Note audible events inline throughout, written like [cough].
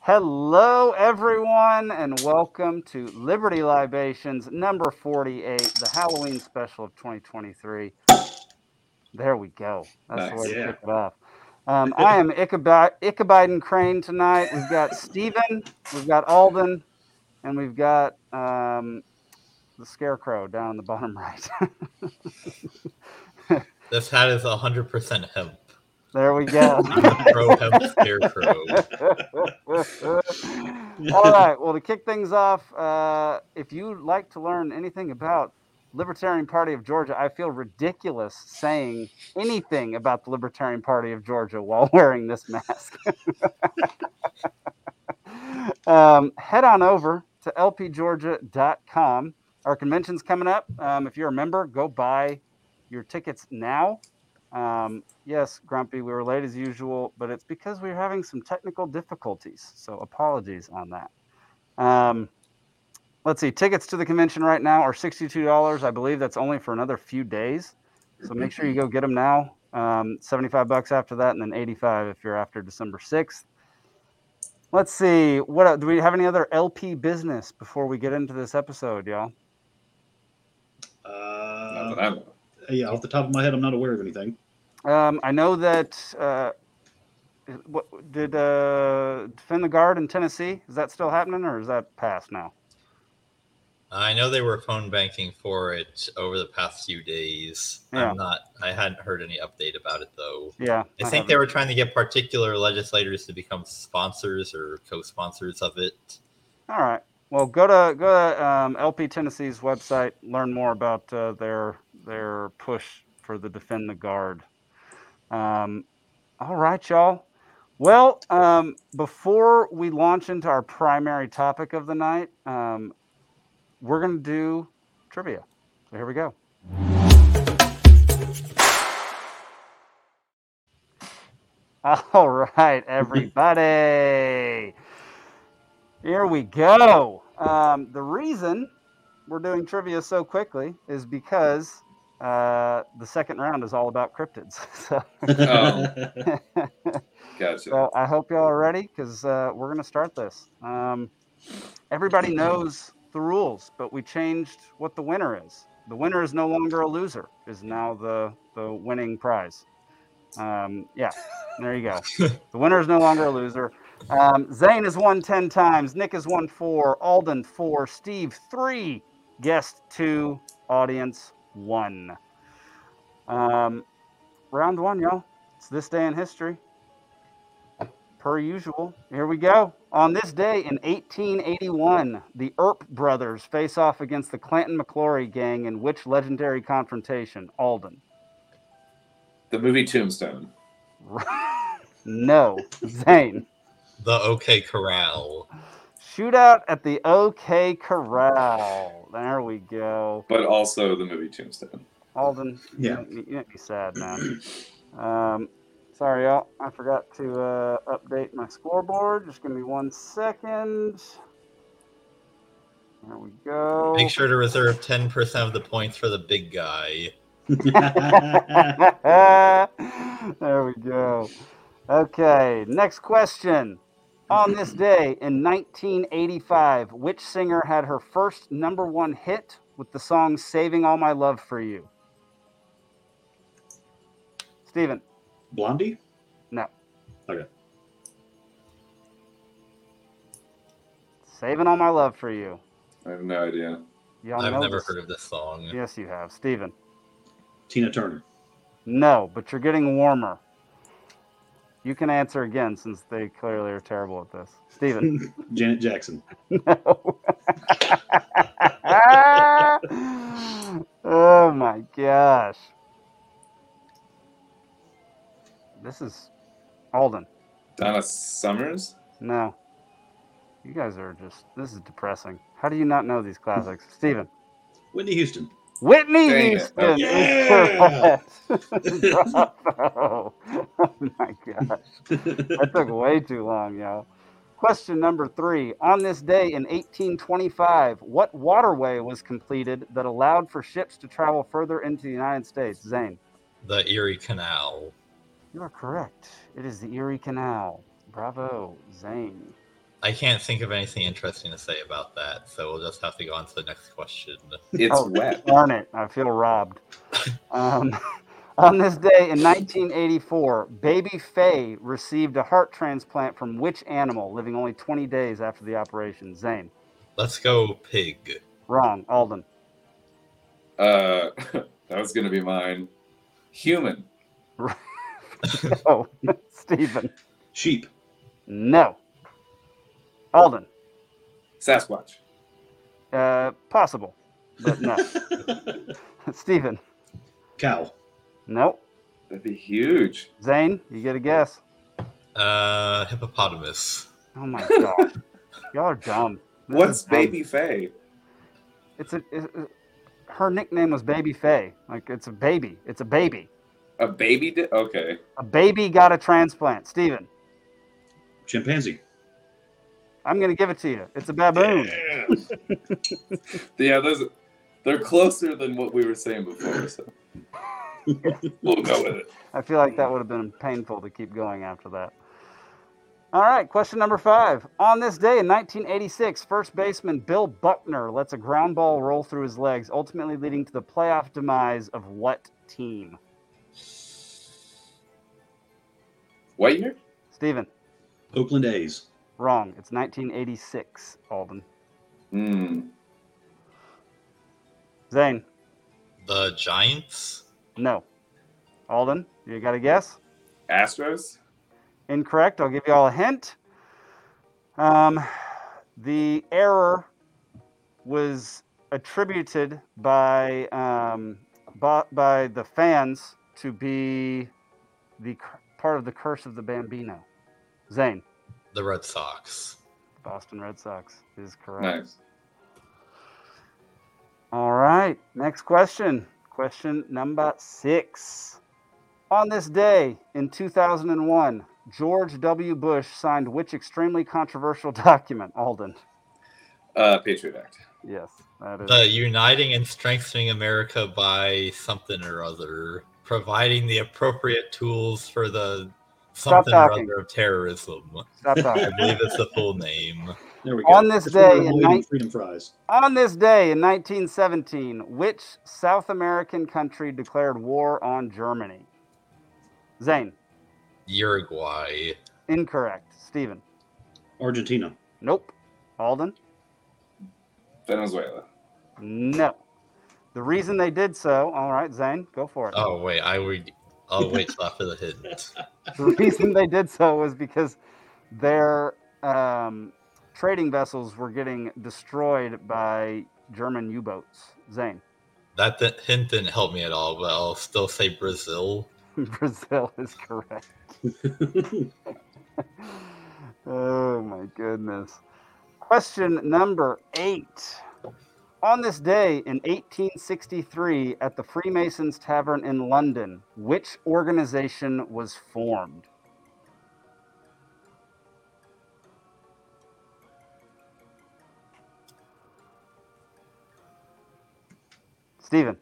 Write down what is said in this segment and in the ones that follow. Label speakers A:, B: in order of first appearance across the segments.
A: Hello, everyone, and welcome to Liberty Libations number 48, the Halloween special of 2023. There we go. That's the
B: Nice.
A: way to
B: Yeah.
A: kick it off.
B: [laughs]
A: Um, I am Ichabod, Ichabod and Crane tonight. We've got Steven, we've got Alden, and we've got um, the Scarecrow down in the bottom right. [laughs]
C: This hat is 100% hemp.
A: there
C: [laughs]
A: we go.
C: I'm the pro hemp scarecrow.
A: [laughs] All right. Well, to kick things off, uh, if you'd like to learn anything about Libertarian Party of Georgia, I feel ridiculous saying anything about the Libertarian Party of Georgia while [laughs] wearing this mask. [laughs] um, head on over to lpgeorgia.com. Our convention's coming up. Um, if you're a member, go buy your tickets now. Um, yes, Grumpy, we were late as usual, but it's because we are having some technical difficulties. So apologies on that. Um, let's see, tickets to the convention right now are $62. I believe that's only for another few days. So make sure you go get them now. Um, 75 bucks after that, and then 85 if you're after December 6th. Let's see. What el- do we have? Any other LP business before we get into this episode, y'all?
B: Not
D: Uh,
B: that I know. of.
D: yeah, off the top of my head, I'm not aware of anything.
A: Um, I know that. Uh, is- what did uh, defend the guard in Tennessee? Is that still happening, or is that past now?
C: I know they were phone banking for it over the past few days.
A: Yeah.
C: I'm not, I hadn't heard any update about it though.
A: Yeah,
C: I
A: I
C: think they
A: haven't.
C: were trying to get particular legislators to become sponsors or co sponsors of it.
A: All right. Well, go to go to um, LP Tennessee's website. Learn more about uh, their their push for the defend the guard. Um, all right, y'all. Well, um, before we launch into our primary topic of the night, um, we're going to do trivia. So here we go. [laughs] All right, everybody. Here we go. Um, the reason we're doing trivia so quickly is because uh, the second round is all about cryptids. [laughs] So,
B: Gotcha.
A: so I hope y'all are ready because uh, we're going to start this. Um, everybody knows the rules, but we changed what the winner is. The winner is no longer a loser; is now the the winning prize. Um, yeah, there you go. The winner is no longer a loser. Um, Zane has won 10 times. Nick has won four. Alden, four. Steve, three. Guest, two. Audience, one. Um, round one, y'all. It's this day in history, per usual. Here we go. On this day in 1881, the Earp brothers face off against the Clanton McClory gang in which legendary confrontation? Alden.
B: The movie
C: [laughs]
B: Tombstone.
A: no. [laughs] Zane.
C: The OK Corral.
A: Shootout at the OK Corral. There we go.
B: But also the movie Tombstone.
A: Alden, you
D: Yeah.
A: make me, you make me sad, man. Um, sorry, y'all. I forgot to uh, update my scoreboard. Just give me one second. There we go.
C: Make sure to reserve 10% of the points for the big
A: [laughs]
C: guy.
A: there we go. Okay, next question. On this day in 1985, which singer had her first number one hit with the song Saving All My Love for You? Steven,
D: Blondie?
A: no.
D: Okay.
A: Saving All My Love for You.
B: I have no idea.
A: Y'all
C: I've
A: know
C: never
A: this.
C: heard of this song.
A: Yes, you have. Steven,
D: Tina Turner.
A: no, but you're getting warmer. You can answer again since they clearly are terrible at this. Steven.
D: [laughs] Janet Jackson.
A: No. [laughs] oh my gosh. This is Alden.
B: Donna Summers?
A: No. You guys are just this is depressing. How do you not know these classics? Steven.
D: Whitney Houston.
A: Whitney
B: Dang it.
A: Houston is
D: Yeah!
A: correct. Bravo. [laughs] Oh my gosh. That took way too long, y'all. Question number three. On this day in 1825, what waterway was completed that allowed for ships to travel further into the United States? Zane,
C: The Erie Canal.
A: you are correct. It is the Erie Canal. Bravo, Zane.
C: I can't think of anything interesting to say about that, so we'll just have to go on to the next question.
B: It's
A: Oh.
B: wet.
A: [laughs] Darn it, I feel robbed. Um, [laughs] on this day in 1984, Baby Faye received a heart transplant from which animal, living only 20 days after the operation? Zane.
C: Let's go, pig.
A: Wrong. Alden.
B: Uh, [laughs] that was gonna be mine. Human.
A: [laughs] Oh, Stephen.
D: Sheep.
A: No. Alden.
B: Sasquatch.
A: Uh, possible, but
B: [laughs]
A: no. Stephen.
D: Cow.
A: No.
B: That'd be huge.
A: Zane, you get a guess.
C: Uh, hippopotamus.
A: Oh my god, Um, y'all are dumb. This is
B: [laughs] What's
A: dumb.
B: Baby Faye?
A: It's a. It's a her nickname was Baby Faye. Like it's a baby. It's a baby.
B: A baby? Di- okay.
A: A baby got a transplant. Steven,
D: Chimpanzee.
A: I'm going to give it to you. It's a baboon.
B: Yeah, those they're closer than what we were saying before, so we'll go with it.
A: I feel like that would have been painful to keep going after that. All right, question number five. On this day in 1986, first baseman Bill Buckner lets a ground ball roll through his legs, ultimately leading to the playoff demise of what team?
B: What year?
A: Steven,
D: Oakland A's.
A: wrong. It's 1986, Alden.
B: Hmm.
A: Zane,
C: The Giants?
A: no. Alden, you got a guess?
B: Astros?
A: Incorrect. I'll give you all a hint. Um, the error was attributed by um, by, by the fans to be the cur- part of the curse of the Bambino. Zane,
C: The Red Sox.
A: Boston Red Sox is correct.
B: Nice.
A: All right. Next question. Question number six. On this day in 2001, George W. Bush signed which extremely controversial [laughs] document? Alden.
B: Uh Patriot Act.
A: Yes, that is.
C: The Uniting and Strengthening America by something or other. Providing the appropriate tools for the
A: Stop
C: something or
A: talking.
C: other of terrorism. [laughs]
A: Stop
C: I
A: talking.
C: believe it's the full name.
D: There we go.
A: On this
D: That's where
A: day
D: we're
A: in
D: avoiding
A: nine-
D: freedom fries.
A: On this day in 1917, which South American country declared war on Germany? Zane.
C: Uruguay.
A: Incorrect. Stephen.
D: Argentina.
A: Nope. Alden.
B: Venezuela.
A: No. The reason they did so, all right, Zane, go for it.
C: Oh wait, I would. I'll wait till after the hint.
A: the [laughs] reason they did so was because their um, trading vessels were getting destroyed by German U-boats. Zane,
C: That di- hint didn't help me at all, but I'll still say Brazil.
A: [laughs] Brazil
D: [laughs]
A: is correct. oh my goodness. Question number eight. On this day in 1863 at the Freemasons Tavern in London, which organization was formed? Stephen.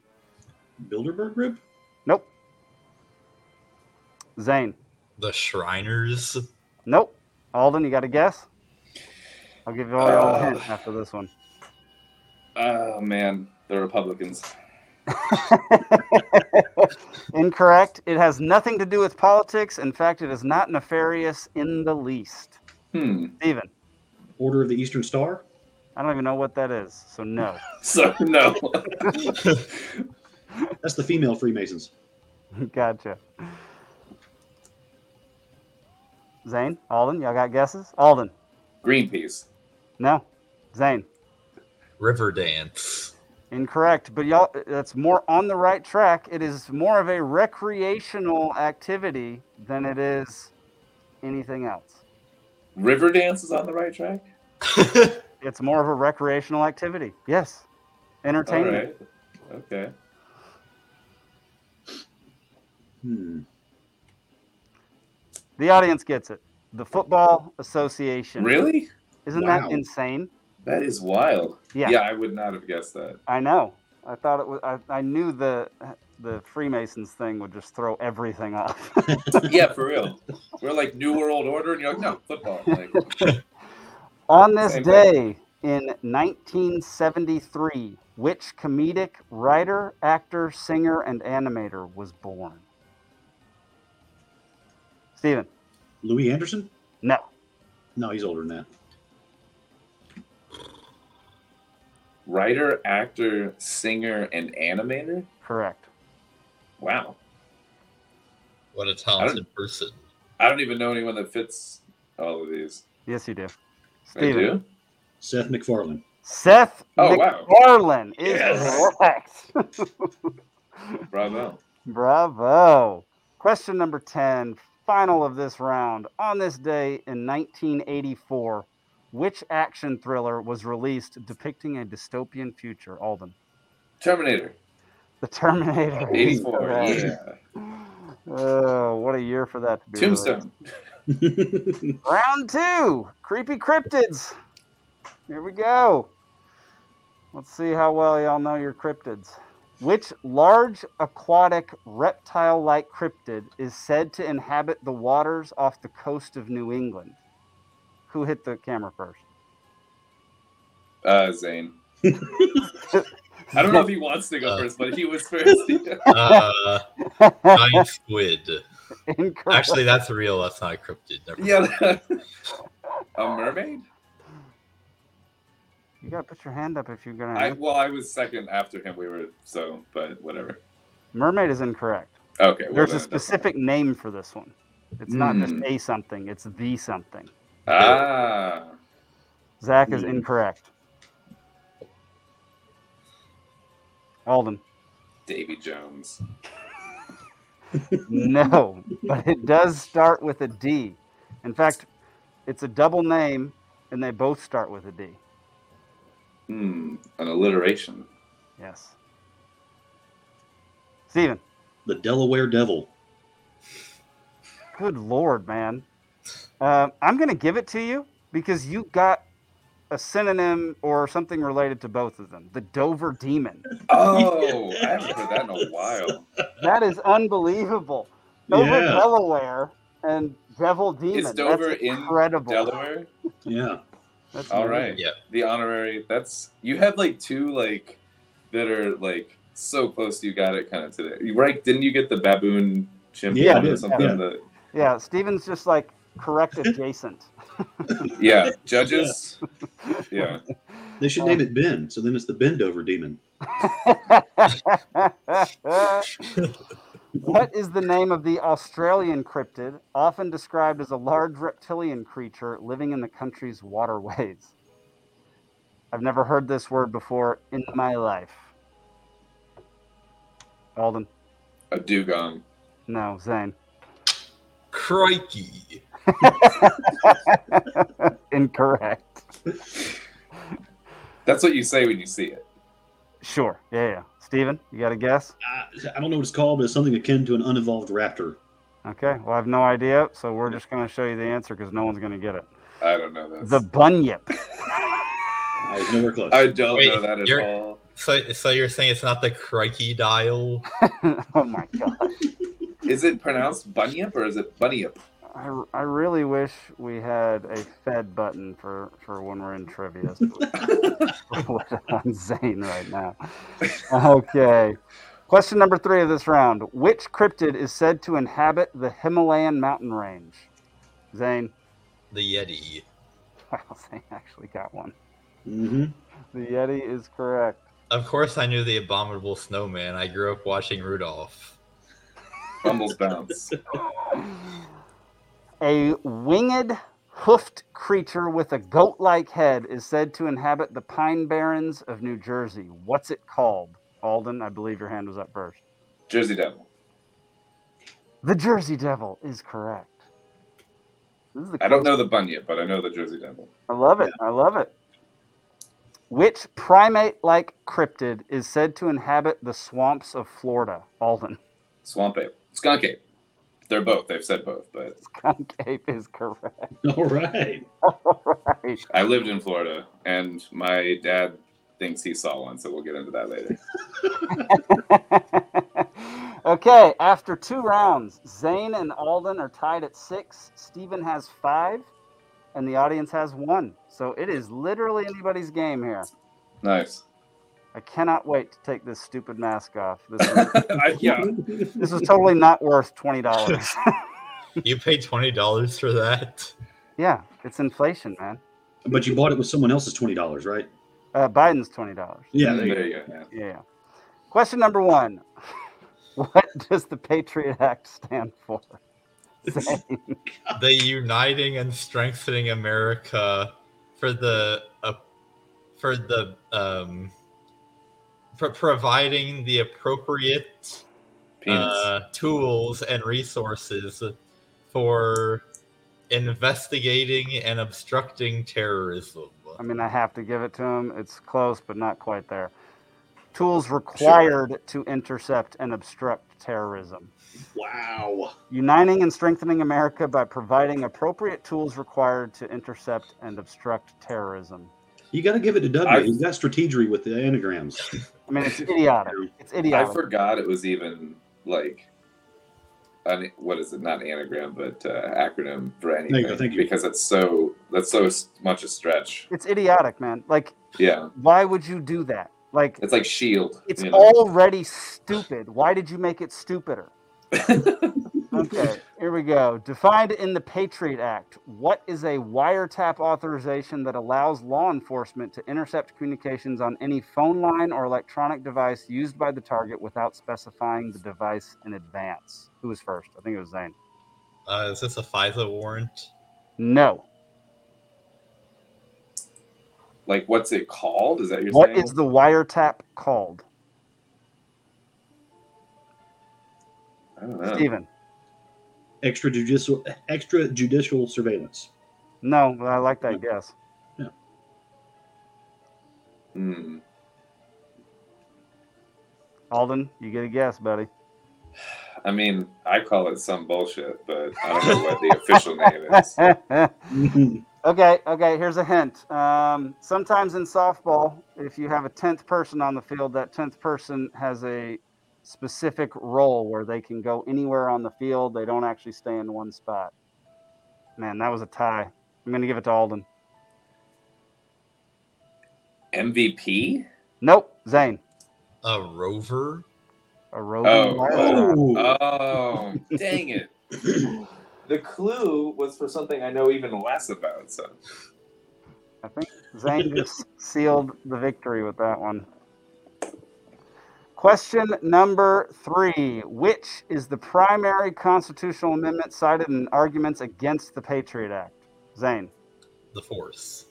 D: Bilderberg Group.
A: Nope. Zane.
C: The Shriners.
A: Nope. Alden, you got a guess? I'll give you all a
B: Uh.
A: hint after this one.
B: Oh man, the Republicans.
A: Incorrect. It has nothing to do with politics. In fact, it is not nefarious in the least.
B: Hmm.
A: Steven,
D: Order of the Eastern Star.
A: I don't even know what that is, so no.
B: [laughs] So
A: [laughs]
B: no.
D: That's the female Freemasons.
A: gotcha. Zane, Alden, y'all got guesses? Alden,
B: Greenpeace.
A: no. Zane, [laughs]
C: Riverdance.
A: incorrect. But y'all, that's more on the right track. It is more of a recreational activity than it is anything else.
B: Riverdance is on the right track?
A: It's more of a recreational activity. Yes.
B: All
A: Entertainment.
B: right. Okay.
D: Hmm.
A: The audience gets it. The Football Association.
B: Really?
A: Isn't
D: Wow.
A: that insane?
B: That is wild.
A: Yeah.
B: Yeah, I would not have guessed that.
A: I know. I thought it was. I, I knew the the Freemasons thing would just throw everything off.
B: Yeah, for real. We're like New World Order, and you're like, no, football. Like,
A: On this
B: Same
A: day in 1973, which comedic writer, actor, singer, and animator was born? Steven,
D: Louis Anderson?
A: no.
D: No, he's older than that.
B: Writer, actor, singer, and animator.
A: Correct.
B: Wow.
C: What a talented person.
B: I don't even know anyone that fits all of these.
A: Yes, you do.
B: I
A: Steven.
B: do.
D: Seth MacFarlane.
A: Seth
B: Oh, wow.
A: MacFarlane is
B: Yes.
A: correct. [laughs]
B: Bravo.
A: Bravo. Question number 10, final of this round. On this day in 1984, which action thriller was released depicting a dystopian future? Alden.
B: Terminator.
A: The
B: [laughs]
E: Oh,
A: Terminator. is
B: 84.
A: correct.
B: Yeah.
A: Oh, what a year for that to be. released.
B: Tombstone.
A: Round two, creepy cryptids. Here we go. Let's see how well y'all know your cryptids. Which large aquatic reptile like cryptid is said to inhabit the waters off the coast of New England? Who hit the camera first?
B: Uh, Zane. I don't know if he wants to go first, but he was first.
C: [laughs] Uh, giant squid.
A: Incorrect.
C: Actually, that's real. That's not a cryptid. Never mind.
B: yeah. A mermaid?
A: you gotta put your hand up if you're gonna.
B: I, well, I was second after him. We were so, but whatever.
A: Mermaid is incorrect.
B: Okay. well,
A: There's
B: then
A: a
B: it
A: specific name for this one. It's not just
B: Hmm.
A: a something, it's the something.
B: doesn't- Ah.
A: Zach is
D: Hmm.
A: incorrect. Alden,
B: Davy Jones.
A: no, [laughs] but it does start with a D. In fact, it's a double name, and they both start with a D.
B: Hmm. An alliteration.
A: Yes. Steven,
D: the Delaware Devil.
A: good lord, man. Uh, I'm going to give it to you because you got a synonym or something related to both of them. The Dover Demon.
B: Oh, I haven't heard that in a while.
A: That is unbelievable. Dover,
D: Yeah.
A: Delaware, and Devil Demon.
B: Is Dover
A: That's
B: in
A: incredible.
B: Delaware?
D: Yeah.
A: [laughs] That's
B: All
A: amazing.
B: right.
C: Yeah.
B: The honorary. That's you had like two like that are like so close. You got it kind of today. You right? Didn't you get the baboon chimpanzee
D: Yeah, I
B: or
D: did,
B: something?
D: yeah.
B: that-
A: Yeah, Steven's just like correct adjacent.
B: [laughs] yeah. Judges. Yeah.
D: [laughs] They should name it Ben, so then it's the Bendover Demon.
A: what is the name of the Australian cryptid, often described as a large reptilian creature living in the country's waterways? I've never heard this word before in my life. Alden,
B: A dugong.
A: no, Zane. [laughs]
C: Crikey.
A: Incorrect.
B: That's what you say when you see it.
A: Sure. Yeah, yeah. Steven, you got a guess?
D: I, Uh, I don't know what it's called, but it's something akin to an unevolved raptor.
A: Okay. Well, I have no idea, so we're just going to show you the answer because no one's going to get it.
B: I don't know this.
A: The bunyip.
D: [laughs] I was nowhere close.
B: I don't
C: Wait,
B: know that at
C: you're-
B: all.
C: So, so you're saying it's not the crikey dial?
A: [laughs] oh my god.
B: Is it pronounced bunyip or is it bunyip?
A: I, I really wish we had a Fed button for, for when we're in trivia. so we can [laughs]
D: [laughs]
A: put it [laughs] on Zane right now. Okay. Question number three of this round: Which cryptid is said to inhabit the Himalayan mountain range? Zane. [laughs]
C: The Yeti.
A: Wow, Zane actually got one.
D: hmm
A: The Yeti is correct.
C: Of course, I knew the abominable snowman. I grew up watching Rudolph.
B: Bumbles bounce.
A: A winged, hoofed creature with a goat like head is said to inhabit the Pine Barrens of New Jersey. What's it called? Alden, I believe your hand was up first.
B: Jersey Devil.
A: The Jersey Devil is correct. This is the
B: I don't know the bunyip, but I know the Jersey Devil.
A: I love it. I love it. Which primate like cryptid is said to inhabit the swamps of Florida? Alden. [laughs]
B: Swamp ape. Skunk ape. They're both. They've said both, but
A: Skunk ape is correct.
D: All right.
A: [laughs] Right.
B: I lived in Florida, and my dad thinks he saw one, so we'll get into that
D: [laughs]
B: later.
A: okay, after two rounds, Zane and Alden are tied at six. Steven has five. and the audience has one. So it is literally anybody's game here.
B: Nice.
A: I cannot wait to take this stupid mask off. This is,
B: I, yeah.
A: this is totally not worth twenty
E: [laughs]
A: dollars.
C: [laughs] You paid twenty dollars for
B: [laughs]
C: that.
A: yeah, it's inflation, man.
D: But you bought it with someone else's twenty dollars, right?
A: Uh, Biden's twenty dollars.
D: Yeah.
B: There
D: there you go.
B: you go. Yeah.
A: Yeah. Question number one: [laughs] What does the Patriot Act stand for? Zane.
C: The uniting and strengthening America for the uh, for the um for providing the appropriate
B: Penis.
C: uh, tools and resources for investigating and obstructing terrorism.
A: I mean, I have to give it to him. It's close, but not quite there. Tools required to intercept and obstruct terrorism.
D: Wow.
A: Uniting and strengthening America by providing appropriate tools required to intercept and obstruct terrorism.
D: You got to give it to W.
B: I-
D: He's got strategery with the anagrams.
A: I mean, it's idiotic. It's
B: I
A: idiotic.
B: forgot it was even like an, what is it? Not anagram, but uh, acronym for anything.
D: go, thank you.
B: Because that's so that's so s- much a stretch.
A: it's idiotic, man. Like,
B: Yeah,
A: why would you do that? Like,
B: it's like shield.
A: it's
B: E you know?
A: already stupid. Why did you make it
B: [laughs]
A: stupider? Okay, here we go. Defined in the Patriot Act, what is a wiretap authorization that allows law enforcement to intercept communications on any phone line or electronic device used by the target without specifying the device in advance? Who was first? I think it was Zane.
C: Uh, is this a FISA warrant?
A: No.
B: like what's it called? Is that your
A: What
B: saying?
A: is the wiretap called?
B: [laughs] I don't know.
A: Steven.
D: Extrajudicial, extrajudicial surveillance.
A: No, but I like that guess.
B: Hmm.
A: Alden, you get a guess, buddy.
B: I mean, I call it some bullshit, but I don't know what the official
A: [laughs]
B: name is.
A: Okay, okay, here's a hint. Um, sometimes in softball, if you have a 10th person on the field, that 10th person has a specific role where they can go anywhere on the field. They don't actually stay in one spot. Man, that was a tie. I'm going to give it to Alden.
B: MVP?
A: Nope, Zane.
C: A rover?
A: A roving
B: Oh,
A: wiretap.
B: Oh,
A: [laughs]
B: dang it. The clue was for something I know even less about. So
A: I think
B: [laughs]
A: Zane just sealed the victory with that one. Question number three Which is the primary constitutional amendment cited in arguments against the Patriot Act? Zane,
C: The force.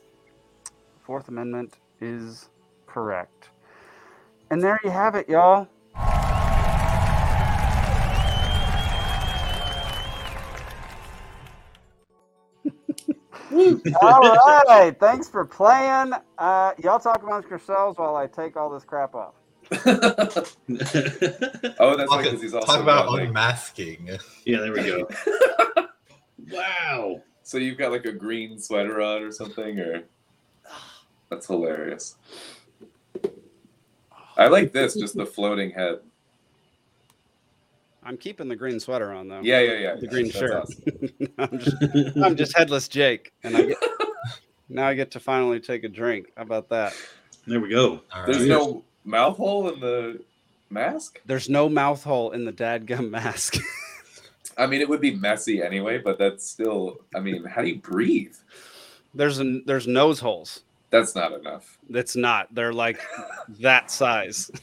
A: Fourth Amendment is correct. And there you have it, y'all. [laughs] all right. Thanks for playing. Uh, y'all talk amongst yourselves while I take all this crap off.
B: Oh, that's
C: Talk,
B: because he's also
C: talk about
B: got, like-
C: unmasking.
D: yeah, there we go. wow.
B: So you've got like a green sweater on or
A: [sighs]
B: something, or that's hilarious. I like this, just the floating head.
F: I'm keeping the green sweater on though.
B: Yeah, yeah, yeah.
F: The green
B: That's
F: shirt.
B: awesome.
F: [laughs] I'm just I'm just headless Jake, and I get, now I get to finally take a drink. How about that?
D: There we go.
C: All right.
B: There's no mouth hole in the mask.
F: There's no mouth hole in the dadgum [laughs] mask.
B: I mean, it would be messy anyway, but that's still. I mean, how do you breathe?
F: there's an, there's nose holes.
B: That's not enough.
F: That's not. They're like that size. [laughs]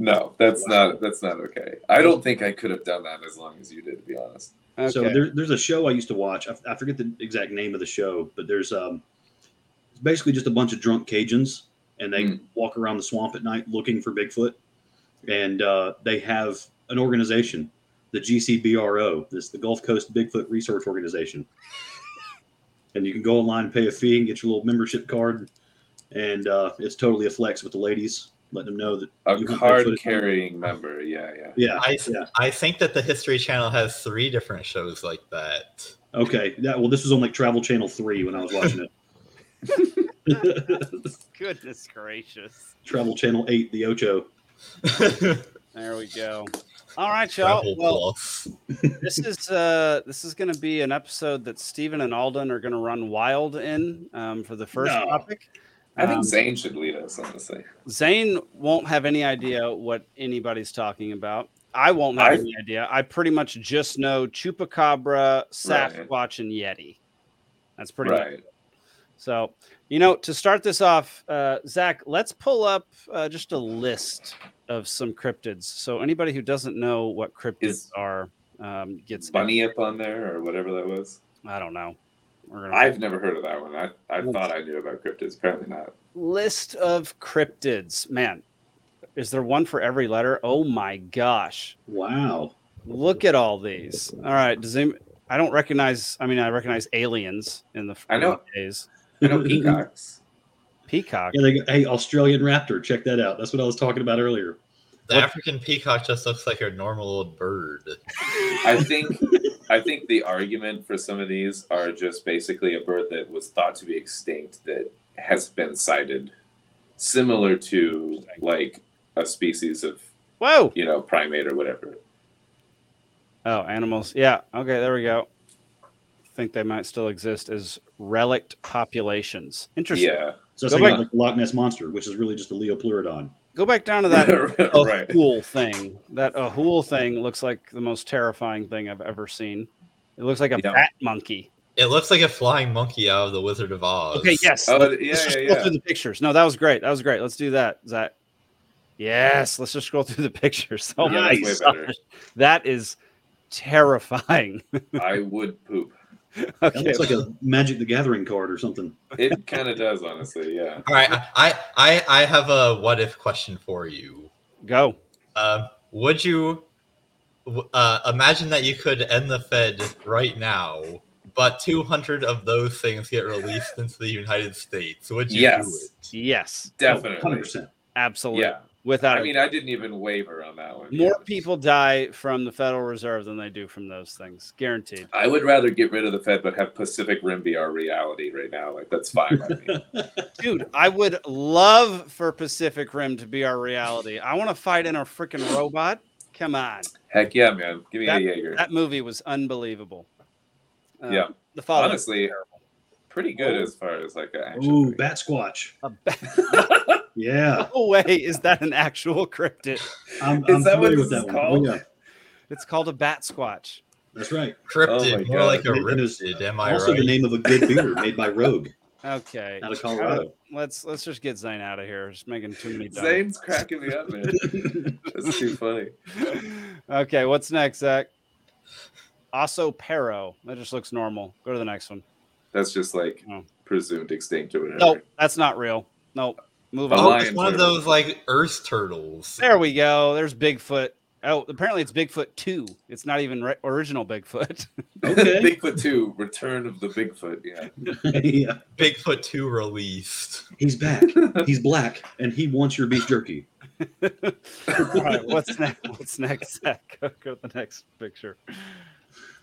B: No, that's not. That's not okay. I don't think I could have done that as long as you did, to be honest.
F: Okay.
D: So there, there's a show I used to watch. I, I forget the exact name of the show, but there's um, it's basically just a bunch of drunk Cajuns, and they
B: Mm.
D: walk around the swamp at night looking for Bigfoot, and uh, they have an organization, the GCBRO, this is the Gulf Coast Bigfoot Research
B: [laughs]
D: Organization, and you can go online and pay a fee and get your little membership card, and uh, it's totally a flex with the ladies, letting them know that
B: A
D: You can
B: card
D: put it-
B: carrying member. Yeah, yeah.
D: yeah,
C: I,
D: yeah.
C: I think that the History Channel has three different shows like that.
D: Okay. Yeah. Well, this was on like Travel Channel Three when I was watching it.
F: Goodness gracious.
D: Travel Channel Eight, the Ocho.
A: There we go. All right, y'all.
C: Travel
A: Well,
C: plus.
A: [laughs] this is uh this is going to be an episode that Steven and Alden are going to run wild in um, for the first
D: No.
A: topic.
B: I think
A: Um,
B: Zane should lead us, honestly.
A: Zane won't have any idea what anybody's talking about. I won't have
B: I-
A: any idea. I pretty much just know chupacabra, Sasquatch,
B: Right.
A: and Yeti. That's pretty much.
B: Right.
A: So, you know, to start this off, uh, Zach, let's pull up uh, just a list of some cryptids. So anybody who doesn't know what cryptids
B: Is-
A: are um, gets
B: Bunny up on there or whatever that was.
A: I don't know. We're gonna
B: I've never heard of that one. I, I
A: Yes.
B: thought I knew about cryptids. Apparently not.
A: list of cryptids. Man, is there one for every letter? Oh my gosh.
D: Wow.
A: Look at all these. All right. Does any, I don't recognize. I mean, I recognize aliens in the
B: I know.
A: days.
B: I know peacocks.
A: Peacock.
D: Yeah, they got, hey, Australian raptor, check that out. That's what I was talking about earlier.
C: The African peacock just looks like a normal old bird.
B: I think I think the argument for some of these are just basically a bird that was thought to be extinct that has been sighted, similar to like a species of
A: Whoa.
B: you know primate or whatever.
A: Oh, animals. Yeah. Okay. There we go. I think they might still exist as relict populations. Interesting.
B: Yeah,
D: So that's
A: Go
D: like,
A: back-
D: like Loch Ness monster, which is really just a Leopleurodon.
A: Go back down to that
B: right.
A: ahool thing. That ahool thing looks like the most terrifying thing I've ever seen. It looks like a
B: Yeah.
A: bat monkey.
C: It looks like a flying monkey out of the Wizard of Oz.
A: Okay. Yes.
B: Oh,
A: let's,
B: yeah,
A: let's just
B: yeah,
A: scroll
B: yeah.
A: through the pictures. No, that was great. That was great. Let's do that, Zach. Yes. Let's just scroll through the pictures. Oh
B: Yeah,
A: my
B: that's way better.
A: gosh. That is terrifying.
B: [laughs]
A: [laughs]
B: I would poop.
D: That
A: okay.
D: looks like a Magic the Gathering card or something. [laughs]
B: It kind of does, honestly. Yeah.
C: All right, I, I I have a what if question for you.
A: Go.
C: Um, would you w- uh, imagine that you could end the Fed right now, but 200 of those things get released into the United States? Would you do
B: Yes,
C: it?
A: Yes.
B: definitely.
D: 100%.
A: Absolutely.
B: Yeah.
A: Without
B: I
A: a
B: mean, I didn't even waver on that one.
A: More
B: yeah.
A: people die from the Federal Reserve than they do from those things, guaranteed.
B: I would rather get rid of the Fed, but have Pacific Rim be our reality right now. Like
C: [laughs]
B: that's fine. by me.
A: Dude, I would love for Pacific Rim to be our reality. I want to fight in a freaking robot. Come on.
B: Heck yeah, man. Give me a Jaeger.
A: That movie was unbelievable. Um,
B: Yeah.
A: The follow
B: Honestly, pretty good as far as like an action.
D: Ooh,
B: movie.
D: Bat Squatch.
A: no
D: [laughs]
A: [laughs]
D: Yeah.
A: way is that an actual cryptid.
D: I'm,
B: Is
D: I'm
B: that
D: familiar
B: what this
D: with
B: is
D: that one.
B: called?
D: Oh, yeah.
A: It's called a bat squatch.
D: That's right.
C: Cryptid,
B: Oh my
C: more
B: God.
C: like a
D: It is
C: riptid, am I
D: also
C: right?
D: the name of a good
C: [laughs]
D: beer made by Rogue
A: Okay.
D: out of Colorado.
A: Let's let's just get Zane out of here. It's making too many dimes.
B: Zane's cracking me up, man.
A: [laughs]
B: That's too funny.
A: okay, what's next, Zach? Also, Pero. That just looks normal. Go to the next one.
B: That's just like
A: Oh.
B: presumed extinct or whatever.
A: Nope, that's not real. Nope. Move
B: A
C: Oh,
A: on.
B: lion
C: it's one of
B: turtle.
C: those like Earth turtles.
A: There we go. There's Bigfoot. Oh, apparently it's Bigfoot 2. It's not even ri- original Bigfoot. [laughs]
C: [laughs]
D: Okay.
B: Bigfoot 2, Return of the Bigfoot. Yeah.
D: yeah.
C: Bigfoot 2 released.
D: He's
B: [laughs]
D: back. He's black and he wants your beef jerky.
A: All right, what's next? What's next, Zach? [laughs] Go, go to the next picture.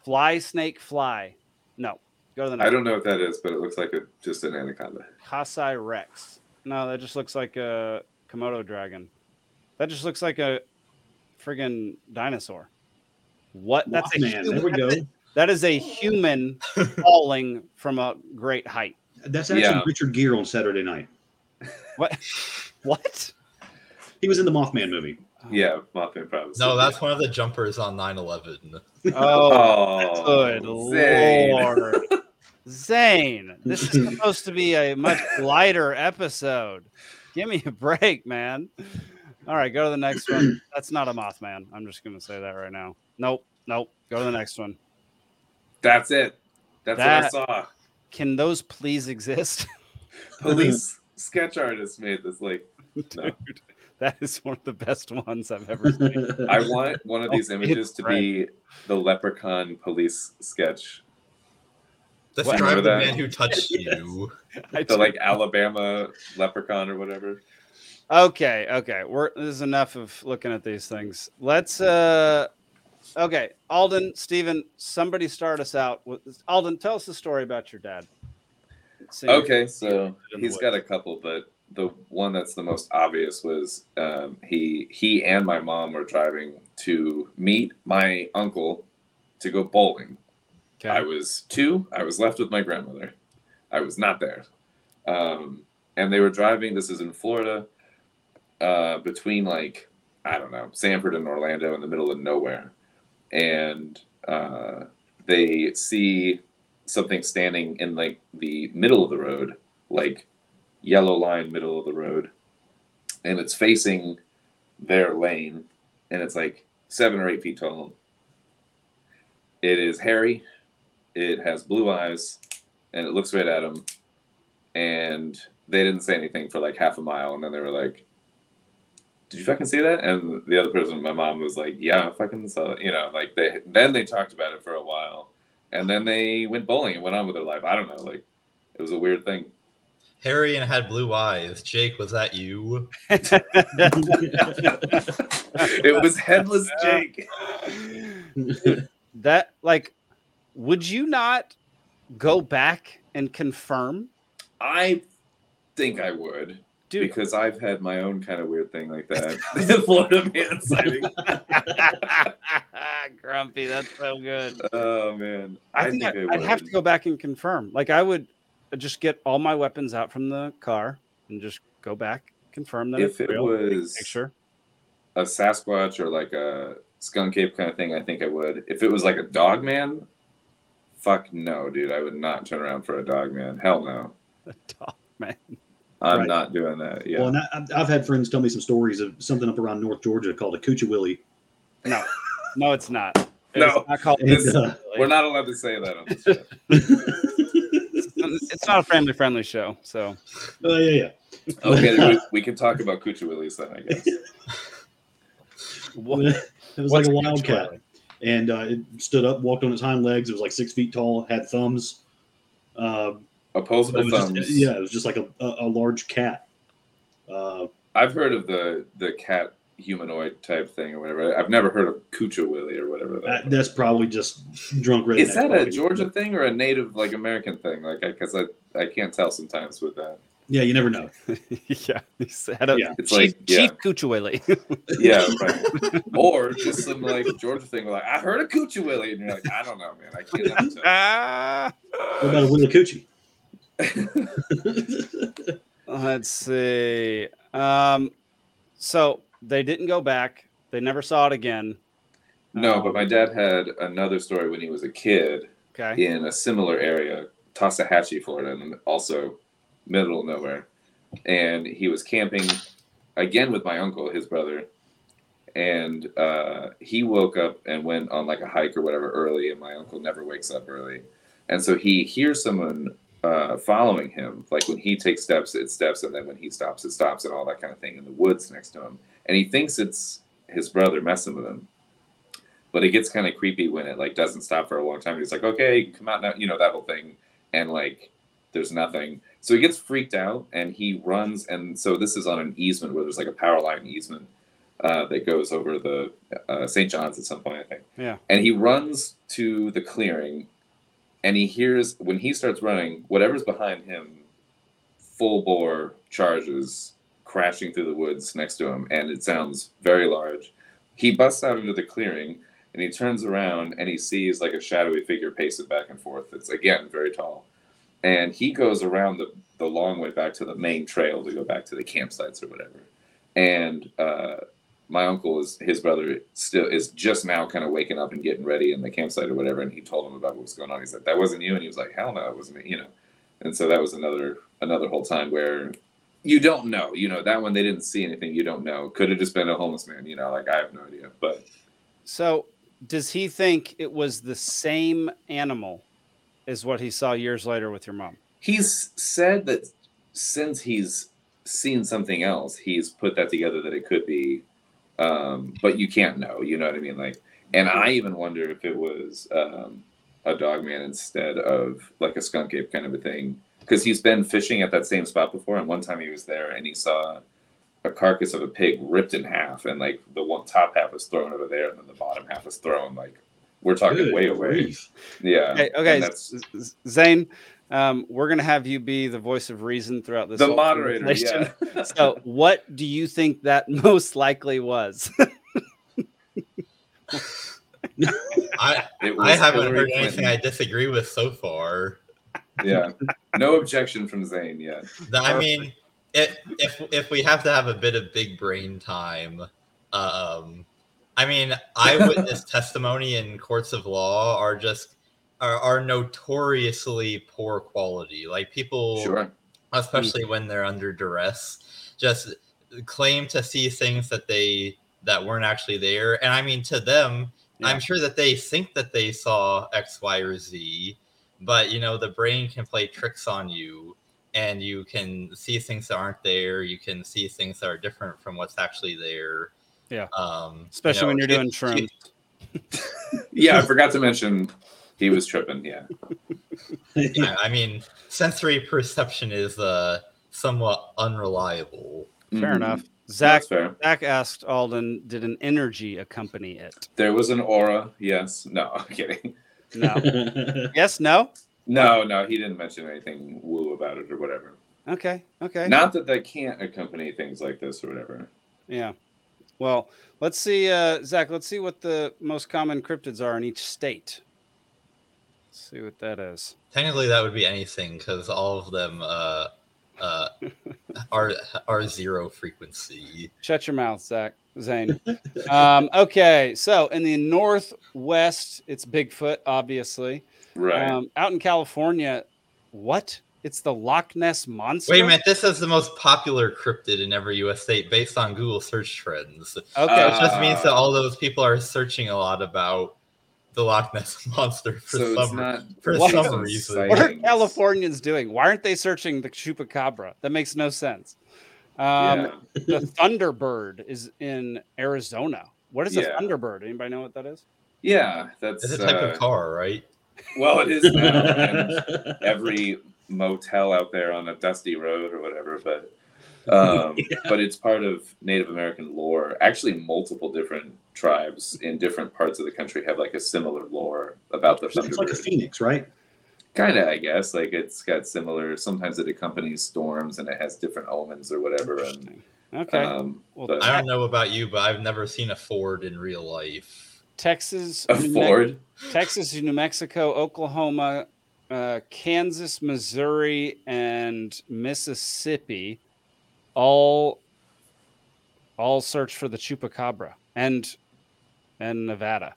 A: Fly, snake, fly. No, go to the next.
B: I don't know what that is, but it looks like a, just an anaconda.
A: Kasai Rex. No, that just looks like a Komodo dragon. That just looks like a friggin' dinosaur. What? That's a
D: Mothman. There
A: human.
D: we go.
A: That is
D: [laughs]
A: a human falling from a great height.
D: That's actually
B: Yeah.
D: Richard Gere on Saturday night.
A: What? what?
D: He was in the Mothman movie.
B: Yeah, Mothman problems.
C: No, that's one of the jumpers on 9 11.
A: Oh,
B: [laughs] Oh,
A: good
B: Zane.
A: lord. Zane, this is supposed to be a much lighter episode. Give me a break, man. All right, go to the next one. That's not a Mothman. I'm just going to say that right now. Nope, nope. Go to the next one.
B: That's it. That's
A: That-
B: what
A: [laughs]
B: I saw.
A: Can those please exist?
B: Police sketch artist made this. Like, No.
A: [laughs] Dude, that is one of the best ones I've ever seen. [laughs]
B: I want one of these
A: Oh,
B: images to be the leprechaun police sketch
C: Describe the
B: Remember that?
C: man who touched you.
A: [laughs] I
B: the like Alabama leprechaun or whatever.
A: Okay, okay. We're this is enough of looking at these things. Let's uh okay, Alden, Steven, somebody start us out with Alden, tell us the story about your dad. Let's see.
B: Okay, so
A: in the
B: he's got a couple, but the one that's the most obvious was um, he he and my mom were driving to meet my uncle to go bowling. I was two. I was left with my grandmother. I was not there. Um, and they were driving. This is in Florida, uh, between like I don't know Sanford and Orlando, in the middle of nowhere. And uh, they see something standing in like the middle of the road, like yellow line middle of the road, and it's facing their lane, and it's like seven or eight feet tall. It is hairy. It has blue eyes, and it looks right at him. And they didn't say anything for like half a mile, and then they were like, "Did you fucking see that?" And the other person, my mom, was like, "Yeah, I fucking saw it." You know, like they then they talked about it for a while, and then they went bowling and went on with their life. I don't know, like it was a weird thing.
C: Harry and had blue eyes. Jake, was that you?
B: it
A: [laughs]
B: was headless Jake.
A: that like would you not go back and confirm
B: I think I would
A: dude
B: because I've had my own kind of weird thing like that. [laughs] the Florida man sighting.
A: grumpy that's so good
B: Oh man,
A: i think, I would
B: would.
A: have to go back and confirm like i would just get all my weapons out from the car and just go back confirm that
B: if
A: it's
B: it
A: real,
B: was
A: make sure
B: a Sasquatch or like a skunk ape kind of thing, I think I would. If it was like a dog man, fuck no, dude. I would not turn around for a dog man. Hell no. I'm
D: Right.
B: not doing that. Yeah.
D: Well, and I, I've- I've had friends tell me some stories of something up around North Georgia called a coochie willie.
A: no no it's not
B: [laughs] No.
A: it's not, called,
D: And,
B: This-
D: uh,
B: We're not allowed to say that on the show.
A: it's not a family friendly show so
D: oh, yeah, yeah.
B: Okay, we, we can talk about Coochie Willies then, I guess.
D: [laughs]
A: what,
D: it was like a wildcat. and uh, it stood up, walked on its hind legs. It was like six feet tall, had thumbs. Uh, it
B: Opposable
D: was
B: thumbs.
D: just, yeah, it was just like a, a, a large cat. Uh,
B: I've heard of the the cat humanoid type thing or whatever. I've never heard of Coochie Willie or whatever.
D: that-
B: That
D: that's probably just drunk redneck.
B: is that a
D: talking.
B: Georgia thing or a Native like American thing? Like, because I, I can't tell sometimes with that.
D: Yeah, you never know.
A: [laughs] yeah he said a
D: Yeah.
B: It's
A: chief,
B: like yeah,
A: chief Cucciuelli. [laughs]
B: [laughs] yeah, right. or just some like Georgia thing. Like I heard a Coochie Willie, and you're like, I don't know, man. I can't. tell.
A: Ah.
D: What about a willy coochie?
A: Let's see. Um, so they didn't go back. They never saw it again.
B: No,
A: Um,
B: but my dad had another story when he was a kid
A: okay.
B: in a similar area, Tallahatchie, Florida, and also middle of nowhere. And he was camping again with my uncle, his brother. And uh, he woke up and went on like a hike or whatever early, and my uncle never wakes up early. And so he hears someone uh, following him. Like when he takes steps, it steps, and then when he stops, it stops, and all that kind of thing in the woods next to him. And he thinks it's his brother messing with him but it gets kind of creepy when it like doesn't stop for a long time. He's like, okay, you can come out now, you know that whole thing, and like there's nothing. So he gets freaked out and he runs. And so this is on an easement where there's like a power line easement uh, that goes over the uh, St. John's at some point, I think.
A: Yeah.
B: And he runs to the clearing, and he hears when he starts running, whatever's behind him, full bore charges crashing through the woods next to him, and it sounds very large. He busts out into the clearing and he turns around and he sees like a shadowy figure pacing back and forth. It's again very tall. And he goes around the, the long way back to the main trail to go back to the campsites or whatever. And uh, my uncle is his brother still is just now kind of waking up and getting ready in the campsite or whatever. And he told him about what was going on. He said, That wasn't you. And he was like, Hell no, it wasn't me, you know. And so that was another another whole time where you don't know. You know, that one they didn't see anything, you don't know. Could have just been a homeless man, you know, like I have no idea. But
A: So does he think it was the same animal as what he saw years later with your mom?
B: He's said that since he's seen something else, he's put that together that it could be, um, but you can't know. You know what I mean? Like, and I even wonder if it was um, a dog man instead of like a skunk ape kind of a thing, because he's been fishing at that same spot before, and one time he was there and he saw a carcass of a pig ripped in half, and like the one top half was thrown over there, and then the bottom half was thrown like. We're talking
D: Good
B: way away.
D: grief.
B: Yeah.
A: Okay.
B: and
A: Okay.
B: that's-
A: Z- Z- Zane, Um, we're gonna have you be the voice of reason throughout this.
B: the
A: whole
B: moderator.
A: conversation.
B: Yeah.
A: [laughs] so, what do you think that [laughs] most
C: [laughs]
A: likely was?
C: I,
B: It was
C: I haven't
B: Hillary
C: heard
B: Clinton.
C: anything I disagree with so far.
B: Yeah. No objection from Zane yet.
C: Th- I mean, it, if if we have to have a bit of big brain time, um, I
B: [laughs]
C: mean, eyewitness testimony in courts of law are just are, are notoriously poor quality. Like people,
B: Sure.
C: especially
A: Hmm.
C: when they're under duress, just claim to see things that they that weren't actually there. And I mean, to them,
A: Yeah.
C: I'm sure that they think that they saw X, Y, or Z, but you know, the brain can play tricks on you, and you can see things that aren't there. You can see things that are different from what's actually there.
A: Yeah.
C: Um, you
A: Especially
C: know,
A: when you're
C: if-
A: doing shrooms.
B: Yeah, I forgot to mention he was tripping. Yeah.
C: [laughs]
A: [laughs]
C: yeah, I mean, sensory perception is uh, somewhat unreliable.
A: Fair
B: Mhm.
A: enough. Uh, Zach
B: That's fair.
A: Zach asked Alden, did an energy accompany it?
B: There was an aura. Yes. No, [laughs] I'm kidding.
A: No. yes. No.
B: No, no, he didn't mention anything woo about it or whatever.
A: Okay. Okay.
B: Not that they can't accompany things like this or whatever.
A: Yeah. Well, let's see, uh, Zach. Let's see what the most common cryptids are in each state. Let's see what that is.
C: Technically, that would be anything because all of them uh, uh, are are zero frequency.
A: Shut your mouth, Zach Zane. um, okay. So in the northwest, it's Bigfoot, obviously.
B: Right.
A: Um, out in California, what? It's the Loch Ness monster.
C: Wait a minute, this is the most popular cryptid in every U.S. state based on Google search trends. It
A: Okay.
B: Uh,
C: just means that all those people are searching a lot about the Loch Ness [laughs] monster for
B: so it's
C: some
B: not
C: for
A: What?
C: some reason.
A: What are
B: sightings.
A: Californians doing? Why aren't they searching the chupacabra? That makes no sense. Um,
B: yeah.
A: [laughs] The thunderbird is in Arizona. What is a
B: Yeah.
A: thunderbird? Anybody know what that is?
B: yeah, that's
C: It's a type
B: uh,
C: of car, right?
B: well, it is
D: [laughs]
B: now. and every motel out there on a dusty road or whatever, but
D: [laughs]
B: um, but it's part of Native American lore. Actually, multiple different tribes in different parts of the country have like a similar lore about the
D: it's like a
B: thunderbird.
D: phoenix, right?
B: kind of i guess like it's got similar sometimes it accompanies storms and it has different omens or whatever and
A: Interesting. Okay.
B: um
A: Well,
B: but
C: I don't know about you, but I've never seen a Ford in real life.
A: Texas,
B: a
A: New Me-
B: ford
A: Texas, New Mexico, Oklahoma, uh, Kansas, Missouri, and Mississippi all all search for the chupacabra and and Nevada.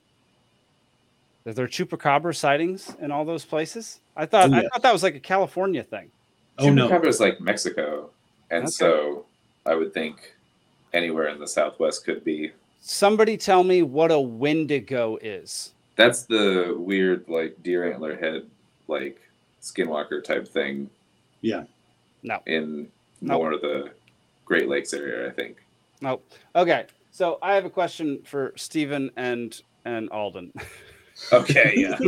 A: Are there chupacabra sightings in all those places? I thought
D: Oh,
A: I
D: yes.
A: thought that was like a California thing.
D: Oh no,
B: Chupacabra is like mexico and
A: Okay.
B: so i would think anywhere in the southwest could be
A: Somebody tell me what a Wendigo is.
B: that's the weird like deer antler head like skinwalker type thing
D: Yeah.
A: No.
B: in
A: No.
B: more of the great lakes area i think
A: Nope. Okay. So I have a question for Stephen and and Alden. [laughs]
B: okay yeah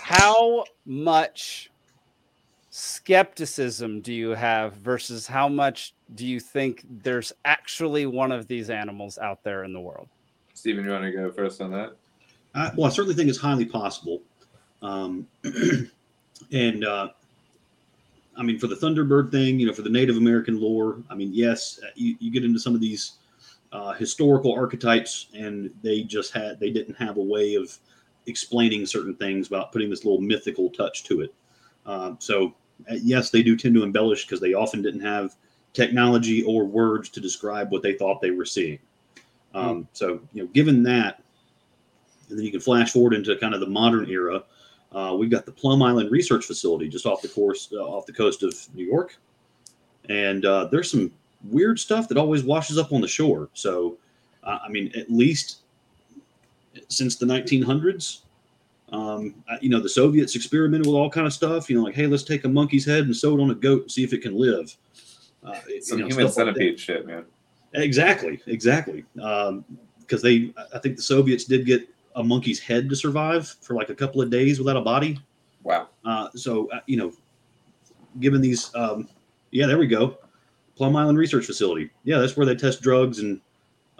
A: how much skepticism do you have versus how much do you think there's actually one of these animals out there in the world?
B: stephen you want to go first on that
D: I, well, I certainly think it's highly possible. Um, [clears throat] and uh, I mean, for the Thunderbird thing, you know, for the Native American lore, I mean, yes, uh, you, you get into some of these uh, historical archetypes, and they just had they didn't have a way of explaining certain things about putting this little mythical touch to it. Um, so uh, yes, they do tend to embellish because they often didn't have technology or words to describe what they thought they were seeing. Um, So you know, given that, and then you can flash forward into kind of the modern era. Uh, we've got the Plum Island Research Facility just off the course, uh, off the coast of New York, and uh, there's some weird stuff that always washes up on the shore. So, uh, I mean, at least since the 1900s, um, I- you know, the Soviets experimented with all kind of stuff. You know, like, hey, let's take a monkey's head and sew it on a goat and see if it can live. [laughs] Uh, you
B: some
D: know,
B: human
D: stuff like that.
B: centipede shit man
D: Exactly, exactly. Because they, I think the Soviets did get a monkey's head to survive for like a couple of days without a body.
B: wow
D: Uh, so uh, you know, given these, um, yeah, there we go, Plum Island Research Facility. Yeah, that's where they test drugs and,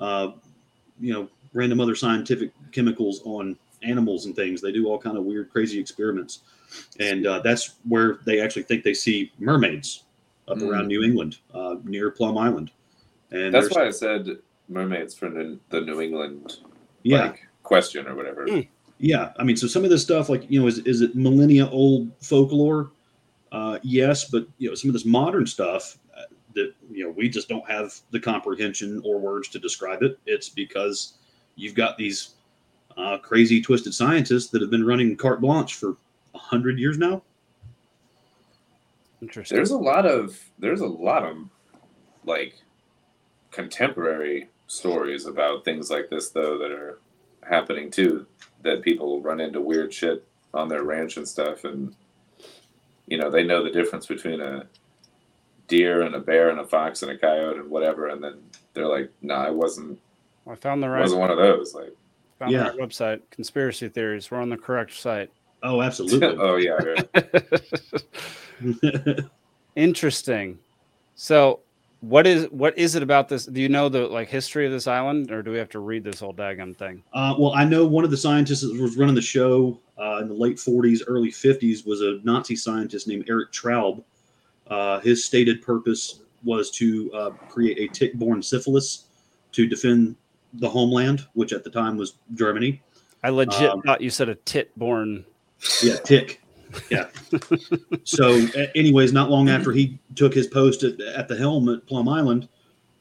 D: uh, you know, random other scientific chemicals on animals and things. They do all kind of weird, crazy experiments, and uh, that's where they actually think they see mermaids up
B: Mm.
D: around New England, uh, near Plum Island. And
B: That's
D: there's-
B: why I said mermaids for the, the New England
D: yeah,
B: like question or whatever.
A: Mm.
D: Yeah, I mean, so some of this stuff, like you know, is is it millennia old folklore? Uh, yes, but you know, some of this modern stuff uh, that you know we just don't have the comprehension or words to describe it. It's because you've got these uh, crazy, twisted scientists that have been running carte blanche for a hundred years now.
A: Interesting.
B: There's a lot of there's a lot of like contemporary stories about things like this though that are happening too that people run into weird shit on their ranch and stuff and you know they know the difference between a deer and a bear and a fox and a coyote and whatever and then they're like nah I wasn't
A: I found the right,
B: wasn't one of those like
A: found
D: Yeah.
A: the right website. Conspiracy theories. We're on the correct site.
D: Oh, absolutely.
B: [laughs] oh yeah right.
D: [laughs]
A: Interesting. So, what is what is it about this? Do you know the like history of this island, or do we have to read this whole daggum thing?
D: Uh, well, I know one of the scientists that was running the show uh, in the late 40s, early 50s was a Nazi scientist named Eric Traub. Uh, his stated purpose was to uh, create a tick borne syphilis to defend the homeland, which at the time was Germany.
A: I legit
D: Um,
A: thought you said a tit born.
D: Yeah, tick. Yeah. so, a- anyways, not long after he took his post at, at the helm at Plum Island,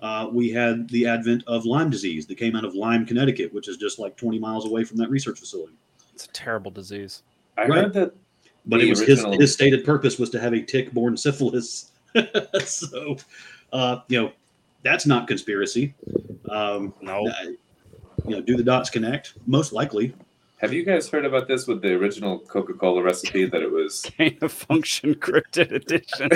D: uh, we had the advent of Lyme disease that came out of Lyme, Connecticut, which is just like 20 miles away from that research facility.
A: It's a terrible disease.
B: I
D: Right.
B: heard that
D: but
B: the
D: it was
B: original-
D: his his stated purpose was to have a tick-borne syphilis. [laughs] so, uh, you know, that's not conspiracy. Um,
A: No.
D: I- you know, do the dots connect? Most likely,
B: Have you guys heard about this with the original Coca Cola recipe that it was?
A: [laughs] Gain of function cryptid edition.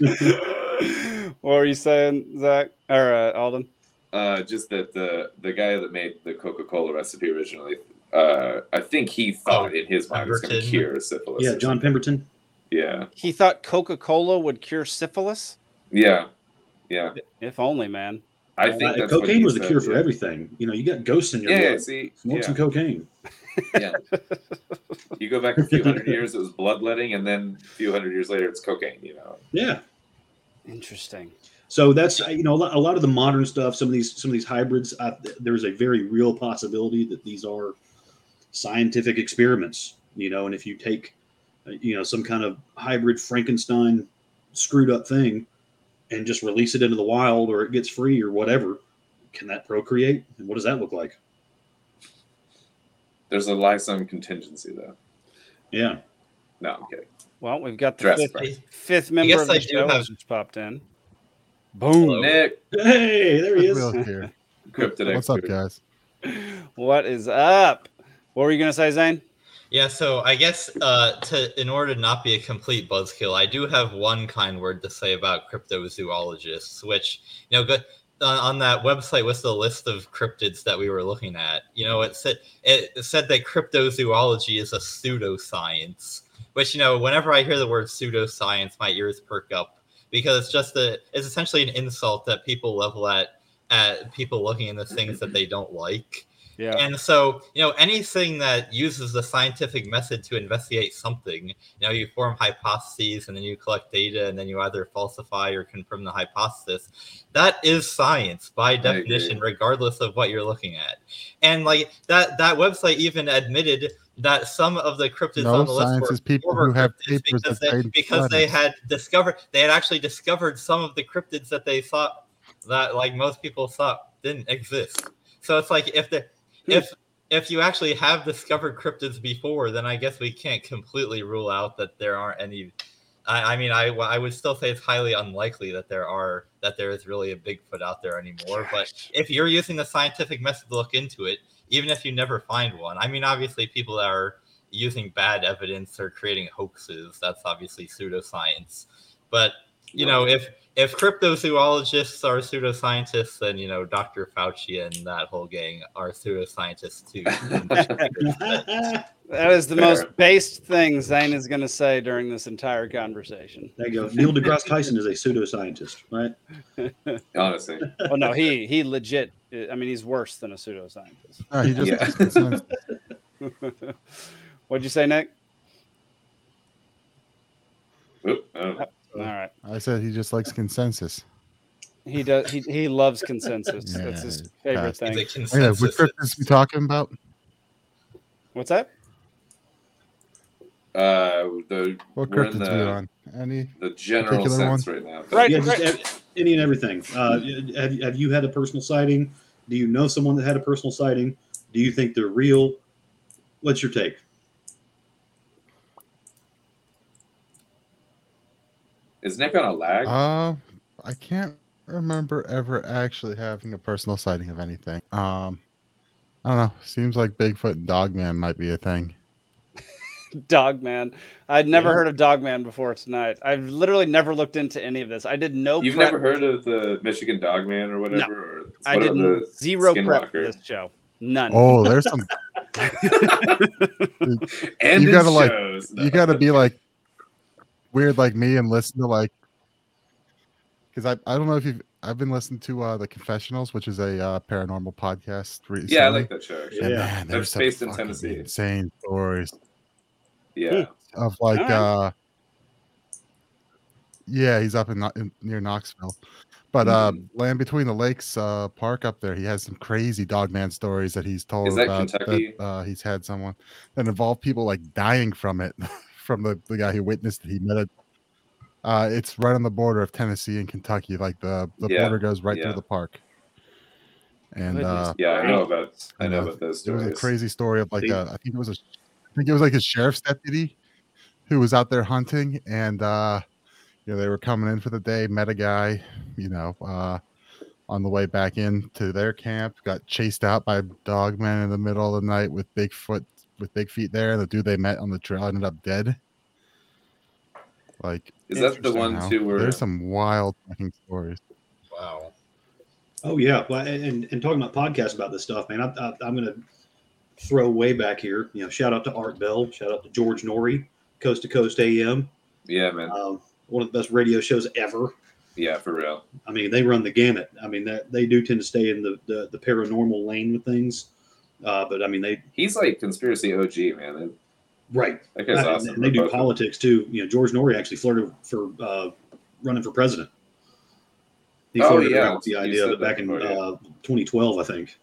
A: [laughs] [laughs]
B: [laughs]
A: what were you saying, Zach or uh, Alden?
B: uh, just that the the guy that made the Coca Cola recipe originally, uh, I think he thought
A: Oh,
B: in his mind it's going to
C: Pemberton.
B: cure syphilis.
D: yeah.
B: or
D: John Pemberton.
B: something. Yeah.
A: He thought Coca Cola would cure syphilis.
B: Yeah. Yeah.
A: If only, man.
B: I
D: Uh,
B: think that's what
D: cocaine
B: he
D: was the
B: said,
D: cure for
B: yeah.
D: everything. You know, you got ghosts in your
B: Yeah, yeah,
D: blood.
B: see,
D: Smoke
B: yeah.
D: some cocaine.
B: you go back a few hundred years, it was bloodletting, and then a few hundred years later, it's cocaine. You know,
D: Yeah.
A: Interesting.
D: So that's uh, you know a lot, a lot of the modern stuff. Some of these some of these hybrids. Uh, th- there's a very real possibility that these are scientific experiments. You know, and if you take uh, you know some kind of hybrid Frankenstein screwed up thing and just release it into the wild, or it gets free, or whatever, can that procreate? And what does that look like?
B: there's a lysine contingency though.
D: Yeah,
B: No, I'm kidding.
A: Well, we've got the
B: Dress
A: fifth,
B: right.
A: fifth member
C: guess
A: of the
C: I do
A: show
C: have-
A: has just popped in. Boom.
B: Nick,
D: hey, there he is.
G: Real here.
B: [laughs] cryptid
G: What's up,
B: expert.
G: guys?
A: What is up? What were you gonna say, Zane?
C: Yeah, so I guess uh, to in order to not be a complete buzzkill, I do have one kind word to say about cryptozoologists, which you know, go, on on that website was the list of cryptids that we were looking at. You know, it said it said that cryptozoology is a pseudoscience, which you know, whenever I hear the word pseudoscience, my ears perk up because it's just a it's essentially an insult that people level at at people looking into things that they don't like.
A: Yeah.
C: And so, you know, anything that uses the scientific method to investigate something, you know, you form hypotheses and then you collect data and then you either falsify or confirm the hypothesis. That is science by
B: agree.
C: definition, regardless of what you're looking at. And like that, that website even admitted that some of the cryptids
G: No
C: on the list
G: science
C: were
G: is people
C: former
G: who have
C: cryptids
G: papers
C: because
G: that
C: they,
G: they
C: because they
G: studied.
C: had discovered they had actually discovered some of the cryptids that they thought that like most people thought didn't exist. So it's like if the if if you actually have discovered cryptids before, then I guess we can't completely rule out that there aren't any. I, I mean, I I would still say it's highly unlikely that there are that there is really a Bigfoot out there anymore. But if you're using the scientific method to look into it, even if you never find one, I mean, obviously people that are using bad evidence or creating hoaxes. That's obviously pseudoscience. But you know, if if cryptozoologists are pseudoscientists, then you know Dr. Fauci and that whole gang are pseudoscientists
B: [laughs]
C: too.
A: That is the
B: Fair.
A: most based thing Zane is going to say during this entire conversation.
D: There you go. Neil
A: [laughs]
D: deGrasse Tyson is a pseudoscientist, right?
B: Honestly,
A: Well, Oh, no, he he legit. I mean, he's worse than a pseudoscientist.
G: No, he just
B: Yeah. [laughs]
A: [laughs] What'd you say, Nick?
B: Oop, I don't know.
A: All right,
G: I said he just likes consensus.
A: he does. He, he loves consensus. That's his favorite
C: He's a
A: thing.
G: Look at that. What
C: consensus-
G: trip is we talking about?
A: What's that?
B: Uh, the
G: What
B: We're
G: cryptids
B: in
G: we
B: the-
G: on? Any?
B: the general
G: Particular
B: sense right now.
A: Right,
D: Yeah, just ev- any and everything. Uh, have, have you had a personal sighting? Do you know someone that had a personal sighting? Do you think they're real? What's your take?
B: Is Nick on a lag?
G: Uh, I can't remember ever actually having a personal sighting of anything. Um, I don't know. Seems like Bigfoot and Dogman might be a thing.
A: Dogman. I'd never
D: Yeah.
A: heard of Dogman before tonight. I've literally never looked into any of this. I did no.
B: You've
A: prep.
B: never heard of the Michigan Dogman or whatever? Or
A: I
B: what are
A: did
B: the
A: zero prep for
B: Skinwalker?
A: this show. None.
G: Oh, there's some.
B: And
G: You
B: it
G: gotta, like-
B: shows. No.
G: you got to be like weird like me and listen to like because I, I don't know if you've I've been listening to uh the Confessionals, which is a uh, paranormal podcast. Recently.
B: Yeah, I like that show. Actually.
G: And
D: Yeah.
G: man,
B: They're
G: there's some
B: based in
G: fucking
B: Tennessee.
G: Insane stories
D: Hmm.
B: Yeah,
G: of like
A: Alright.
G: uh yeah he's up in, Kno- in near knoxville but
B: Mhm.
G: uh land between the lakes uh park up there he has some crazy dogman stories that he's told
B: that
G: about
B: Kentucky?
G: that uh, he's had someone that involved people like dying from it [laughs] from the, the guy who witnessed it he met it uh it's right on the border of tennessee and kentucky like the the
B: Yeah,
G: border goes right
B: yeah.
G: through the park and
A: Goodness.
G: uh
B: yeah, I know about. I know
G: Yeah.
B: about those
G: it was
B: stories.
G: a crazy story of like
D: They-
G: a, I think it was a I think it was like a sheriff's deputy who was out there hunting and uh you know they were coming in for the day met a guy you know uh on the way back in to their camp got chased out by dogmen in the middle of the night with Bigfoot with big feet there and the dude they met on the trail ended up dead like
B: Is that the
G: interesting
B: one
G: how-
B: too where
G: there's some wild fucking stories
C: Wow.
D: Oh yeah, well, and and talking about podcasts about this stuff, man. I, I, I'm gonna throw way back here. You know, shout out to Art Bell, shout out to George Norrie, Coast to Coast AM,
B: Yeah, man.
D: um, one of the best radio shows ever.
B: Yeah, for real.
D: I mean, they run the gamut. I mean, that they do tend to stay in the the, the paranormal lane with things, uh, but I mean, they
B: He's like conspiracy OG, man. That-
D: right.
B: That guy's
D: Uh, and
B: awesome.
D: They do
B: Both of them.
D: politics too. You know, George Norrie actually flirted for uh, running for president. He
B: Oh,
D: flirted
B: yeah.
D: around with the
B: You
D: idea
B: said
D: of it back
B: that
D: in
B: before, yeah.
D: uh, 2012, I think.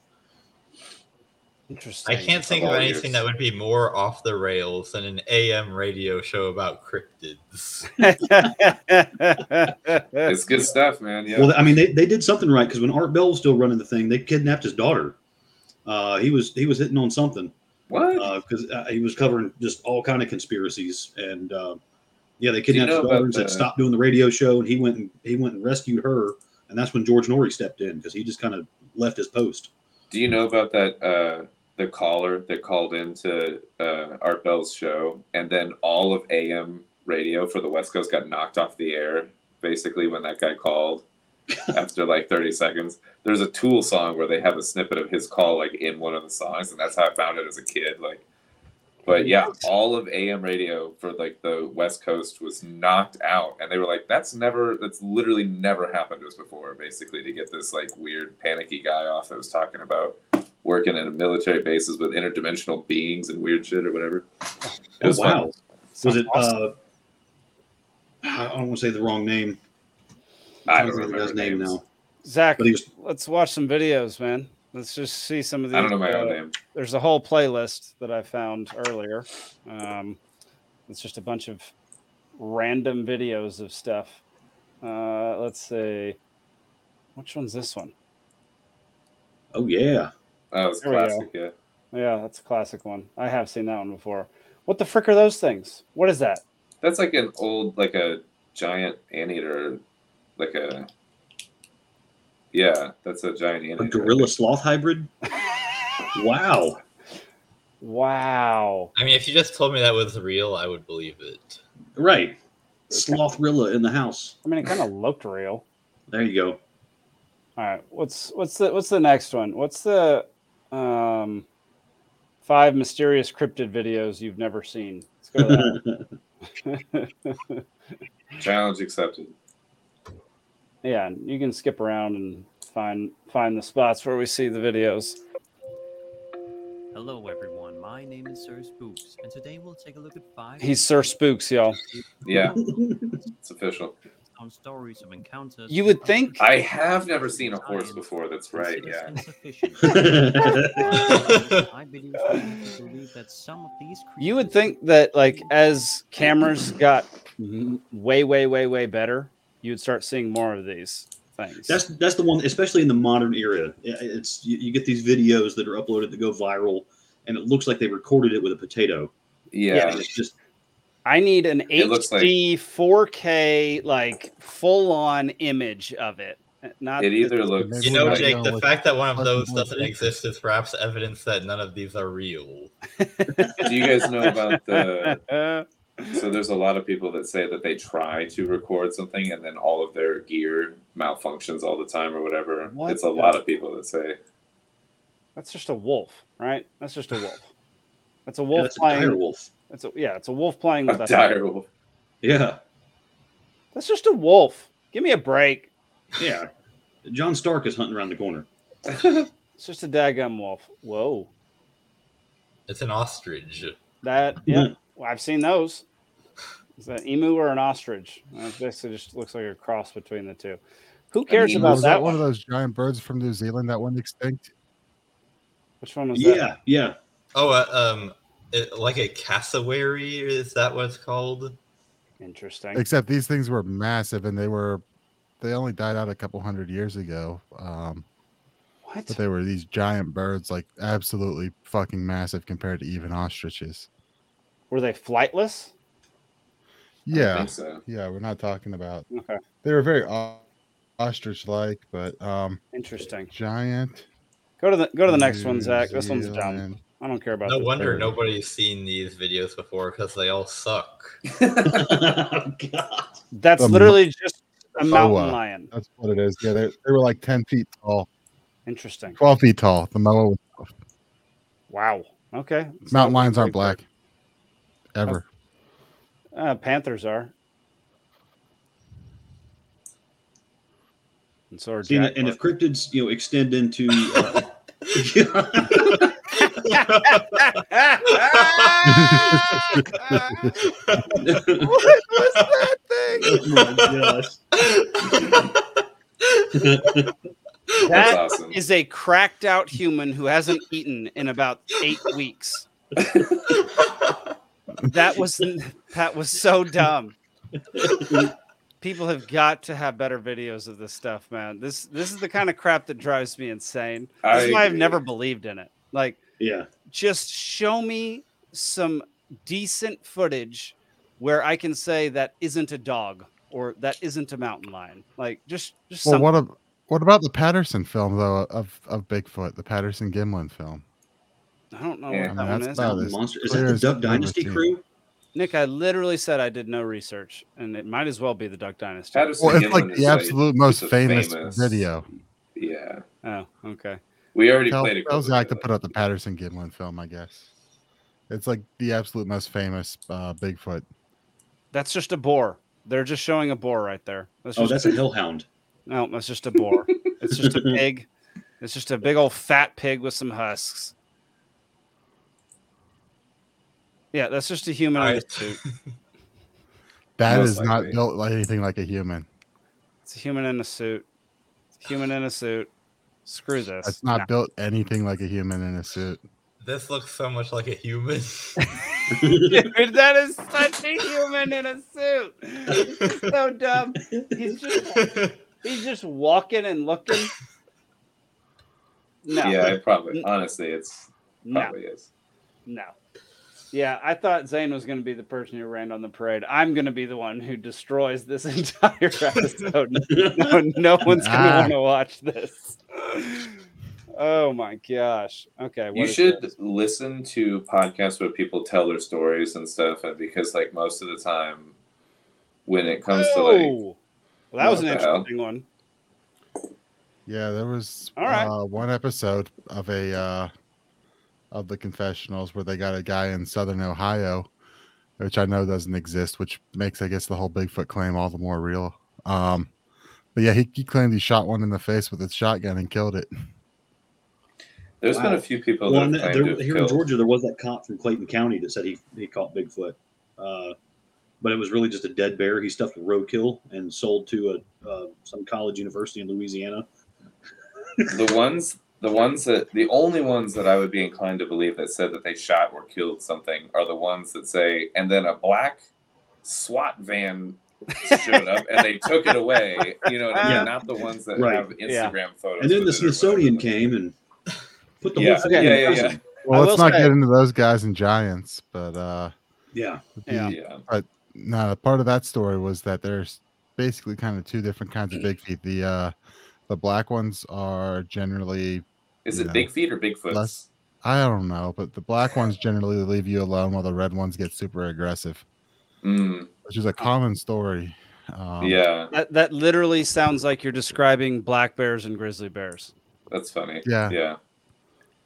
A: Interesting.
C: I can't think
B: of
C: of
B: all
C: anything
B: years.
C: that would be more off the rails than an AM radio show about cryptids.
B: It's good stuff, man. Yeah.
D: Well, I mean, they, they did something right because when Art Bell was still running the thing, they kidnapped his daughter. Uh, he was he was hitting on something
B: what?
D: because uh, he was covering just all kind of conspiracies and uh, yeah, they
B: you
D: kidnapped
B: know
D: his daughter
B: about
D: and said
B: the-
D: stop doing the radio show, and he went and he went and rescued her, and that's when George Norrie stepped in because he just kind of left his post.
B: Do you know about that? Uh, the caller that called into uh, Art Bell's show, and then all of AM radio for the West Coast got knocked off the air. Basically, when that guy called, [laughs] after like 30 seconds, there's a Tool song where they have a snippet of his call like in one of the songs, and that's how I found it as a kid. Like, but yeah, all of AM radio for like the West Coast was knocked out, and they were like, "That's never, that's literally never happened to us before." Basically, to get this like weird panicky guy off that was talking about working at a military bases with interdimensional beings and weird shit or whatever. It
A: Oh,
B: was fun.
D: Was it? Uh, I don't want to say the wrong name.
B: I
D: I'm trying
B: don't
D: to
B: remember
D: think of his name
B: names.
D: now.
A: Zach,
D: But he was-
A: let's watch some videos, man. Let's just see some of these.
B: I don't know my own
A: uh,
B: name.
A: There's a whole playlist that I found earlier. Um, it's just a bunch of random videos of stuff. Uh, let's see. Which one's this one?
D: Oh yeah,
B: That was
A: there we go.
B: classic. Yeah,
A: Yeah, that's a classic one. I have seen that one before. What the frick are those things? What is that?
B: that's like an old, like a giant anteater, like a. Yeah, that's a giant anteater.
D: a
B: I
D: gorilla
B: think.
D: sloth hybrid. Wow.
A: Wow.
C: I mean, if you just told me that was real, I would believe it.
D: Right. Slothrilla in the house.
A: I mean, it kind of looked real.
D: There you go.
A: All right, what's what's the what's the next one? What's the um, five mysterious cryptid videos you've never seen? Let's go to that.
B: [laughs] Challenge accepted.
A: [laughs] yeah, and you can skip around and find find the spots where we see the videos.
H: Hello, everyone. My name is Sir Spooks, and today we'll take a look at five [laughs]
A: He's Sir Spooks, y'all.
B: Yeah, it's official.
H: on stories of encounters.
A: You would think-
B: I have never seen a horse before. That's right.
H: Considered
B: Yeah.
H: insufficient.
D: [laughs]
H: I believe scientists believe that some of these
A: You would
H: creatures-
A: think that like as cameras got m- way way way way better, you would start seeing more of these things.
D: That's that's the one, especially in the modern era. It- It's you, you get these videos that are uploaded that go viral, and it looks like they recorded it with a potato.
B: Yeah.
D: And it's just
A: I need an
B: It looks like-
A: HD 4K like full on image of it. Uh, Not
B: It either
A: this-
B: looks.
C: You know,
B: like-
C: Jake, the fact that one of those
G: Possibly
C: doesn't exist is perhaps evidence that none of these are real.
B: [laughs] Do you guys know about the?
A: [laughs] Uh,
B: So there's a lot of people that say that they try to record something and then all of their gear malfunctions all the time or whatever.
A: What
B: It's a
A: the-
B: lot of people that say.
A: that's just a wolf, right? That's
B: [laughs]
A: just a wolf. That's a
D: yeah,
A: wolf
D: that's a dire
A: playing.
D: wolf.
A: That's a, yeah, it's a wolf playing with
B: A
A: a
B: dire wolf.
D: Yeah,
A: That's just a wolf. Give me a break.
D: yeah. John Stark is hunting around the corner.
A: It's just a daggum wolf. Whoa.
C: It's an ostrich.
B: [laughs]
A: That yeah, well, I've seen those. Is that emu or an ostrich? Uh, It basically just looks like a cross between the two. Who cares
B: emu.
A: about
G: was
A: that,
G: that
A: one?
G: one of those giant birds from New Zealand that went extinct?
A: Which one was that?
D: Yeah, yeah.
C: Oh, uh, um, it, like a cassowary? Is that what it's called?
A: Interesting.
G: Except these things were massive and they were they only died out a couple hundred years ago. Um,
A: what?
G: but they were these giant birds, like absolutely fucking massive compared to even ostriches.
A: Were they flightless?
B: I
G: Yeah,
B: think so.
G: yeah, we're not talking about.
A: Okay.
G: They were very ostrich-like, but um,
A: Interesting.
G: giant.
A: Go to the go to the next
G: New
A: one, Zach. This one's dumb.
G: Zealand.
A: I don't care about.
C: No
A: this
C: wonder
A: bird.
C: nobody's seen these videos before because they all
B: [laughs]
C: suck.
B: Oh,
D: God.
A: That's
G: The mo-
A: literally just a mountain
G: Moa.
A: lion.
G: That's what it is. Yeah, they, they were like ten feet tall,
A: Interesting.
G: twelve feet tall. The mountain
A: Wow. Okay. It's
G: mountain
A: not
G: lions aren't
A: big bird.
G: black, ever.
A: Uh, Panthers are. And so are
D: See, and, and
A: jaguars.
D: if cryptids, you know, extend into. Uh, [laughs]
G: what was that thing?
D: oh my gosh.
B: [gasps] That's
A: that
B: awesome.
A: is a cracked out human who hasn't eaten in about eight
B: [laughs]
A: weeks. that was that was so dumb. People have got to have better videos of this stuff, man. This this is the kind of crap that drives me insane. This
B: I
A: is why I've
B: agree.
A: never believed in it. Like
D: Yeah,
A: just show me some decent footage where I can say that isn't a dog or that isn't a mountain lion. Like just just
G: Well,
A: something.
G: what ab- what about the Patterson film though of of Bigfoot, the Patterson Gimlin film?
A: I don't know what
B: Yeah.
G: I
A: that
G: mean,
A: one
G: that's
A: is.
G: about- Oh, this
D: monster. Is that
G: clear
D: the
G: as
D: Duck
G: I've ever
D: Dynasty
G: seen.
D: crew?
A: Nick, I literally said I did no research, and it might as well be the Duck Dynasty.
B: Patterson
G: Well, it's
B: Gimlin
G: like
B: is
G: the absolute most
B: the
G: famous,
B: famous-
G: video.
B: Yeah.
A: Oh, okay.
B: We already
G: Tell,
B: played a
G: tell
B: clip of
G: Zach to
B: that.
G: put out the Patterson Gimlin film, I guess. It's like the absolute most famous uh, Bigfoot.
A: That's just a boar. They're just showing a boar right there. That's
D: Oh,
A: just,
D: that's a hellhound.
A: no, that's just a boar. it's
D: [laughs]
A: just a pig. It's just a big old fat pig with some husks. Yeah, that's just a human in
C: I-
A: a suit.
G: That
B: Most
G: is
B: likely.
G: not built like anything like a human.
A: It's a human in a suit. It's a human in a suit. Screw this.
G: It's not
A: Nah.
G: built anything like a human in a
B: [laughs]
G: suit.
C: This looks so much like a human.
A: [laughs] Dude, that is such a human in a suit. It's just so dumb. He's just he's just walking and looking. No,
B: Yeah, it probably. Honestly, it's
A: no,
B: probably is.
A: no. Yeah, I thought Zane was going to be the person who ran on the parade. I'm going to be the one who destroys this [laughs] entire episode. No,
G: [laughs]
A: no one's going to
G: Ah.
A: want to watch this. Oh my gosh. Okay. what
B: You
A: is
B: should
A: this?
B: listen to podcasts where people tell their stories and stuff, and because like most of the time, when it comes to like
A: Oh, well, that was an
B: What the hell?
A: interesting one.
G: Yeah, there was
A: All right.
G: uh, one episode of a uh, of the confessionals where they got a guy in Southern Ohio, which I know doesn't exist, which makes I guess the whole Bigfoot claim all the more real. Um, but yeah, he, he claimed he shot one in the face with his shotgun and killed it.
B: there's
D: Wow.
B: been a few people
D: Well, and
B: that have
D: there,
B: claimed to have
D: here in
B: killed.
D: Georgia, there was that cop from Clayton County that said he he caught Bigfoot, uh, but it was really just a dead bear. He stuffed with roadkill and sold to a uh, some college university in Louisiana.
B: the ones the ones that the only ones that I would be inclined to believe that said that they shot or killed something are the ones that say and then a black SWAT van showed up and they took it away. You know, what I mean?
D: Yeah.
B: not the ones that
D: Right.
B: have Instagram photos.
D: And then the
B: with it or whatever.
D: Smithsonian came and put the
B: Yeah.
D: whole
A: Yeah,
D: thing. in
B: yeah,
D: prison.
G: Well,
A: I
G: let's
A: will
G: not
A: say-
G: get into those guys and giants, but uh,
D: yeah.
G: the
A: Yeah.
B: Yeah.
G: no part of that story was that there's basically kind of two different kinds of big feet the uh the black ones are generally
B: Is
G: Yeah.
B: it Big Feet or Bigfoot?
G: Less- i don't know but the black ones generally leave you alone while the red ones get super aggressive
B: Mm,
G: which is a common story um,
B: yeah,
A: That that literally sounds like you're describing black bears and grizzly bears.
B: that's funny.
G: Yeah.
B: Yeah.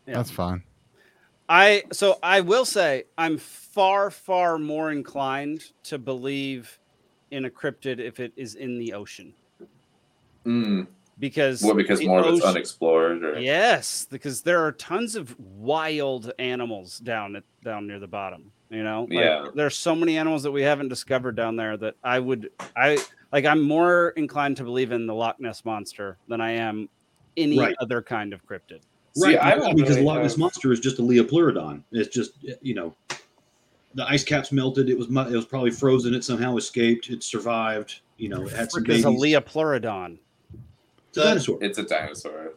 A: Yeah.
G: that's fine
A: I so I will say I'm far far more inclined to believe in a cryptid if it is in the ocean
B: Mm.
A: because
B: Well, because
A: the
B: more of it's
A: ocean-
B: unexplored. Or...
A: Yes, because there are tons of wild animals down at down near the bottom. You know, Like,
B: Yeah.
A: there are so many animals that we haven't discovered down there that I would I like. I'm more inclined to believe in the Loch Ness monster than I am any
D: Right.
A: other kind of cryptid.
B: See,
D: right,
B: I
D: because-
B: don't
D: because
B: really
D: Loch Ness
B: have-
D: monster is just a Leopleurodon. It's just you know, the ice caps melted. It was mu- it was probably frozen. It somehow escaped. It survived. You know, it had some
A: Frick is
D: babies.
A: a Leopleurodon.
D: It's a dinosaur.
B: It's a dinosaur.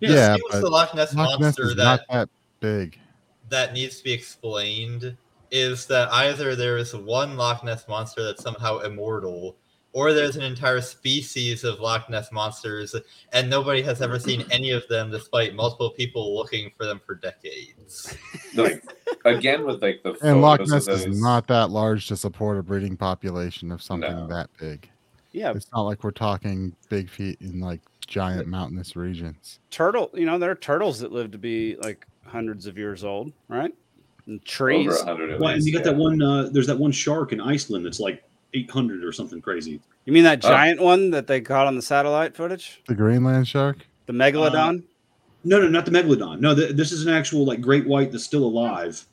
D: Yeah,
G: [laughs] yeah,
C: Sea was
G: but
C: the Loch Ness
G: Loch Ness
C: monster
G: is
C: that
G: not that big
C: that needs to be explained is that either there is one Loch Ness monster that's somehow immortal, or there's an entire species of Loch Ness monsters, and nobody has ever seen any of them, despite multiple people looking for them for
A: [laughs]
C: decades.
B: Like again with like the
G: and loch
B: photos
G: ness
B: of those-
G: is not that large to support a breeding population of something
B: No.
G: that big
A: Yeah,
G: it's not like we're talking big feet in like giant mountainous regions
A: turtle. You know, there are turtles that live to be like hundreds of years old, right? And
B: over
A: trees.
B: 100 at
D: Well, and
B: least,
D: you got
B: yeah.
D: that one. Uh, there's that one shark in Iceland that's like 800 or something crazy.
A: You mean that
B: Oh.
A: giant one that they caught on the satellite footage?
G: the greenland shark
A: The megalodon.
G: Uh,
D: No, no, not the megalodon. No, th- this is an actual like great white that's still alive,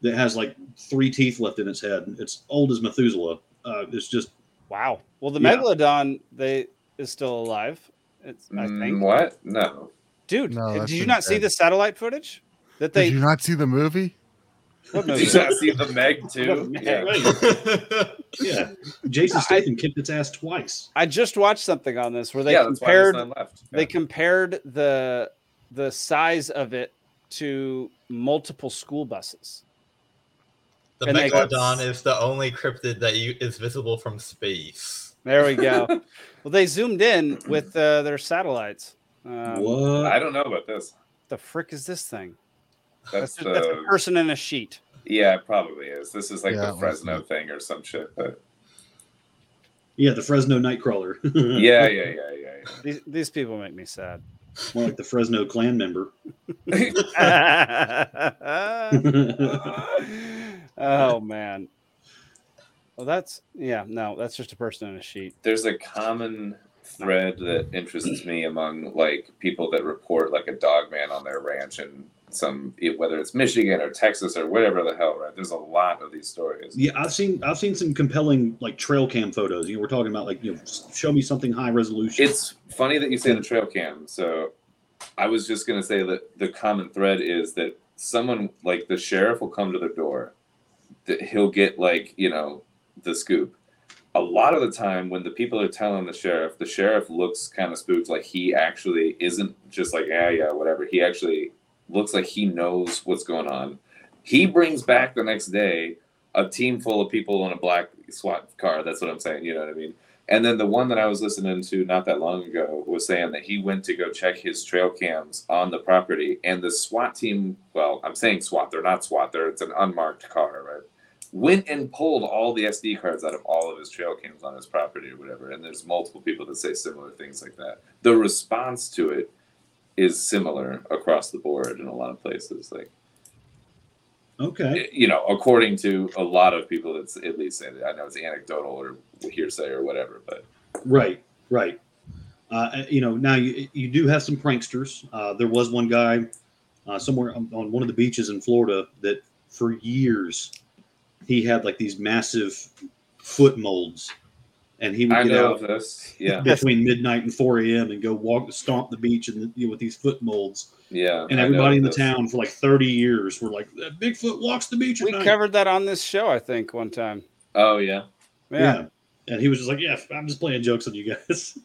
D: that has like three teeth left in its head. It's old as Methuselah. Uh, it's just
A: Wow. Well, the
D: Yeah.
A: megalodon they is still alive. It's, I
B: Mm,
A: think,
B: what? No.
A: dude.
G: No,
A: did
G: that's
A: you
G: been
A: not see
G: dead.
A: the satellite footage that
G: Did
A: they?
G: you not see the movie?
A: [laughs] what
B: Did
A: movie?
B: you not see the
A: [laughs]
B: Meg too?
A: Meg.
B: Yeah. [laughs]
D: yeah. Jason Statham kicked its ass twice.
A: I just watched something on this where they
B: yeah, that's why
A: compared
B: this one left.
A: they compared the the size of it to multiple school buses.
C: The
A: And they got-
C: Megalodon is the only cryptid that you, is visible from space.
A: There
C: [laughs]
A: we go. well, they zoomed in with uh, their satellites. Um, what
D: what?
B: I don't know about this.
A: the frick is this thing?
B: That's
A: That's, a,
B: uh,
A: that's a
B: the
A: person in
D: [laughs]
A: a sheet.
B: yeah, it probably is. This is like
G: Yeah, it
B: the
G: was
B: Fresno
G: me.
B: thing or some shit. But
D: Yeah, the Fresno Nightcrawler. [laughs]
B: yeah, yeah, yeah, yeah. yeah.
A: These, these people make me
B: [laughs]
A: sad. [laughs]
D: More like the Fresno clan member.
A: oh man. Well, that's yeah. No, that's just a person in a sheet.
B: there's a common thread that interests me among like people that report like a dog man on their ranch and some whether it's Michigan or Texas or whatever the hell, right? There's a lot of these stories.
D: Yeah, I've seen I've seen some compelling like trail cam photos. You know, we're talking about like you know, s- show me something high resolution.
B: It's funny that you say the trail cam. So I was just going to say that the common thread is that someone like the sheriff will come to their door. That he'll get like, you know, the scoop. A lot of the time when the people are telling the sheriff, the sheriff looks kind of spooked like he actually isn't just like, yeah, yeah, whatever. He actually looks like he knows what's going on. He brings back the next day a team full of people on a black SWAT car. That's what I'm saying. You know what I mean? And then the one that I was listening to not that long ago was saying that he went to go check his trail cams on the property, and the SWAT team. Well, I'm saying SWAT. They're not SWAT. They're it's an unmarked car, right? went and pulled all the SD cards out of all of his trail cams on his property or whatever. And there's multiple people that say similar things like that. The response to it is similar across the board in a lot of places. Like,
D: Okay.
B: you know, according to a lot of people, that's at least say that. I know it's anecdotal or hearsay or whatever, but
D: Right, right. Uh, you know, now you, you do have some pranksters. Uh, there was one guy uh, somewhere on, on one of the beaches in Florida that for years he had like these massive foot molds, and he would
B: I
D: get
B: know
D: out
B: of this.
D: [laughs]
B: Yeah,
D: between midnight and four a.m. and go walk, stomp the beach, and you know, with these foot molds.
B: yeah.
D: And
B: I know
D: everybody in
B: of
D: the
B: this.
D: town for like thirty years were like, "That "Bigfoot walks the beach." At
A: We
D: night."
A: covered that on this show, I think, one time.
B: Oh yeah,
D: [laughs]
A: Yeah.
D: And he was just like, "Yeah, I'm just playing jokes on you guys."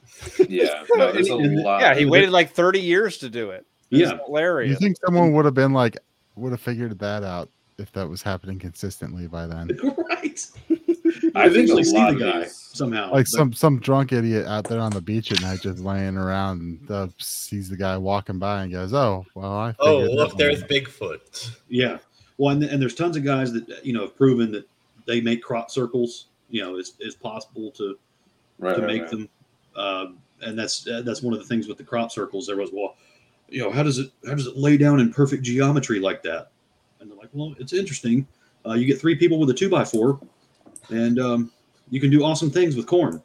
B: yeah. No, there's a
D: And-
B: lot.
A: Yeah, he waited like 30 years to do it. It was
D: Yeah.
G: You
A: Hilarious.
G: think someone would have been like, would have figured that out if that was happening consistently by then?
D: right.
B: I think a
D: eventually see
B: lot
D: the
B: of
D: guy
B: these-
D: somehow. but-
G: Like some some drunk idiot out there on the beach at night, just laying around, and uh, sees the guy walking by and goes, "Oh, well, I."
C: Oh,
G: figured that
C: look,
G: one
C: there's
G: out."
C: Bigfoot.
D: yeah. Well, and, and there's tons of guys that you know have proven that they make crop circles. You know, it's, it's possible to
B: right,
D: to
B: right,
D: make
B: right.
D: them, um, and that's uh, that's one of the things with the crop circles. There was well, you know, how does it how does it lay down in perfect geometry like that? And they're like, well, it's interesting. Uh, you get three people with a two by four, and um, you can do awesome things with corn.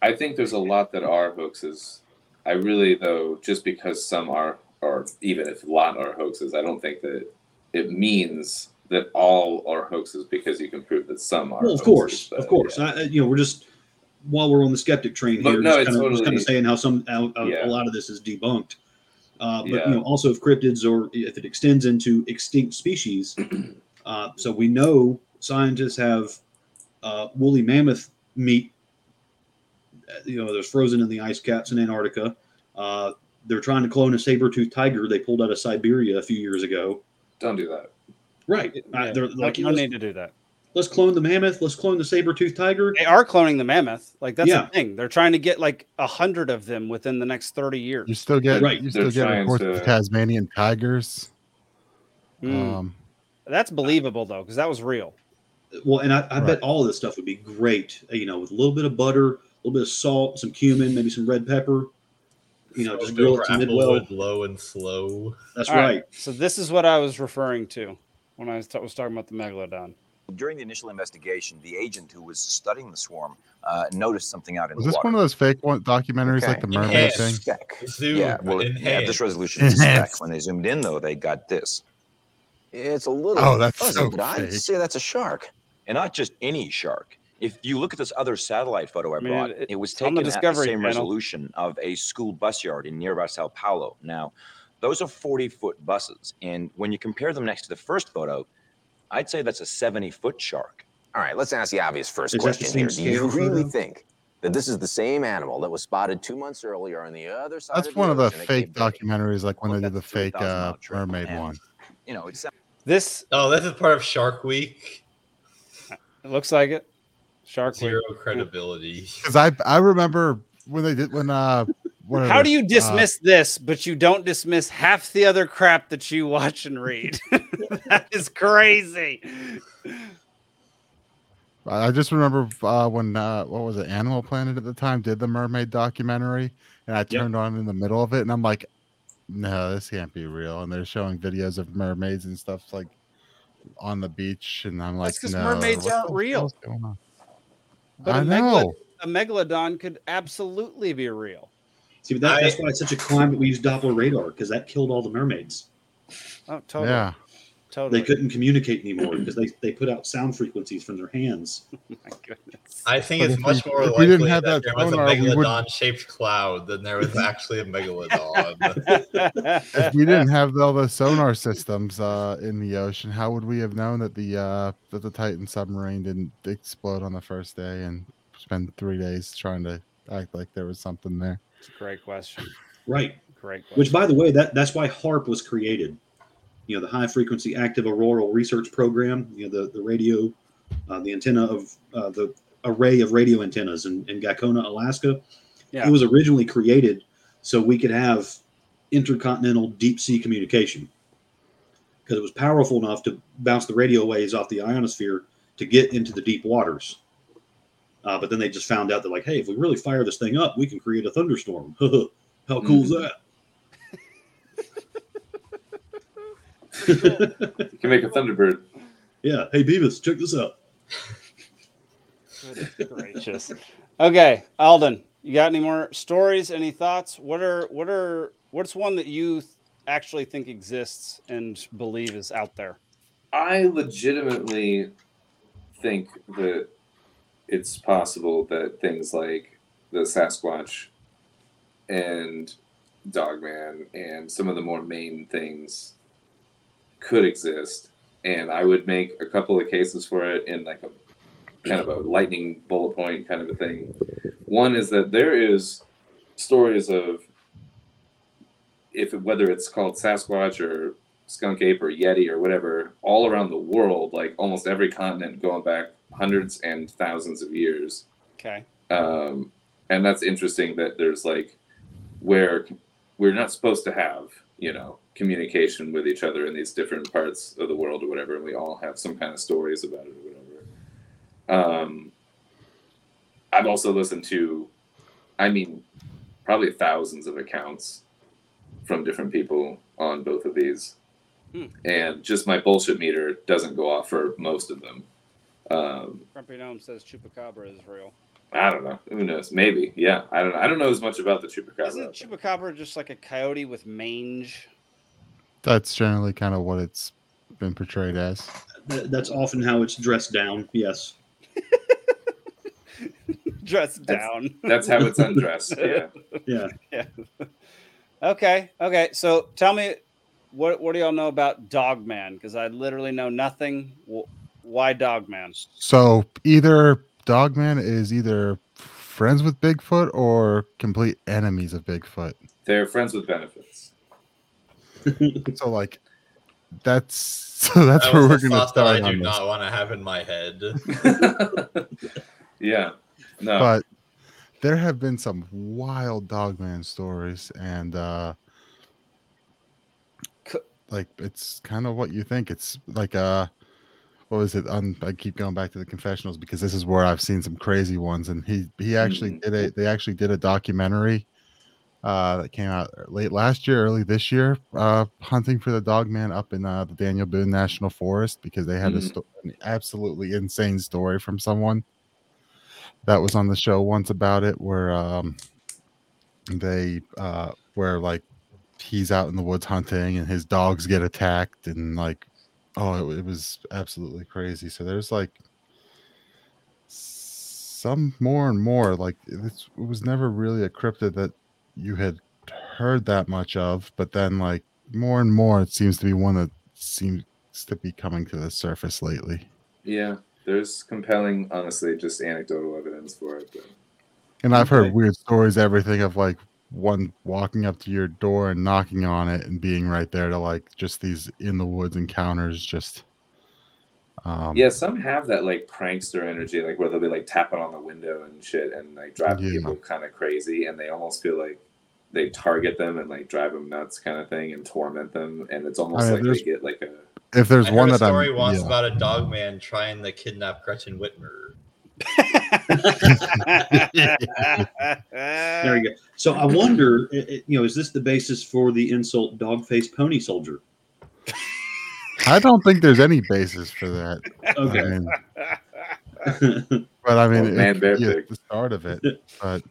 B: I think there's a lot that are hoaxes. I really, though, just because some are, or even if a lot are hoaxes, I don't think that it means that all are hoaxes because you can prove that some are.
D: Well, of
B: hoaxes,
D: course,
B: but,
D: of course.
B: yeah.
D: I, I- you know, we're just while we're on the skeptic train
B: But
D: here,
B: no,
D: just,
B: it's
D: kind of, just kind
B: totally-
D: of saying how some how, how
B: Yeah.
D: a lot of this is debunked. Uh, but
B: Yeah.
D: you know, also if cryptids or if it extends into extinct
B: [clears throat]
D: species, uh, so we know scientists have uh, woolly mammoth meat. uh, You know, there's frozen in the ice caps in Antarctica. Uh, they're trying to clone a saber-toothed tiger they pulled out of Siberia a few years ago.
B: Don't do that.
D: Right.
A: Yeah.
D: Uh, they're
A: Like,
D: like,
A: you don't
D: let's,
A: need to do that.
D: let's clone the mammoth. Let's clone the saber-toothed tiger.
A: They are cloning the mammoth. Like that's
D: Yeah.
A: the thing. They're trying to get like a hundred of them within the next 30 years.
G: You still get
D: Right,
G: You
B: they're
G: still get
B: trying
G: reports of
B: to-
G: Tasmanian tigers.
A: Mm.
G: Um,
A: That's believable though, because that was real.
D: Well, and I, I
G: Right.
D: bet all of this stuff would be great, uh, you know, with a little bit of butter, a little bit of salt, some cumin, maybe some red pepper. You know, just grill it to midwell.
C: Applewood low and slow.
D: That's
A: All
D: right.
A: So this is what I was referring to when I was, ta- was talking about the megalodon.
I: During the initial investigation, the agent who was studying the swarm uh, noticed something out in
G: was
I: the
G: this
I: water.
G: one of those fake one documentaries like
I: Okay.
G: the
C: Yeah.
G: mermaid
I: It's a
G: thing?
I: speck.
C: Zoom.
I: Yeah, well, it,
C: enhance.
I: yeah, this resolution is a
G: Enhance.
I: spec. When they zoomed in, though, they got this. It's a little
G: Oh, that's
I: fuzzy,
G: so
I: but I'd
G: fake.
I: say that's a shark, and not just any shark. If you look at this other satellite photo I
A: I mean,
I: brought,
A: it-
I: it, was
A: on
I: taken
A: the
I: at the
A: Discovery
I: same
A: Channel.
I: resolution of a school bus yard in nearby Sao Paulo. Now, those are 40 foot buses, and when you compare them next to the first photo, I'd say that's a 70 foot shark.
J: All right, let's ask the obvious first
D: Is that the
J: question
D: same
J: here. Do you
D: scale
J: really
D: photo?
J: think that this is the same animal that was spotted two months earlier on the other side
G: That's
J: of the
G: one of the
J: ocean at
G: fake
J: Cape Verde?
G: documentaries, like when
I: Well,
G: they did the
I: that's
G: fake uh,
I: 3,000 trip,
G: mermaid
I: man.
G: one.
I: You know, it's
A: This
C: Oh, this is part of Shark Week.
A: it looks like it. Shark Week.
C: Zero credibility.
G: Because I I remember when they did when uh
A: [laughs]
G: whatever,
A: How do you
G: uh,
A: dismiss this, but you don't dismiss half the other crap that you watch and read? [laughs] that is crazy.
G: I just remember uh, when uh, what was it? Animal Planet at the time did the mermaid documentary, and I turned on in the middle of it, and I'm like, "No, this can't be real." And they're showing videos of mermaids and stuff like on the beach, and I'm like,
A: That's 'cause
G: "No,
A: mermaids
G: what
A: aren't
G: the
A: real."
G: hell's going on?"
A: But
G: I
A: a megalod-
G: know.
A: a megalodon could absolutely be real.
D: See, but that,
C: I-
D: that's why it's such a crime that we use Doppler radar because that killed all the mermaids.
A: Oh, totally.
G: Yeah,
A: Totally.
D: They couldn't communicate anymore because they, they put out sound frequencies from their
G: [laughs]
D: hands.
A: My goodness.
C: I think
G: But
C: it's
G: if
C: much
G: we-
C: more
G: if
C: likely
G: we didn't have
C: that,
G: that
C: there was a
G: sonar, we wouldn't-
C: megalodon-shaped cloud than there was actually a
A: [laughs]
C: megalodon.
G: if we didn't have all the sonar systems uh, in the ocean, how would we have known that the uh, that the Titan submarine didn't explode on the first day and spend three days trying to act like there was something there?
A: That's a great question.
D: Right.
A: Great question.
D: Which, by the way, that that's why HARP was created. You know, the High Frequency Active Auroral Research Program. You know, the the radio, uh, the antenna of uh, the array of radio antennas in, in Gakona, Alaska.
A: Yeah.
D: It was originally created so we could have intercontinental deep sea communication. because it was powerful enough to bounce the radio waves off the ionosphere to get into the deep waters. Uh, but then they just found out that, like, hey, if we really fire this thing up, we can create a thunderstorm. [laughs] How cool is
A: Mm-hmm.
D: that?
B: You can make a Thunderbird.
D: Yeah. Hey, Beavis, check this out.
A: Goodness gracious. Okay, Alden, you got any more stories? Any thoughts? What are what are what's one that you th- actually think exists and believe is out there?
B: I legitimately think that it's possible that things like the Sasquatch and Dogman and some of the more main things could exist. And I would make a couple of cases for it in like a kind of a lightning bullet point kind of a thing. One is that there is stories of if whether it's called Sasquatch or skunk ape or yeti or whatever, all around the world, like almost every continent, going back hundreds and thousands of years.
A: Okay.
B: Um, and that's interesting that there's like where we're not supposed to have, you know, communication with each other in these different parts of the world or whatever, and we all have some kind of stories about it or whatever. Um, I've also listened to, I mean, probably thousands of accounts from different people on both of these.
A: Hmm.
B: And just my bullshit meter doesn't go off for most of them. Um,
A: Grumpy Gnome says chupacabra is real.
B: I don't know. Who knows? Maybe. Yeah. I don't know. I don't know as much about the
A: Isn't
B: chupacabra.
A: chupacabra just like a coyote with mange? [laughs]
G: That's generally kind of what it's been portrayed as.
D: That, that's often how it's dressed down. Yes.
A: Dressed
B: That's-
A: down.
B: That's how
A: [laughs]
B: it's undressed. Yeah.
D: Yeah.
A: Okay. Okay. So tell me, what what do y'all know about Dogman? Because I literally know nothing. Wh- Why Dogman?
G: So either Dogman is either friends with Bigfoot or complete enemies
C: [laughs]
G: of Bigfoot.
B: They're friends with benefits.
G: So like that's [laughs] so that's
C: that
G: where
C: was the
G: we're gonna
C: thought that
G: start
C: I do
G: on this.
C: not want to have in my
I: [laughs]
C: head.
B: yeah. No.
G: But there have been some wild Dogman stories, and uh
A: C-
G: like it's kind of what you think. It's like uh what was it? Um, I keep going back to the confessionals because this is where I've seen some crazy ones, and he he actually
B: Mhm.
G: did a they actually did a documentary uh that came out late last year, early this year, uh hunting for the Dogman up in uh, the Daniel Boone National Forest because they had a
B: Mhm.
G: sto- an absolutely insane story from someone that was on the show once about it where um they uh where like he's out in the woods hunting and his dogs get attacked and like oh it, wa- it was absolutely crazy so there's like some more and more like it's, it was never really a cryptid that you had heard that much of but then like more and more it seems to be one that seems to be coming to the surface lately
B: Yeah. There's compelling, honestly, just anecdotal evidence for it. But
G: And I've heard
D: Okay.
G: weird stories, everything of like one walking up to your door and knocking on it and being right there to like just these in the woods encounters. Just, um,
B: Yeah, some have that like prankster energy, like where they'll be like tapping on the window and shit, and like driving
G: Yeah.
B: people kind of crazy, and they almost feel like they target them and like drive them nuts, kind of thing, and torment them, and it's almost
G: mean,
B: like
G: there's-
B: they get like a
G: if there's
C: I
G: one
C: heard a
G: that
C: story
G: I'm,
C: once
G: yeah.
C: about a dog man trying to kidnap Gretchen
A: [laughs]
C: Whitmer. Uh,
D: There you go. So uh, I wonder, i- i- you know, is this the basis for the insult dog faced pony soldier?
G: I don't think there's any basis for that. I
D: Okay.
G: mean,
A: [laughs]
G: but I mean,
B: Or
G: it
B: man
G: could
B: bear
G: be at
B: pig.
G: the start of it, but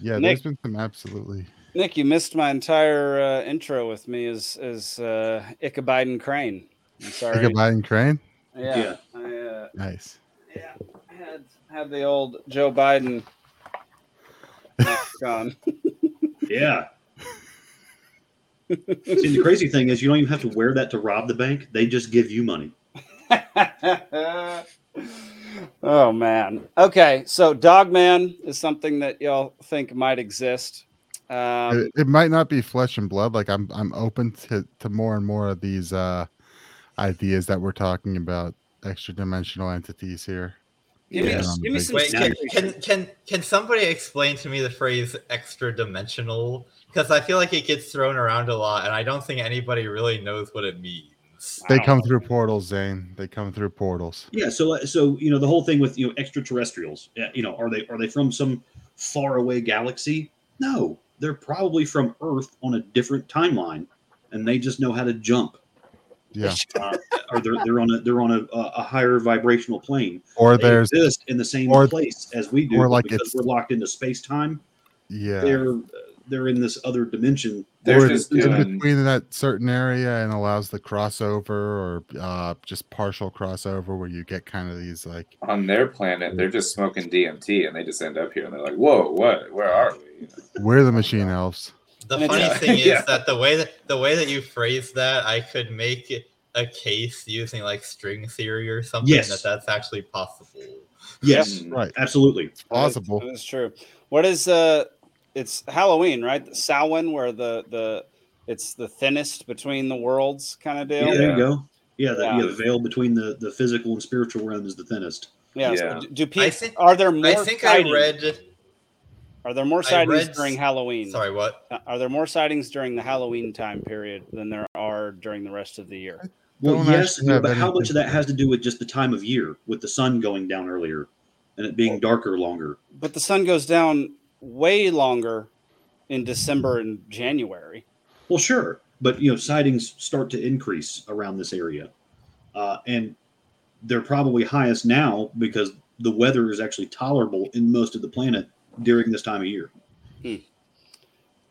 G: yeah,
A: Nick.
G: there's been some absolutely
A: Nick, you missed my entire uh, intro with me as as uh, Ichabod Crane. I'm sorry.
G: Ichabod and Crane.
A: Yeah.
D: Yeah.
A: I, uh,
G: Nice.
A: Yeah, I had had the old Joe Biden mask on.
D: [laughs]
A: [laughs]
D: yeah. See, the crazy thing is, you don't even have to wear that to rob the bank. They just give you money.
A: oh man. Okay, so Dogman is something that y'all think might exist. Um,
G: it, it might not be flesh and blood. Like I'm, I'm open to to more and more of these uh ideas that we're talking about extra dimensional entities here.
A: give me,
G: Yeah.
A: give me some
C: Wait,
A: scary
C: can,
A: shit.
C: can can can somebody explain to me the phrase extra dimensional? Because I feel like it gets thrown around a lot, and I don't think anybody really knows what it means.
G: They come through portals, Zane. They come through portals.
D: Yeah, so uh, so you know the whole thing with you know extraterrestrials. uh, You know, are they are they from some faraway galaxy? No, they're probably from Earth on a different timeline, and they just know how to jump.
G: Yeah.
D: Uh, or they're they're on a they're on a, a a higher vibrational plane.
G: Or
D: They
G: there's
D: exist in the same
G: or-
D: place as we do,
G: or
D: but
G: like
D: because
G: it's-
D: we're locked into space time.
G: yeah.
D: They're they're in this other dimension.
B: They're
G: Or
B: just
G: it's in
B: doing-
G: between that certain area and allows the crossover or uh, just partial crossover where you get kind of these like
B: on their planet, they're just smoking DMT and they just end up here and they're like, "Whoa, what? Where are we?" You know?
G: we're the machine elves.
C: The
A: And it's-
C: funny
A: [laughs]
B: Yeah.
C: thing is
B: Yeah.
C: that the way that the way that you phrase that, I could make it a case using like string theory or something
D: Yes.
C: that that's actually possible.
D: Yes,
B: Mm.
G: Right.
D: absolutely.
G: It's plausible.
A: That's true. What is uh it's Halloween, right? The Samhain where the the it's the thinnest between the worlds kind of
D: Yeah,
A: deal.
D: there you go. Yeah, the,
A: Yeah.
D: yeah, the veil between the, the physical and spiritual realm is the thinnest.
A: Yeah. so
B: Yeah.
A: do- do people
C: think-
A: are there more
C: I think
A: sightings?
C: I read.
A: are there more
C: I
A: sightings
C: read-
A: during Halloween?
C: Sorry, what?
A: Uh, Are there more sightings during the Halloween time period than there are during the rest of the year?
D: Well,
G: Don't
D: yes,
G: actually
D: yeah,
G: have
D: but how
G: anything
D: much of that has to do with just the time of year, with the sun going down earlier and it being darker longer?
A: But the sun goes down way longer in December and January.
D: Well, sure, but you know, sightings start to increase around this area, uh, and they're probably highest now because the weather is actually tolerable in most of the planet during this time of year.
C: Hmm.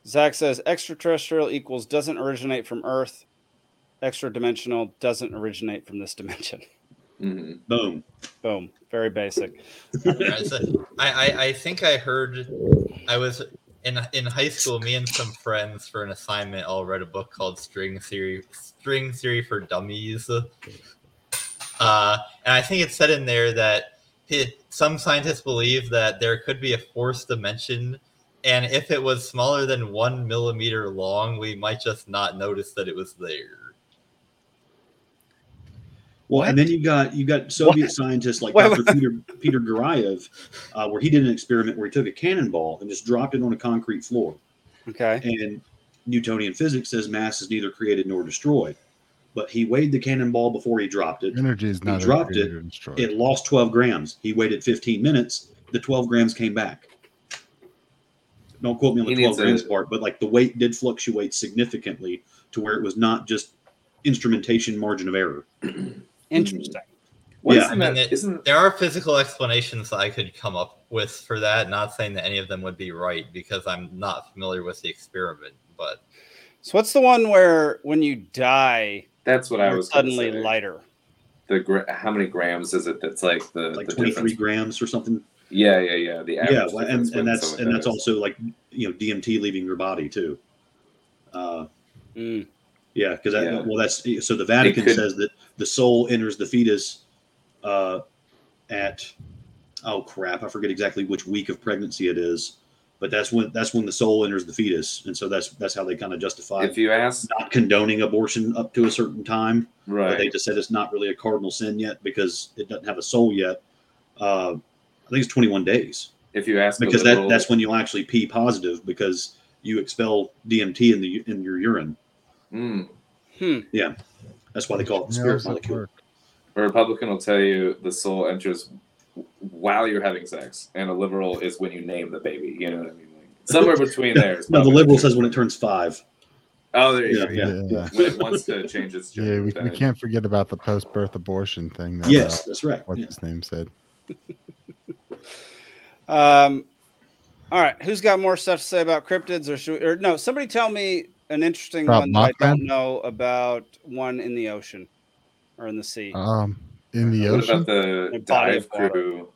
A: Zach says extraterrestrial equals doesn't originate from Earth. Extra dimensional doesn't originate from this dimension.
C: Mm-hmm.
B: Mhm.
D: Boom.
A: Boom. Very basic.
C: I, said- I, I I think I heard. I was in in high school. Me and some friends for an assignment all read a book called String Theory. String Theory for Dummies. Uh, and I think it said in there that hi- some scientists believe that there could be a fourth dimension, and if it was smaller than one millimeter long, we might just not notice that it was there.
D: Well, and then you got you got Soviet scientists like Dr. Peter Peter Gurayev, uh, where he did an experiment where he took a cannonball and just dropped it on a concrete floor.
A: Okay.
D: And Newtonian physics says mass is neither created nor destroyed. But he weighed the cannonball before he dropped it.
G: Energy is not
D: dropped
G: created
D: it.
G: or destroyed.
D: It lost 12 grams. He waited 15 minutes. The 12 grams came back. Don't quote me on the
B: He
D: 12
B: needs
D: grams
B: a-
D: part, but like the weight did fluctuate significantly to where it was not just instrumentation margin of error.
A: Interesting.
B: Well,
D: Yeah,
B: isn't
C: I mean,
B: that-
C: it-
B: isn't
C: There are physical explanations that I could come up with for that. Not saying that any of them would be right because I'm not familiar with the experiment. But
A: So what's the one where when you die,
B: that's what I
A: you're
B: was gonna
A: suddenly
B: say.
A: lighter?
B: The gra- how many grams is it? That's like the
D: Like
B: the
D: 23
B: difference.
D: grams or something.
B: Yeah, yeah, yeah. The average
D: Yeah, well,
B: difference
D: and, and
B: when
D: that's
B: someone
D: and that's
B: dies.
D: also like you know DMT leaving your body too. Uh,
A: Mm.
D: Yeah, because
B: Yeah.
D: well, that's so the Vatican
B: could-
D: says that the soul enters the fetus uh, at oh crap, I forget exactly which week of pregnancy it is, but that's when that's when the soul enters the fetus, and so that's that's how they kind of justify
B: If you ask,
D: not condoning abortion up to a certain time. But they
B: right?
D: just said it's not really a cardinal sin yet because it doesn't have a soul yet. Uh, I think it's 21 days
B: If you ask a
D: because that,
B: liberal-
D: that's when you'll actually pee positive because you expel DMT in the in your urine.
B: Mm.
A: Hmm.
D: That's why they call it the
G: Yeah,
D: spirit
G: it's at
D: molecule.
G: work.
B: A Republican will tell you the soul enters while you're having sex, and a liberal is when you name the baby. You know what I mean? Like,
D: [laughs]
B: somewhere between there. is
D: No, the
B: probably
D: liberal
B: true.
D: says when it turns five.
B: "Oh, there you
D: Yeah,
B: go." Yeah.
G: Yeah,
D: yeah.
G: yeah.
B: When it wants to
G: [laughs]
B: change its gender.
G: we,
B: then
G: we
B: it-
G: can't forget about the post-birth abortion thing. That,
D: Yes,
G: uh,
D: that's right.
G: what
D: Yeah.
G: his name said.
A: Um, all right. Who's got more stuff to say about cryptids, or should we, or no? Somebody tell me an interesting
G: About
A: one that I don't
G: Mothman?
A: know about. One in the ocean or in the sea.
G: Um, in
D: Uh-huh.
G: the
B: What
G: ocean.
B: about the
A: Like body
B: Uh, dive
A: of water.
B: crew?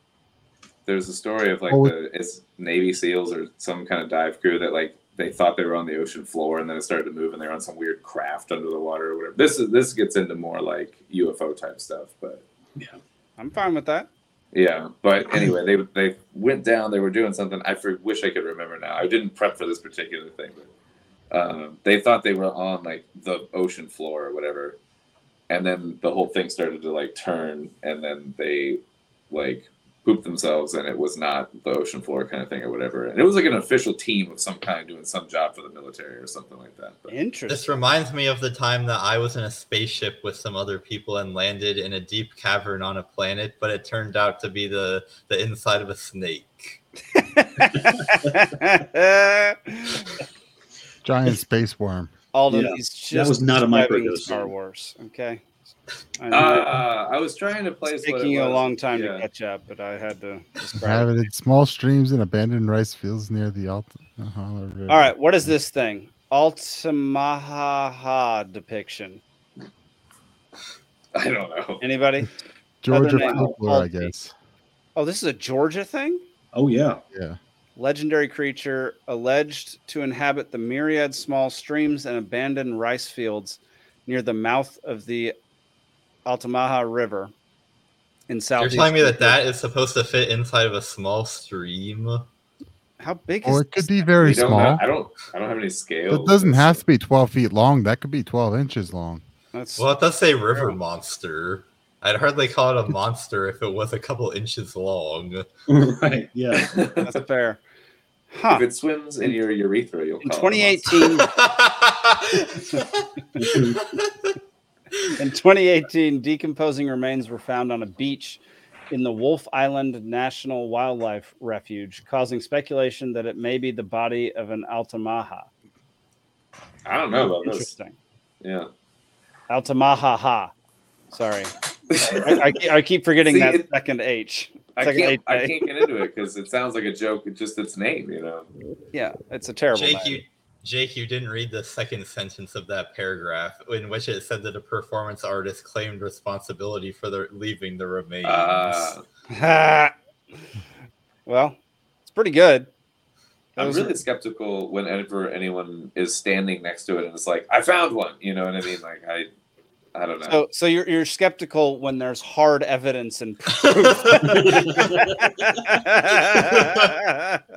B: There's a story of like
G: Well, we-
B: the it's Navy SEALs or some kind of dive crew that like they thought they were on the ocean floor and then it started to move and they're on some weird craft under the water or whatever. This is this gets into more like UFO type stuff, but
A: I'm fine with that.
B: yeah. But anyway, they they went down. They were doing something. I for, wish I could remember now. I didn't prep for this particular thing, but um, they thought they were on like the ocean floor or whatever and then the whole thing started to like turn and then they like pooped themselves and it was not the ocean floor kind of thing or whatever. And it was like an official team of some kind doing some job for the military or something like that. But
A: Interesting.
C: This reminds me of the time that I was in a spaceship with some other people and landed in a deep cavern on a planet, but it turned out to be the the inside of a snake. [laughs]
G: Giant space worm.
A: All of
D: Yeah,
A: these just
D: that was not a
A: describing
D: microdose.
A: Star Wars. Okay. I know
B: uh, I was trying to place
A: it's
B: what it
A: taking you a
B: was.
A: long time
B: Yeah.
A: to catch up, but I had to describe. it.
G: Inhabited small streams and abandoned rice fields near the Alt. All
A: All right, what
B: Mm-hmm.
A: is this thing? Altamaha depiction.
B: I don't know. [laughs]
A: Anybody?
G: Georgia
A: name,
G: folklore, I
A: Alti.
G: guess.
A: Oh, this is a Georgia thing?
D: Oh yeah,
G: Yeah.
A: legendary creature alleged to inhabit the myriad small streams and abandoned rice fields near the mouth of the Altamaha River in
C: You're
A: southeast.
C: telling me that that is supposed to fit inside of a small stream?
A: How big is
G: Or it
A: this
G: could be
A: thing?
G: very
B: We don't know-
G: small.
B: I don't. I don't have any scales.
G: It doesn't
B: That's-
G: have to be 12 feet long. That could be 12 inches long.
A: That's,
C: Well, it does say river monster. I'd hardly call it a monster if it was a couple inches
B: [laughs]
C: long.
D: right. Yeah,
A: that's fair. Huh.
B: if it swims in your urethra, you'll.
A: In
B: call it a monster.
A: 2018,
C: [laughs]
B: [laughs]
A: In 2018, decomposing remains were found on a beach in the Wolf Island National Wildlife Refuge, causing speculation that it may be the body of an Altamaha.
B: I don't know about this.
A: Interesting.
B: Yeah.
A: Altamaha ha. Sorry. I, I, I keep forgetting
B: See,
A: that
B: it-
A: second H.
B: I
A: Second
B: can't. I
A: eight day.
B: can't get into it because it sounds like a joke. It's just its name, you know.
A: [laughs] Yeah, it's a terrible
C: Jake,
A: name.
C: you Jake, you didn't read the second sentence of that paragraph in which it said that a performance artist claimed responsibility for the leaving the remains.
A: [laughs]
B: Uh,
A: well, it's pretty good.
B: I'm
A: Those
B: really skeptical whenever anyone is standing next to it and it's like, "I found one," you know what I mean? Like I, I don't know.
A: So, so you're, you're skeptical when there's hard evidence and proof.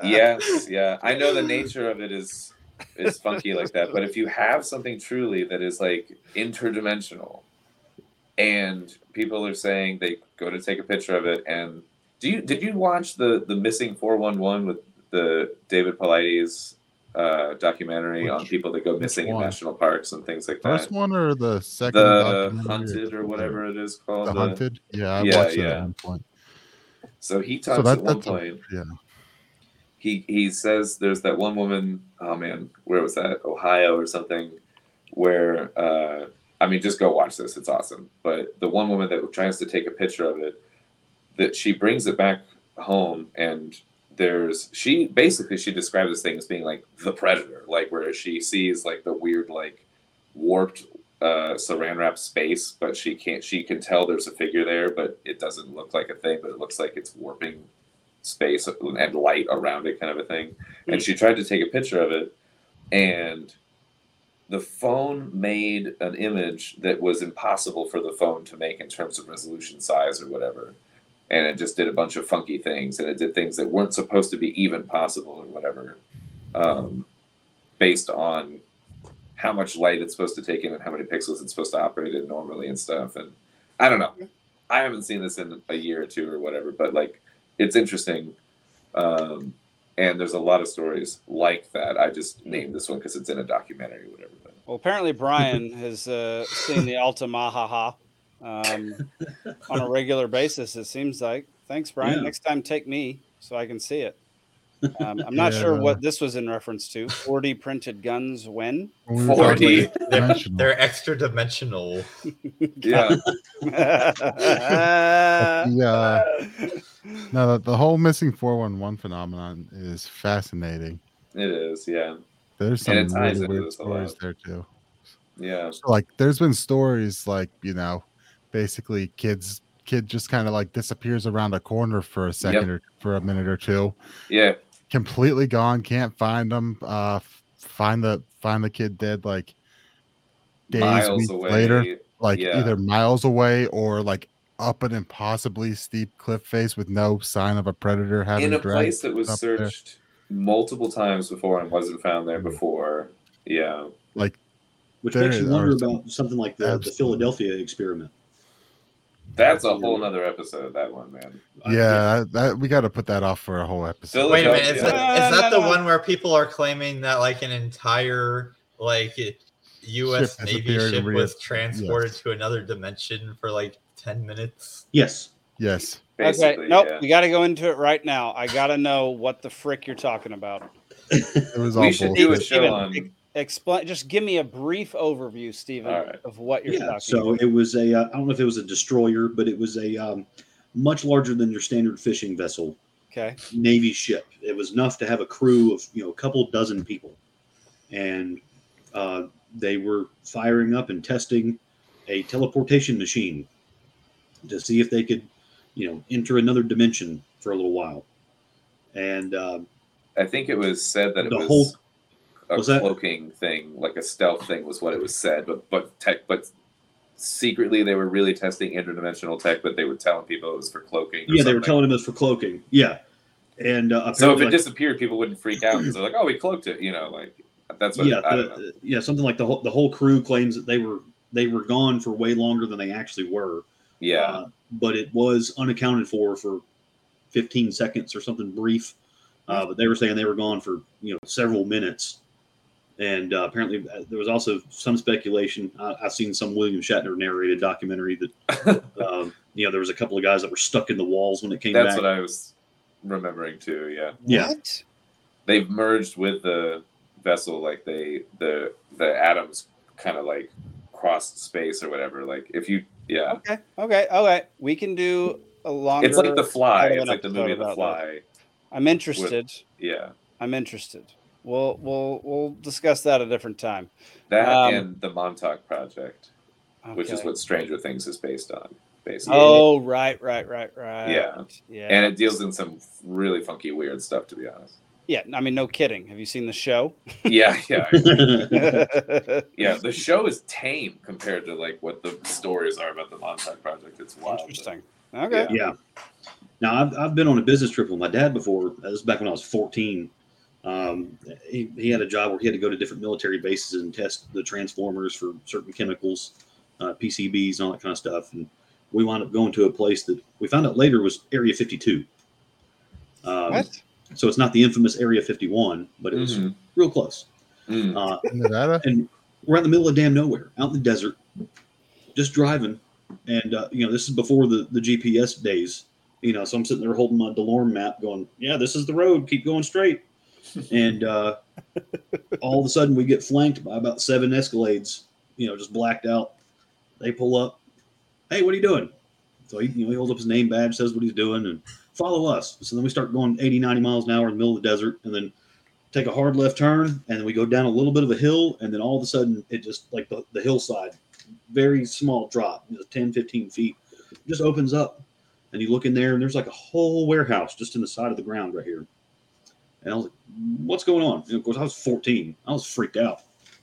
B: yes, yeah.
G: [laughs]
B: I know the nature of it is is funky like that, but if you have something truly that is like interdimensional, and people are saying they go to take a picture of it, and do you did you watch the the missing four one one with the David Pilates uh, documentary on
G: Which-
B: people that go missing in
G: one?
B: national parks and things like that?
G: First one or the second?
B: The
G: documentary
B: hunted or whatever it is called.
G: The
B: the-
G: hunted? Yeah, I
B: Yeah,
G: watched it
B: yeah.
G: at one point.
B: So he talks
G: So that,
B: at one
G: that's a-
B: point.
G: yeah.
B: he he says there's that one woman oh man where was that ohio or something where uh i mean just go watch this it's awesome but the one woman that tries to take a picture of it that she brings it back home and there's she basically she describes this thing as being like the predator like where she sees like the weird like warped uh saran wrap space but she can't she can tell there's a figure there but it doesn't look like a thing but it looks like it's warping space and light around it kind of a thing and she tried to take a picture of it and the phone made an image that was impossible for the phone to make in terms of resolution size or whatever and it just did a bunch of funky things and it did things that weren't supposed to be even possible or whatever um, based on how much light it's supposed to take in and how many pixels it's supposed to operate in normally and stuff and i don't know i haven't seen this in a year or two or whatever but like it's interesting um, and there's a lot of stories like that i just named this one because it's in a documentary or whatever but
A: Well, apparently Brian has uh, seen the Altamaha um, on a regular basis. It seems like. Thanks, Brian.
D: Yeah.
A: Next time, take me so I can see it. Um, I'm not sure
G: Yeah.
A: what this was in reference to. 4D printed guns. When?
G: When we were talking about
B: 40.
G: interdimensional.
C: They're extra dimensional.
B: [laughs]
A: [laughs]
B: yeah [laughs]
G: the, uh, no, the, the whole missing 411 phenomenon is fascinating.
B: it is yeah
G: There's some
B: And it ties
G: really
B: into
G: weird
B: this a lot.
G: stories there, too.
B: yeah
G: So, like there's been stories like you know basically kids kid just kind of like disappears around a corner for a second or for a minute or two
B: yeah
G: completely gone can't find them uh f- find the find the kid dead like days
B: miles
G: weeks
B: away
G: later like
B: yeah.
G: either miles away or like up an impossibly steep cliff face with no sign of a predator having
B: in a
G: dragged
B: place that was
G: up there.
B: searched multiple times before and wasn't found there
G: Mhm.
B: before yeah
G: like
D: which
G: There
D: makes you
G: are
D: wonder
G: some-
D: about something like the, the
G: absolutely.
D: Philadelphia experiment.
B: That's a whole nother episode of that one, man.
G: Yeah, that, we got to put that off for a whole episode.
C: Wait a minute, is
B: Philadelphia-
C: that,
A: No,
C: is
A: no,
C: that the
A: no.
C: one where people are claiming that like an entire like U.S.
G: Ship has
C: Navy
G: appeared
C: ship
G: and re-
C: was transported
G: yes.
C: to another dimension for like ten minutes?
D: Yes.
G: Yes.
A: Okay,
B: Basically,
A: nope.
B: yeah.
A: We got to go into it right now. I got to know what the frick you're talking about.
G: It was all
B: We should do a
G: bullshit.
B: [laughs] show on.
A: Explain. Just give me a brief overview, Steven,
B: All right.
A: of what you're
D: Yeah.
A: talking.
D: So
A: about.
D: it was a. Uh, I don't know if it was a destroyer, but it was a um, much larger than your standard fishing vessel,
A: Okay.
D: Navy ship. It was enough to have a crew of you know a couple dozen people, and uh, they were firing up and testing a teleportation machine to see if they could, you know, enter another dimension for a little while. And uh,
B: I think it was said that it
D: The
B: was
D: whole-
B: a
D: was that-
B: cloaking thing, like a stealth thing, was what it was said. But but tech, but secretly they were really testing interdimensional tech, but they were telling people it was for cloaking. Or
D: yeah, they were
B: something.
D: telling him it was for cloaking. Yeah, and uh,
B: So if it
D: apparently, like,
B: disappeared, people wouldn't freak out because they're like, "Oh, we cloaked it," you know, like that's what
D: yeah,
B: I
D: the-
B: don't know.
D: yeah, something like the whole the whole crew claims that they were they were gone for way longer than they actually were.
B: Yeah,
D: uh, but it was unaccounted for for 15 seconds or something brief. Uh, but they were saying they were gone for you know several minutes, and uh, apparently uh, there was also some speculation. I, I've seen some William Shatner narrated documentary that
B: [laughs]
D: um, you know there was a couple of guys that were stuck in the walls when it came
B: that's
D: back.
B: what I was remembering too. Yeah,
D: yeah.
A: What?
B: they've merged with the vessel, like they the the atoms kind of like crossed space or whatever. Like if you, yeah,
A: Okay. Okay. Okay. We can do a longer.
B: it's like the Fly.
A: I have
B: It's
A: an
B: like the
A: episode
B: movie The
A: about
B: Fly.
A: I'm interested.
B: Yeah,
A: I'm interested. We'll we'll we'll discuss that a different time.
B: that
A: Um,
B: and the Montauk Project, which is
A: Okay.
B: what Stranger Things is based on, basically.
A: Oh right, right, right, right.
B: Yeah.
A: Yeah.
B: And it deals in some really funky, weird stuff, to be honest.
A: yeah. I mean, no kidding. Have you seen the show?
B: Yeah, [laughs] yeah,
D: [laughs]
A: [laughs] Interesting.
B: yeah. The show is tame compared to like what the stories are about the Montauk Project. It's wild. but-
A: Okay.
D: yeah. Now I've, I've been on a business trip with my dad before. This was back when I was 14. Um, he, he had a job where he had to go to different military bases and test the transformers for certain chemicals, uh, PCBs, and all that kind of stuff. And we wound up going to a place that we found out later was Area 52. Um,
A: What?
D: So it's not the infamous Area 51, but it was
B: Mhm.
D: real close.
B: Mm.
D: Uh,
G: In Nevada?
D: and we're out in the middle of damn nowhere, out in the desert, just driving. And uh, you know, this is before the the GPS days. You know, so I'm sitting there holding my Delorme map, going, "Yeah, this is the road. Keep going straight." And uh, all of a sudden, we get flanked by about seven Escalades. You know, just blacked out. They pull up. Hey, what are you doing? So he, you know, he holds up his name badge, says what he's doing, and follow us. So then we start going 80, 90 miles an hour in the middle of the desert, and then take a hard left turn and then we go down a little bit of a hill and then all of a sudden it just like the, the hillside very small drop you know, 10 15 feet just opens up and you look in there and there's like a whole warehouse just in the side of the ground right here and i was like what's going on and of course i was 14 i was freaked out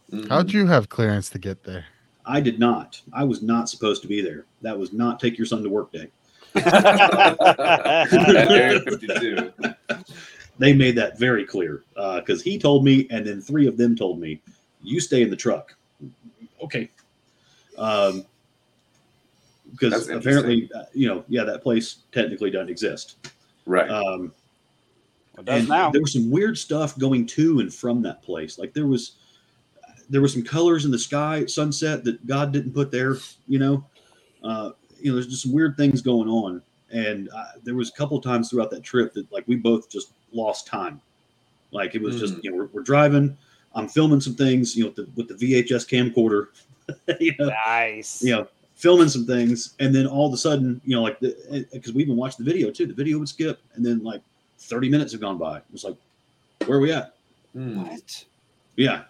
B: Mhm.
G: How'd you have clearance to get there?
D: i did not i was not supposed to be there that was not take your son to work day
B: At
D: [laughs]
B: Area 52.
D: they made that very clear because he told me, and then three of them told me, "You stay in the truck." Okay. Um,
B: That's
D: because
B: interesting.
D: apparently, uh, you know, yeah, that place technically doesn't exist.
B: Right.
D: Um,
A: Well, it does
D: and
A: now.
D: There was some weird stuff going to and from that place. Like there was, there were some colors in the sky at sunset that God didn't put there. You know, uh, you know, there's just some weird things going on. And uh, there was a couple times throughout that trip that like we both just lost time. Like it was
A: Hmm.
D: just you know we're, we're driving. I'm filming some things, you know, with the, with the VHS camcorder. you know,
A: Nice.
D: you know filming some things and then all of a sudden you know like because we even watched the video too the video would skip and then like 30 minutes have gone by it was like where are we at
B: Mm.
A: What?
D: yeah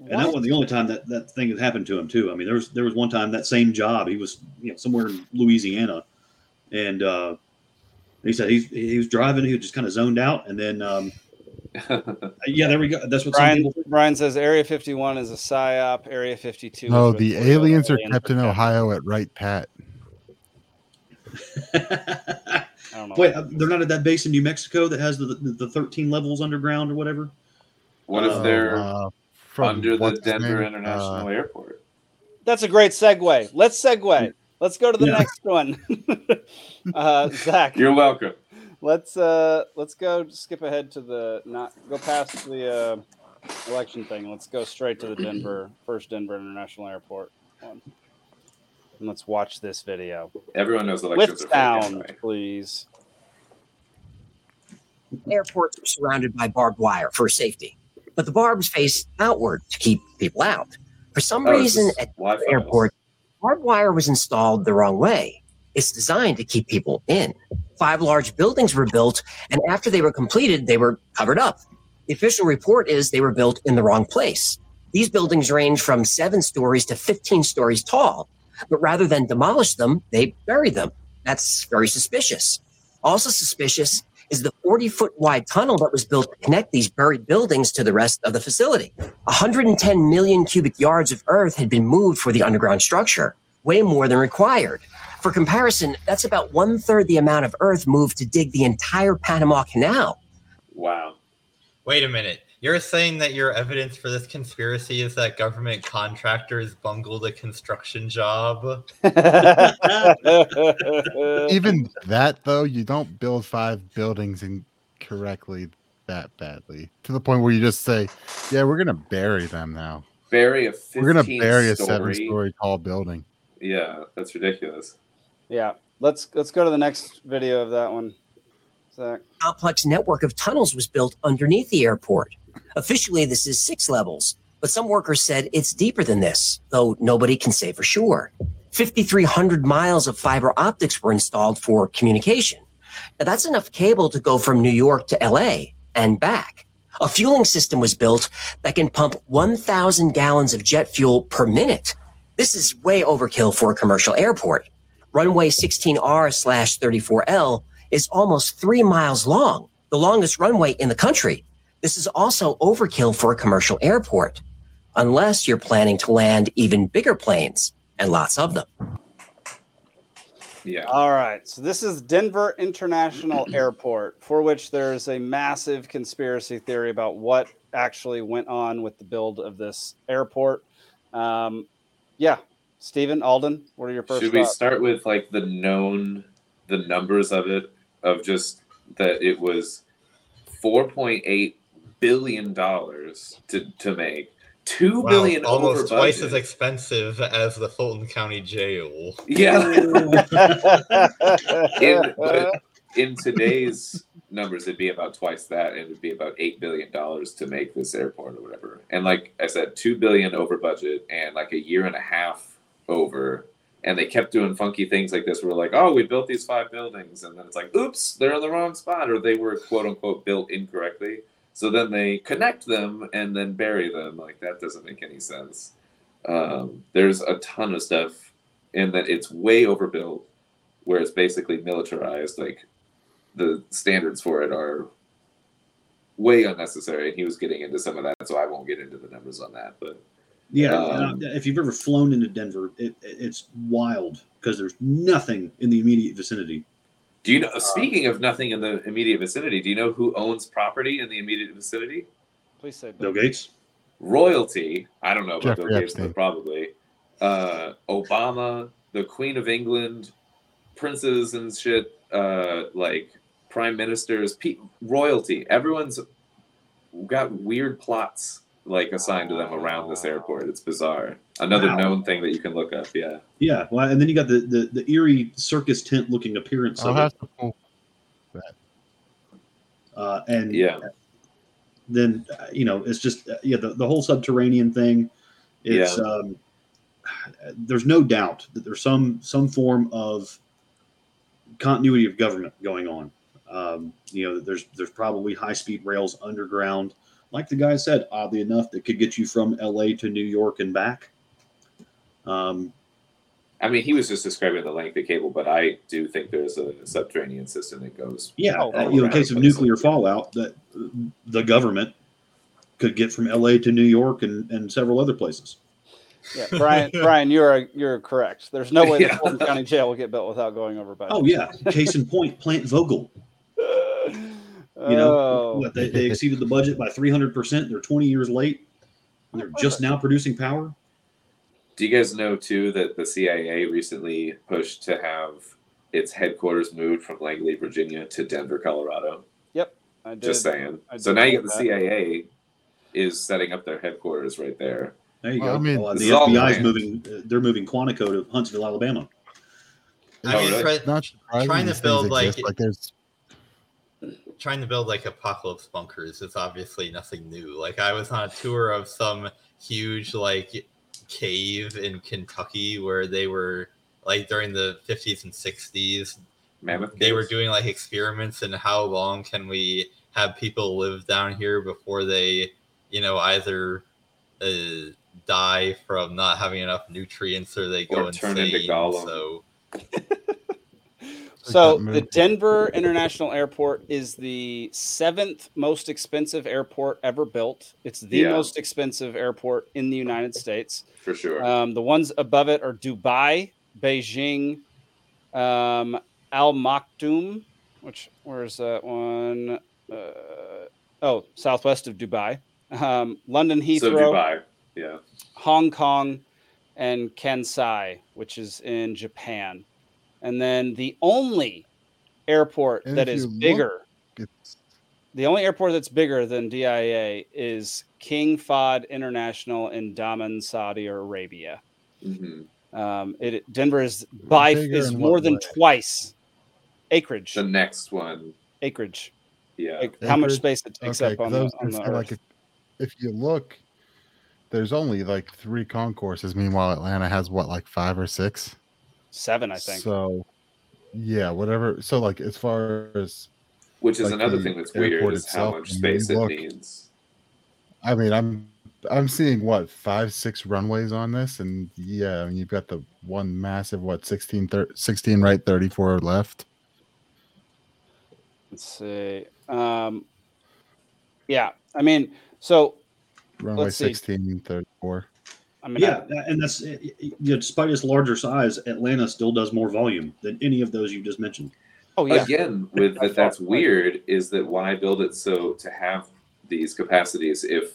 D: and that
A: What?
D: wasn't the only time that that thing had happened to him too i mean there was there was one time that same job he was you know somewhere in louisiana and uh he said he's he was driving he was just kind of zoned out and then
B: [laughs]
D: um yeah there we go that's what some
A: Brian,
D: people
A: Brian says Area 51 is a psyop. Area 52. is
G: No,
A: where
G: the
A: real
G: aliens are
A: aliens
G: kept in Ohio at Wright Pat.
A: I don't know.
D: wait uh, they're not at that base in new mexico that has the the, the 13 levels underground or whatever
B: what if
D: Oh,
B: they're
G: uh,
B: under the
G: what's his
B: Denver
G: name?
B: International Airport?
A: That's a great segue. Let's segue. Let's go to the
D: Yeah.
A: next one. [laughs] uh, Zach,
B: You're welcome.
A: let's uh, let's go skip ahead to the not go past the uh, election thing. Let's go straight to the Denver first Denver International Airport one. And let's watch this video
B: Everyone knows
A: with
B: elections are fake
A: sound,
B: anyway.
A: please.
K: Airports are surrounded by barbed wire for safety, but the barbs face outward to keep people out. For some
B: Oh, it's
K: reason,
B: just
K: at
B: Wi-Fi.
K: airport, barbed wire was installed the wrong way. It's designed to keep people in. Five large buildings were built, and after they were completed, they were covered up. The official report is they were built in the wrong place. These buildings range from seven stories to 15 stories tall, but rather than demolish them, they buried them. That's very suspicious. Also suspicious is the 40 foot wide tunnel that was built to connect these buried buildings to the rest of the facility. 110 million cubic yards of earth had been moved for the underground structure, way more than required. For comparison, that's about one third the amount of earth moved to dig the entire Panama Canal.
B: Wow.
C: Wait a minute. You're saying that your evidence for this conspiracy is that government contractors bungled a construction
B: [laughs]
C: job?
G: [laughs] Even that though, you don't build five buildings incorrectly that badly to the point where you just say, "Yeah, we're gonna bury them now.
B: Bury a 15
G: We're gonna bury a
B: story.
G: seven-story tall building."
B: Yeah, that's ridiculous.
A: yeah, let's let's go to the next video of that one. Zach,
K: complex network of tunnels was built underneath the airport. Officially, this is six levels, but some workers said it's deeper than this, though nobody can say for sure. 5,300 miles of fiber optics were installed for communication. Now, that's enough cable to go from New York to LA and back. A fueling system was built that can pump 1,000 gallons of jet fuel per minute. This is way overkill for a commercial airport. Runway 16R slash 34L is almost three miles long, the longest runway in the country. This is also overkill for a commercial airport, unless you're planning to land even bigger planes and lots of them.
B: Yeah.
A: All right. So this is Denver
B: [clears throat]
A: International Airport, for which there's a massive conspiracy theory about what actually went on with the build of this airport. Um, yeah, Stephen Alden, what are your first
B: Should we
A: thoughts?
B: start with like the known the numbers of it of just that it was 4.8 billion dollars to to make. two
C: Wow,
B: billion over
C: almost twice as
B: budget.
C: expensive as the Fulton County Jail.
B: Yeah.
D: [laughs]
E: [laughs]
B: [laughs] in,
A: yeah,
B: but in today's numbers, it'd be about twice that, and it'd be about eight billion dollars to make this airport or whatever. And like I said, two billion over budget, and like a year and a half over. And they kept doing funky things like this. We're like, oh, we built these five buildings, and then it's like, oops, they're in the wrong spot, or they were quote unquote built incorrectly. So then they connect them and then bury them. Like that doesn't make any sense. Um, there's a ton of stuff, in that it's way overbuilt where it's basically militarized. Like the standards for it are way unnecessary, and he was getting into some of that, so I won't get into the numbers on that. But
D: Yeah,
B: Um,
D: and, uh, if you've ever flown into Denver, it, it- it's wild because there's nothing in the immediate vicinity.
B: do you know? speaking of nothing in the immediate vicinity, do you know who owns property in the immediate vicinity?
A: please say
D: Bill Gates.
B: Royalty. I don't know about
G: Jeffrey
B: Bill Gates,
G: Epstein.
B: but probably uh, Obama, the Queen of England, princes and shit, uh, like prime ministers, pe- royalty. Everyone's got weird plots like assigned to them around this airport. It's bizarre. Another
D: Wow.
B: known thing that you can look up. Yeah,
D: Yeah, well, and then you got the the, the eerie circus tent looking appearance
G: I'll
D: of
G: have
D: it,
G: to pull.
D: uh, and
B: yeah.
D: then uh, you know it's just uh, yeah the, the whole subterranean thing. It's um, there's no doubt that there's some some form of continuity of government going on. Um, you know, there's there's probably high speed rails underground, like the guy said. Oddly enough, that could get you from L.A. to New York and back. Um,
B: I mean, he was just describing the length of cable, but I do think there's a subterranean system that goes.
D: yeah,
A: Oh,
D: uh, you know, in case of
B: okay.
D: nuclear fallout, that uh, the government could get from L.A. to New York and and several other places.
B: [laughs]
A: Brian, Brian, you're you're correct. There's no way
B: Yeah.
A: the Fulton County Jail will get built without going over budget.
D: Oh yeah, case in point, Plant Vogel. You know,
A: Oh.
D: what they, they exceeded the budget by 300%. They're 20 years late. And they're just now producing power.
B: Do you guys know too that the CIA recently pushed to have its headquarters moved from Langley, Virginia, to Denver, Colorado?
L: Yep. I did.
B: Just saying.
L: I
B: So
L: did
B: now you
L: hear
B: got the
L: that.
B: CIA is setting up their headquarters right there.
D: There you
G: Well,
D: go.
G: I mean-
D: Oh,
B: This
D: the
B: is all
D: FBI is
B: planned.
D: moving. uh, They're moving Quantico to Huntsville, Alabama.
C: I mean,
B: really?
C: try-
G: Oh, Not surprising
C: trying to
G: these things
C: build, like-
G: exist. like there's
C: trying to build like apocalypse bunkers is obviously nothing new. Like I was on a tour of some huge like cave in Kentucky where they were like during the 50s and 60s
B: Mammoth
C: they were
B: caves?
C: doing like experiments in how long can we have people live down here before they you know either uh, die from not having enough nutrients or they go
B: Or turn into
C: insane.
B: Gollum.
C: So
G: that
A: So the
G: movie.
A: Denver International Airport is the seventh most expensive airport ever built. It's the
B: Yeah.
A: most expensive airport in the United States.
B: for sure.
A: Um, the ones above it are Dubai, Beijing, um, Al Maktoum, which where's that one? Uh, oh, southwest of Dubai, um, London Heathrow.
B: so Dubai. Yeah.
A: Hong Kong, and Kansai, which is in Japan. And then the only airport
G: And
A: that
G: if
A: is
G: you look-
A: bigger,
G: it's
A: the only airport that's bigger than DIA is King Fahd International in Daman, Saudi Arabia.
B: hmm
A: Um, it Denver is by
G: Bigger
A: is
G: in
A: more
G: what
A: than
G: way?
A: twice acreage.
B: The next one.
A: acreage.
B: Yeah.
A: Like how much
G: Acreage?
A: space it takes
G: okay,
A: up on
G: 'cause I
A: the,
G: was
A: on
G: gonna
A: the
G: say,
A: earth.
G: like if you look, there's only like three concourses. Meanwhile, Atlanta has what like five or six.
A: seven, I think.
G: So yeah, whatever. So like as far as
B: Which is
G: like
B: another
G: the
B: thing that's
G: airport
B: weird is how
G: itself,
B: much
G: I mean,
B: space it
G: look.
B: needs.
G: I mean, I'm I'm seeing what five, six runways on this, and yeah, I mean, you've got the one massive what 16, thir- 16 right, thirty four left.
A: Let's see. Um, yeah, I mean, so
G: Runway
A: Let's see.
G: 16, 34.
A: I mean, I-
D: Yeah, tha- and that's y- y- y- despite its larger size, Atlanta still does more volume than any of those you just mentioned.
A: oh yeah,
B: Again,
L: [laughs]
B: with
A: I
B: that that's
A: thought-
B: weird is that why build it so to have these capacities if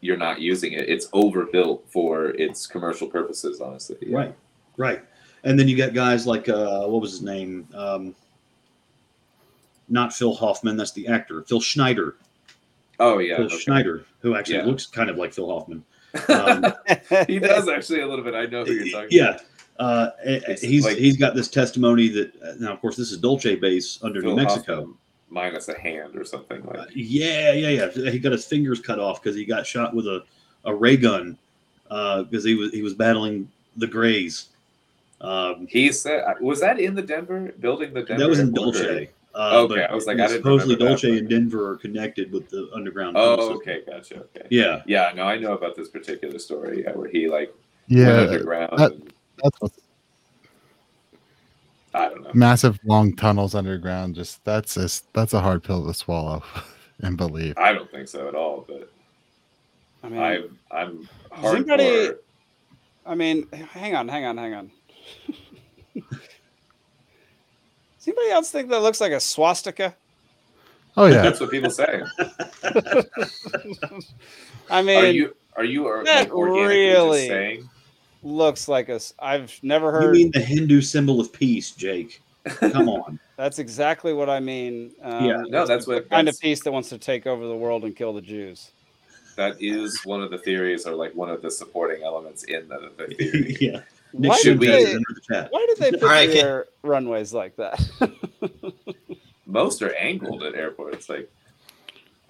B: you're not using it? It's overbuilt for its commercial purposes, honestly. Yeah.
D: Right, right. And then you got guys like uh, what was his name? Um, not Phil Hoffman. That's the actor. Phil Schneider.
B: Oh yeah.
D: Phil
B: okay.
D: Schneider, who actually
B: Yeah.
D: looks kind of like Phil Hoffman. Um,
B: [laughs] he does actually a little bit. I know who you're talking
D: yeah. Uh, eh, eh,
B: It's
D: he's
B: like-
D: he's got this testimony that uh, now, of course, this is Dolce base under
B: about. Phil
D: New Mexico.
B: Hoffman minus a hand or something like
D: Uh, yeah, yeah, yeah. He got his fingers cut off because he got shot with a, a ray gun because he was he was battling the Greys. Um,
B: He said, "Was that in the Denver building? The Denver
D: that was in
B: airport, or-
D: Dolce. Uh,
B: Okay,
D: but
B: I was like, I didn't
D: supposedly
B: remember that,
D: Dolce
B: but-
D: and Denver are connected with the underground. tunnel
B: Oh,
D: system.
B: okay, gotcha. Okay,
D: Yeah,
B: yeah, no, I know about this particular story yeah, where he like went
G: Yeah,
B: underground.
G: that-
B: and,
G: that's what's
B: I don't know.
G: massive long tunnels underground. Just that's just that's a hard pill to swallow [laughs] and believe.
B: I don't think so at all. But
A: I mean,
B: I, I'm
A: Does anybody-
B: hardcore.
A: I mean, hang on, hang on, hang on. [laughs] Does anybody else think that looks like a swastika?
G: Oh yeah,
B: That's what
A: [laughs]
B: people say.
A: I
B: Are
A: mean,
B: you? Are you? Are,
A: that
B: like, organically
A: really-
B: Just saying?
A: looks like a. s- I've never
D: you
A: heard.
D: mean the Hindu symbol of peace, Jake? Come on.
A: that's exactly what I mean. Um,
D: Yeah,
B: No, that's what.
A: kind
B: That's,
A: of piece that wants to take over the world and kill the Jews.
B: that is one of the theories, or like one of the supporting elements in the,
D: [laughs]
B: the theory.
D: yeah, Nick
A: Why did
D: Schubert is
A: they?
D: under the chat.
A: Why did they put
C: right, okay.
A: their runways
C: [laughs]
A: like that?
B: Most are angled at airports. Like,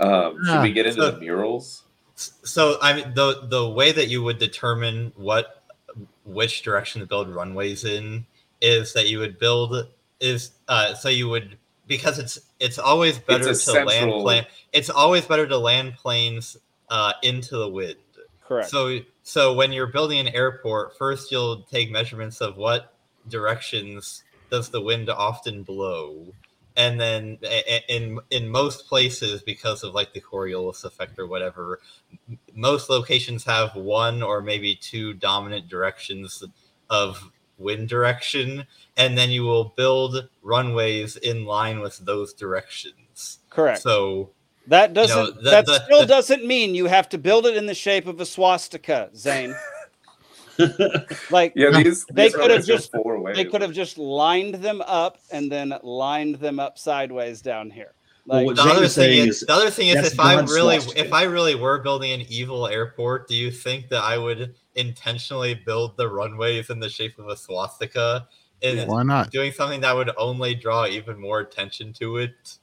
B: um, should
A: Ah,
B: we get into
C: so-
B: the murals?
C: so I mean the the way that you would determine what which direction to build runways in is that you would build is uh so you would because it's it's always better to
B: It's a
C: land
B: central-
C: plan it's always better to land planes uh into the wind.
A: Correct.
C: So so when you're building an airport, first you'll take measurements of what directions does the wind often blow. And then a- a- in in most places, because of like the Coriolis effect or whatever, m- most locations have one or maybe two dominant directions of wind direction, and then you will build runways in line with those directions.
A: Correct.
C: So
A: that doesn't.
C: the-
A: that
C: the-
A: still
C: the- [laughs]
A: doesn't mean you have to build it in the shape of a swastika, Zane. Like
B: Yeah, these-
A: they
B: these are
A: could have
B: like the
A: just
B: four ways.
A: they could have just lined them up and then lined them up sideways down here. Like
C: the other thing is, the other thing is if I really if I really were building an evil airport, do you think that I would intentionally build the runways in the shape of a swastika? And
G: Yeah. Why not?
C: Doing something that would only draw even more attention to it.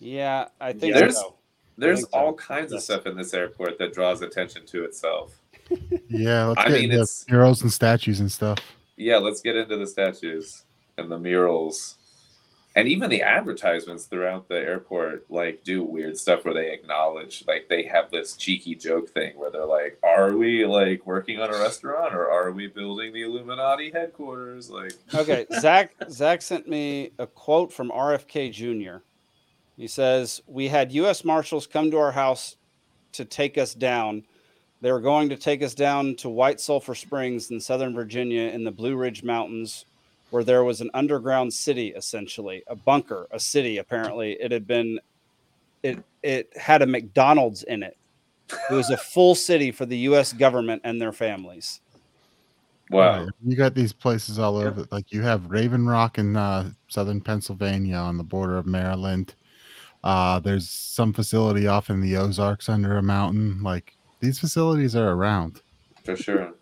A: yeah, I think
B: there's
A: so.
B: there's
A: think so.
B: all kinds of stuff in this airport that draws attention to itself.
G: Yeah, let's
B: I
G: get
B: mean,
G: into
B: it's-
G: murals and statues and stuff.
B: Yeah, let's get into the statues and the murals. And even the advertisements throughout the airport like do weird stuff where they acknowledge like they have this cheeky joke thing where they're like, Are we like working on a restaurant or are we building the Illuminati headquarters? Like
A: okay, Zach. Zach sent me a quote from RFK Jr. He says, "We had U.S. Marshals come to our house to take us down. They were going to take us down to White Sulphur Springs in Southern Virginia in the Blue Ridge Mountains, where there was an underground city, essentially a bunker, a city. Apparently, it had been it it had a McDonald's in it. It was a full city for the U.S. government and their families."
B: Wow.
G: Right. You got these places all over. Like you have Raven Rock in uh, southern Pennsylvania on the border of Maryland. Uh, there's some facility off in the Ozarks under a mountain. Like these facilities are around.
B: for sure.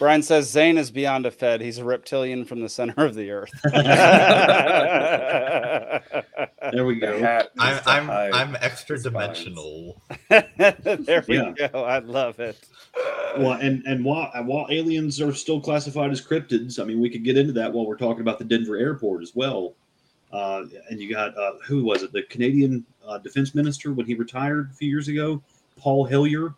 A: Brian says Zane is beyond a Fed. He's a reptilian from the center of the
C: [laughs]
A: earth.
D: There we go.
C: I'm I'm I'm extra dimensional.
A: [laughs] [laughs] there we
D: Yeah.
A: go. I love it.
D: Well, and and while while aliens are still classified as cryptids, I mean, we could get into that while we're talking about the Denver airport as well. Uh, and you got uh, who was it? The Canadian uh, defense minister when he retired a few years ago, Paul Hillier.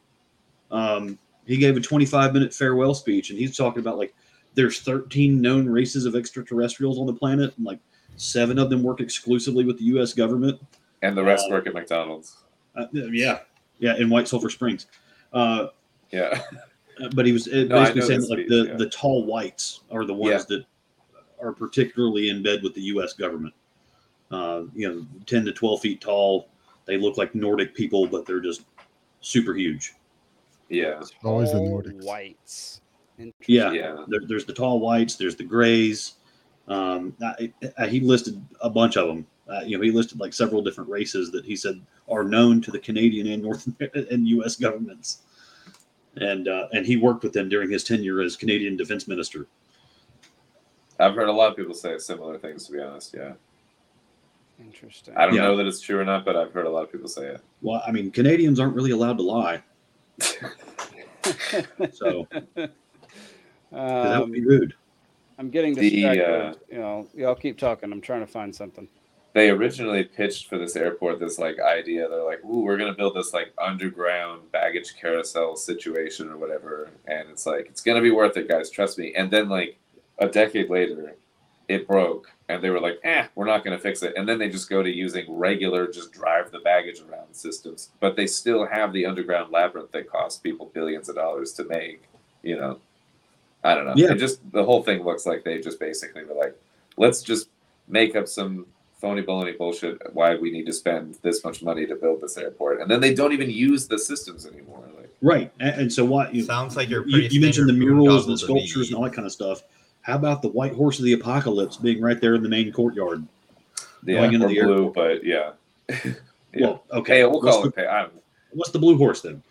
D: Um, he gave a 25 minute farewell speech, and he's talking about like there's 13 known races of extraterrestrials on the planet, and like seven of them work exclusively with the U.S. government.
B: [laughs] And the rest
D: Uh,
B: work at McDonald's.
D: Uh, yeah, yeah, in White Sulphur Springs. Uh,
B: Yeah.
D: [laughs] uh, but he was uh,
B: No, I
D: basically
B: know
D: saying
B: this
D: that, like
B: speech,
D: the,
B: yeah.
D: the tall whites are the ones that are particularly in bed with the U.S. government. Uh, you know, ten to twelve feet tall. They look like Nordic people, but they're just super huge.
B: Yeah.
G: Always the
A: All
G: Nordics.
A: Whites.
D: Yeah,
B: Yeah.
D: There, there's the tall whites. There's the grays. Um, I, I, he listed a bunch of them. Uh, you know, he listed like several different races that he said are known to the Canadian and North [laughs] Amer- and U.S. governments. And uh, and he worked with them during his tenure as Canadian defense minister.
B: I've heard a lot of people say similar things to be honest, yeah.
A: Interesting.
B: I don't
D: Yeah.
B: know that it's true or not, but I've heard a lot of people say it.
D: Well, I mean, Canadians aren't really allowed to lie,
A: [laughs]
D: so 'cause that would
A: Um,
D: be rude.
A: I'm getting
B: The,
A: distracted.
B: uh,
A: you know, y'all keep talking. I'm trying to find something. [laughs]
B: they originally pitched for this airport this like idea. They're like, "Ooh, we're gonna build this like underground baggage carousel situation or whatever," and it's like, "It's gonna be worth it, guys. Trust me." And then like a decade later, it broke, and they were like, "Eh, we're not gonna fix it." And then they just go to using regular, just drive the baggage around systems, but they still have the underground labyrinth that cost people billions of dollars to make. You know, I don't know.
D: Yeah.
B: It just the whole thing looks like they just basically were like, "Let's just." Make up some phony baloney bullshit why we need to spend this much money to build this airport and then they don't even use the systems anymore like
D: Right, and, and so what? You,
C: Sounds like you're
D: you,
C: pretty
D: you mentioned the
C: standard
D: murals and the
C: boondoggle to me.
D: sculptures and all that kind of stuff. How about the White Horse of the Apocalypse being right there in the main courtyard?
B: the
D: Going into
B: we're
D: the
B: blue but yeah [laughs] Yeah.
D: Well, okay,
B: okay we'll
D: what's
B: call
D: the,
B: it pay I, don't-
D: What's the blue horse then?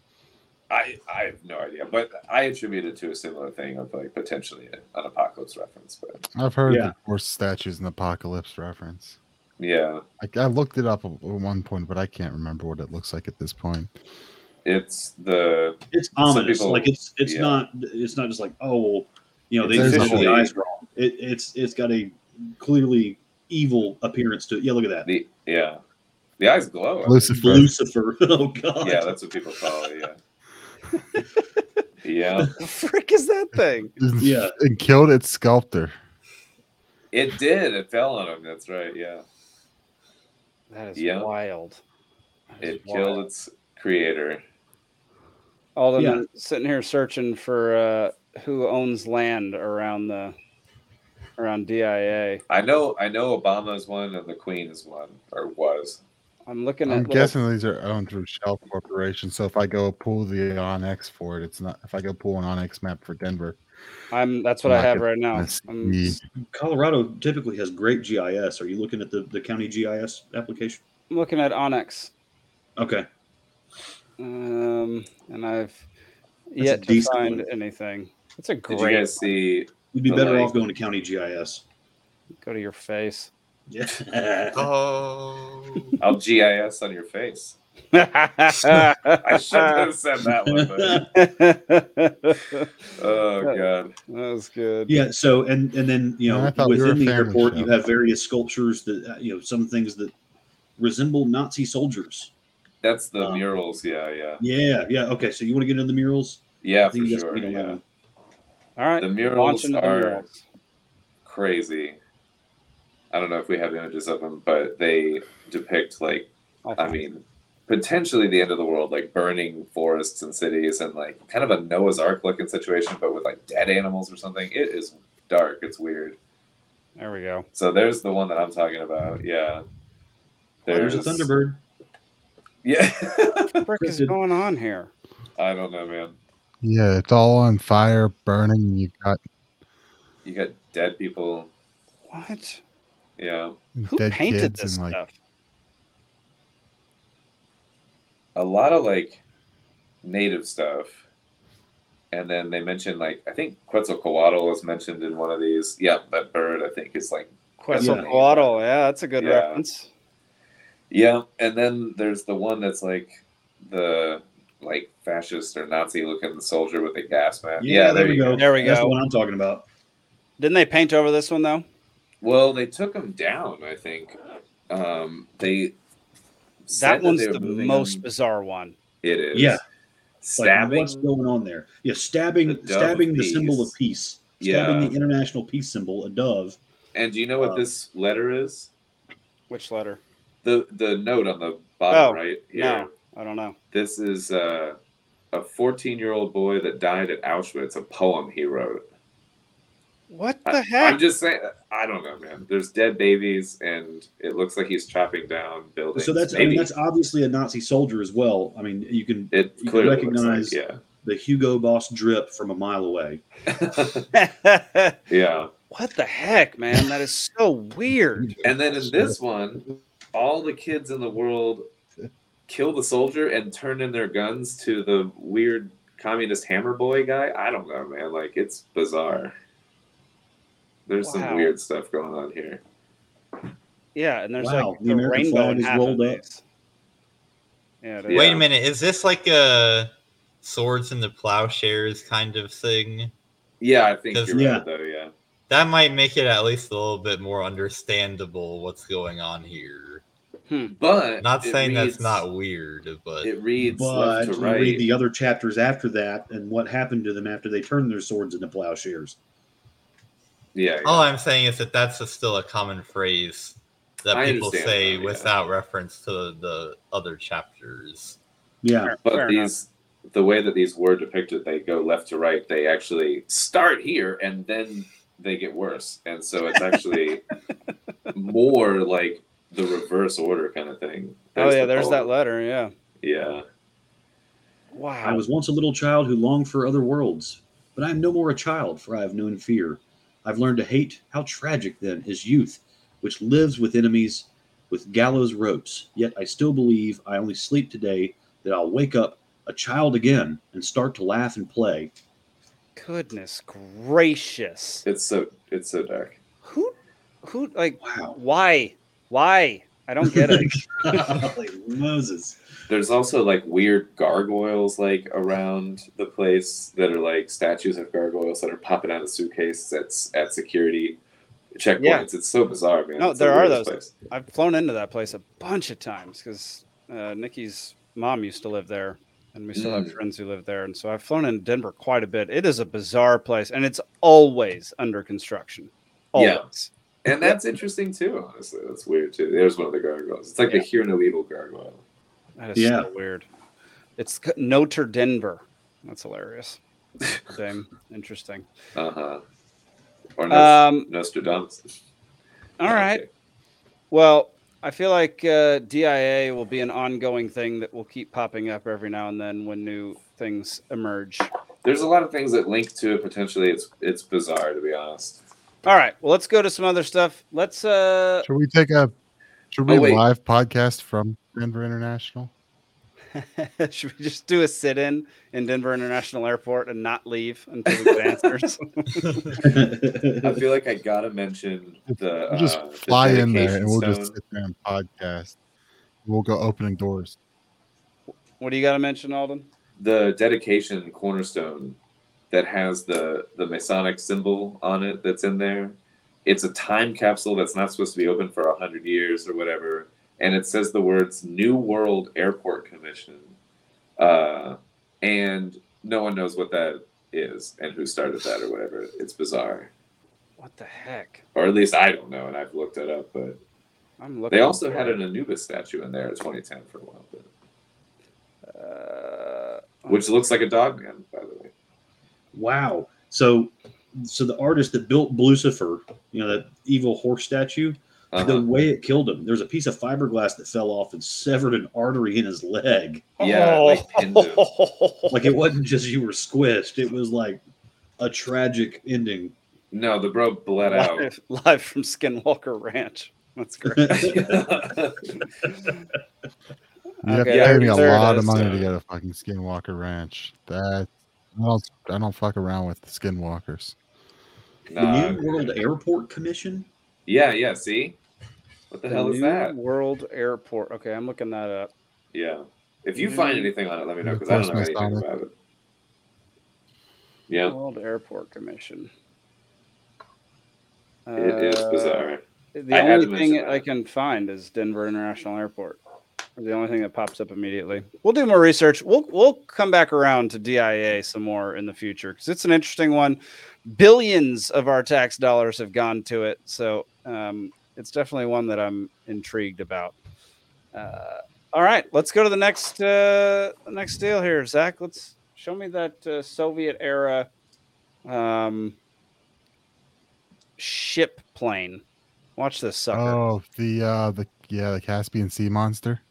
B: I i have no idea but i attribute it to a similar thing of like potentially an apocalypse reference but
G: I've heard
D: Yeah.
G: the horse statues and apocalypse reference.
B: yeah
G: I, I looked it up at one point, but I can't remember what it looks like at this point.
B: it's the
D: It's ominous.
B: Uh, people-
D: like it's it's
B: yeah.
D: not it's not just like oh, you know they
B: It's
D: just did
B: visually-
D: the eyes wrong. It, it's it's got a clearly evil appearance to it. Yeah, look at that.
B: the yeah the eyes glow I mean,
G: Lucifer.
D: Lucifer. [laughs] oh god.
B: yeah that's what people call it yeah
D: [laughs]
B: yeah
A: The frick is that thing?
D: Yeah.
G: and killed its sculptor.
B: it did it fell on him that's right yeah
A: That is
B: Yeah.
A: wild. That is
B: it killed
A: wild.
B: its creator
A: Although
D: Yeah.
A: I'm sitting here searching for uh, who owns land around the around DIA.
B: I know, I know, Obama's one and the Queen is one or was.
A: I'm looking at.
G: I'm
A: little-
G: guessing these are owned through Shell Corporation. So if I go pull the Onyx for it, it's not. If I go pull an Onyx map for Denver,
A: I'm. That's what I have right now. Um, I'm-
D: Colorado typically has great GIS. Are you looking at the, the county GIS application?
A: I'm looking at Onyx,
D: Okay.
A: um, and I've
D: a
A: yet to
D: decent
A: find
D: one.
A: anything. It's a
B: Did
A: great.
B: you guys see?
D: You'd be
B: the,
D: better
B: like-
D: off going to county GIS.
A: Go to your face.
D: Yeah.
C: Oh,
D: [laughs]
B: I'll GIS on
A: [laughs]
B: your face. I
A: I
B: shouldn't have said that one.
A: [laughs]
B: But,
A: that
B: oh god.
A: was good.
D: Yeah. So, and and then you know,
G: I thought we were
D: within
G: a
D: the
G: family
D: airport,
G: show.
D: you have various sculptures that uh, you know some things that resemble Nazi soldiers.
B: That's the
D: Um,
B: murals. Yeah, yeah,
D: Yeah. Yeah. Okay. So you want to get into the murals?
B: yeah,
D: I think
B: for
D: that's-
B: sure.
D: we don't have
B: Yeah.
D: them.
A: All right.
B: The
A: launch
B: murals
A: into the
B: are
A: murals.
B: crazy. I don't know if we have images of them, but they depict like
A: I'll
B: I
A: find it.
B: mean, potentially the end of the world, like burning forests and cities, and like kind of a Noah's Ark looking situation, but with like dead animals or something. It is dark. It's weird.
A: there we go.
B: So there's the one that I'm talking about. Yeah.
D: Oh, There's a Thunderbird.
B: Yeah. [laughs]
A: What the frick is
D: Printed.
A: going on here?
B: I don't know, man.
G: Yeah, it's all on fire, burning. You got
B: You got dead people.
A: What?
B: Yeah.
A: Who
G: dead
A: painted
G: kids
A: this
G: and like
A: stuff?
B: A lot of like native stuff. And then they mentioned like I think Quetzalcoatl was mentioned in one of these. Yeah, that bird I think is like
A: Quetzalcoatl. Yeah. that's a good
B: Yeah.
A: reference.
B: Yeah, and then there's the one that's like the like fascist or Nazi looking soldier with a gas mask. Yeah, there, you go.
A: There we
D: That's the
A: go.
D: one I'm talking about.
A: Didn't they paint over this one though?
B: Well, they took him down. I think um, they said
A: That one's
B: they were
A: the
B: moving
A: most
B: him-
A: bizarre one.
B: It is.
D: Yeah. Like,
B: stabbing.
D: what's going on there? Yeah,
B: The
D: stabbing,
B: dove
D: stabbing
B: of
D: the symbol
B: peace.
D: of peace, stabbing
B: Yeah.
D: the international peace symbol, a dove.
B: and do you know what
D: Um,
B: this letter is?
A: Which letter?
B: The the note on the bottom
A: Oh,
B: right here.
A: No, I don't know.
B: This is uh, a 14 year old boy that died at Auschwitz. A poem he wrote.
A: [laughs] What
B: I-
A: the heck?
B: I'm just saying. I don't know, man. There's dead babies, and it looks like he's chopping down buildings.
D: So that's I mean,
B: Maybe.
D: that's obviously a Nazi soldier as well. I mean, you can
B: it.
D: you
B: Clearly
D: recognize-
B: recognize,
D: the Hugo Boss drip from a mile
A: [laughs]
D: away.
B: yeah, [laughs] yeah.
A: what the heck, man? That is so
D: [laughs]
A: weird.
B: And then in this one, all the kids in the world kill the soldier and turn in their guns to the weird communist hammer boy guy. I don't know, man. Like it's bizarre. There's
A: Wow.
B: some weird stuff going on here.
A: Yeah, and there's
D: Wow,
A: like
D: the
A: the
D: American
A: rainbow
D: flag
A: in
D: is
A: half of
D: rolled up.
A: these. Yeah, it is.
B: Yeah.
C: wait a minute. Is this like a swords and the plowshares kind of thing?
B: Yeah, I think you're
D: Yeah.
B: right though. Yeah.
C: That might make it at least a little bit more understandable what's going on here.
A: Hmm.
B: But
C: Not
B: it
C: saying
B: reads-
C: that's not weird, but
B: It reads
D: But
B: left to
D: you
B: right.
D: read the other chapters after that and what happened to them after they turned their swords into plowshares.
B: yeah, yeah.
C: all I'm saying is that that's a, still a common phrase that
B: I
C: people
B: understand
C: say
B: that, yeah.
C: without reference to the other chapters.
D: Yeah.
A: Fair-
B: but
A: fair enough.
B: these the way that these were depicted they go left to right they actually start here and then they get worse and so
A: [laughs]
B: it's actually more like the reverse order kind of thing
A: Oh yeah,
B: the
A: there's that
B: poem.
A: letter. Yeah.
B: yeah
D: I
A: Wow.
D: was once a little child who longed for other worlds, but I am no more a child, for I have known fear. I've learned to hate. How tragic then is youth, which lives with enemies, with gallows ropes. Yet I still believe I only sleep today, that I'll wake up a child again and start to laugh and play.
A: Goodness gracious.
B: it's so it's so dark
A: Who who like
D: Wow.
A: why? Why? I don't get it.
D: Golly, [laughs]
B: [laughs]
D: Moses.
B: there's also like weird gargoyles like around the place that are like statues of gargoyles that are popping out of suitcases at, at security checkpoints it's so bizarre man
A: No,
B: It's the
A: there are
B: weirdest
A: those.
B: place.
A: I've flown into that place a bunch of times because uh, Nikki's mom used to live there, and we still have
B: Mm.
A: friends who live there. And so I've flown in Denver quite a bit. It is a bizarre place, and it's always under construction.
B: Yeah.
A: Always.
B: And that's interesting too, honestly. That's weird too. There's one of the gargoyles. It's like
A: Yeah.
B: the Hear No Evil gargoyle.
A: That is so weird. It's c- Notre Denver. That's
B: [laughs]
A: hilarious. Damn, interesting.
B: Uh huh. Or Nos-
A: Um,
B: Nostradamus.
A: all right. Well, I feel like uh, DIA will be an ongoing thing that will keep popping up every now and then when new things emerge.
B: There's a lot of things that link to it potentially. It's it's bizarre to be honest.
A: All right. Well, let's go to some other stuff. Let's uh
G: Should we take a should we
B: Oh, wait.
G: live podcast from Denver International?
A: [laughs] should we just do a sit-in in Denver International Airport and not leave until we get answers?
B: [laughs] I feel like I gotta mention the
G: We'll just
B: uh, the
G: fly in there
B: dedication
G: and we'll
B: stone.
G: just sit there and podcast. We'll go opening doors.
A: what do you got to mention, Alden?
B: the dedication cornerstone that has the the Masonic symbol on it that's in there. It's a time capsule that's not supposed to be open for a hundred years or whatever, and it says the words "New World Airport Commission," uh, and no one knows what that is and who started that or whatever. It's bizarre,
A: What the heck?
B: or at least I don't know, and I've looked it up. But
A: I'm looking.
B: they also
A: for
B: had
A: it.
B: an Anubis statue in there in 2010 for a while, but,
A: Uh,
B: which looks like a dog man, by the way.
D: Wow. So, so the artist that built Lucifer, you know, that evil horse statue, the
B: Uh-huh.
D: way it killed him, there's a piece of fiberglass that fell off and severed an artery in his leg.
B: Yeah,
E: Oh.
B: it, like, pinned him.
D: [laughs] Like it wasn't just you were squished; it was like a tragic ending.
B: No, the bro bled out.
A: live, [laughs] live from Skinwalker Ranch. That's
G: [laughs]
B: [laughs]
A: great.
G: You have to
A: Okay,
G: pay me a
A: there it
G: lot
A: is.
G: of money to
B: uh,
G: get a fucking Skinwalker Ranch. That I don't, I don't fuck around with the Skinwalkers.
D: the
B: Nah,
D: New World Airport Commission.
B: yeah, yeah. See, what the,
A: The
B: hell is
A: New
B: that?
A: World Airport. Okay, I'm looking that up. Mm-hmm.
B: Yeah. If you
A: New-
B: find anything on it, let me know because I don't know anything
G: Masonic.
B: about it. Yeah,
A: World Airport Commission.
B: it is
A: Uh,
B: bizarre.
A: The
B: I had to
A: only
B: mention
A: thing
B: that.
A: I can find is Denver International Airport. The only thing that pops up immediately. We'll do more research. We'll we'll come back around to DIA some more in the future because it's an interesting one. Billions of our tax dollars have gone to it, so um, it's definitely one that I'm intrigued about. Uh, all right, let's go to the next uh, the next deal here, Zach. Let's show me that uh, Soviet era um, ship plane. Watch this sucker.
G: Oh, the uh, the yeah, the Caspian
D: [laughs]
G: Sea monster.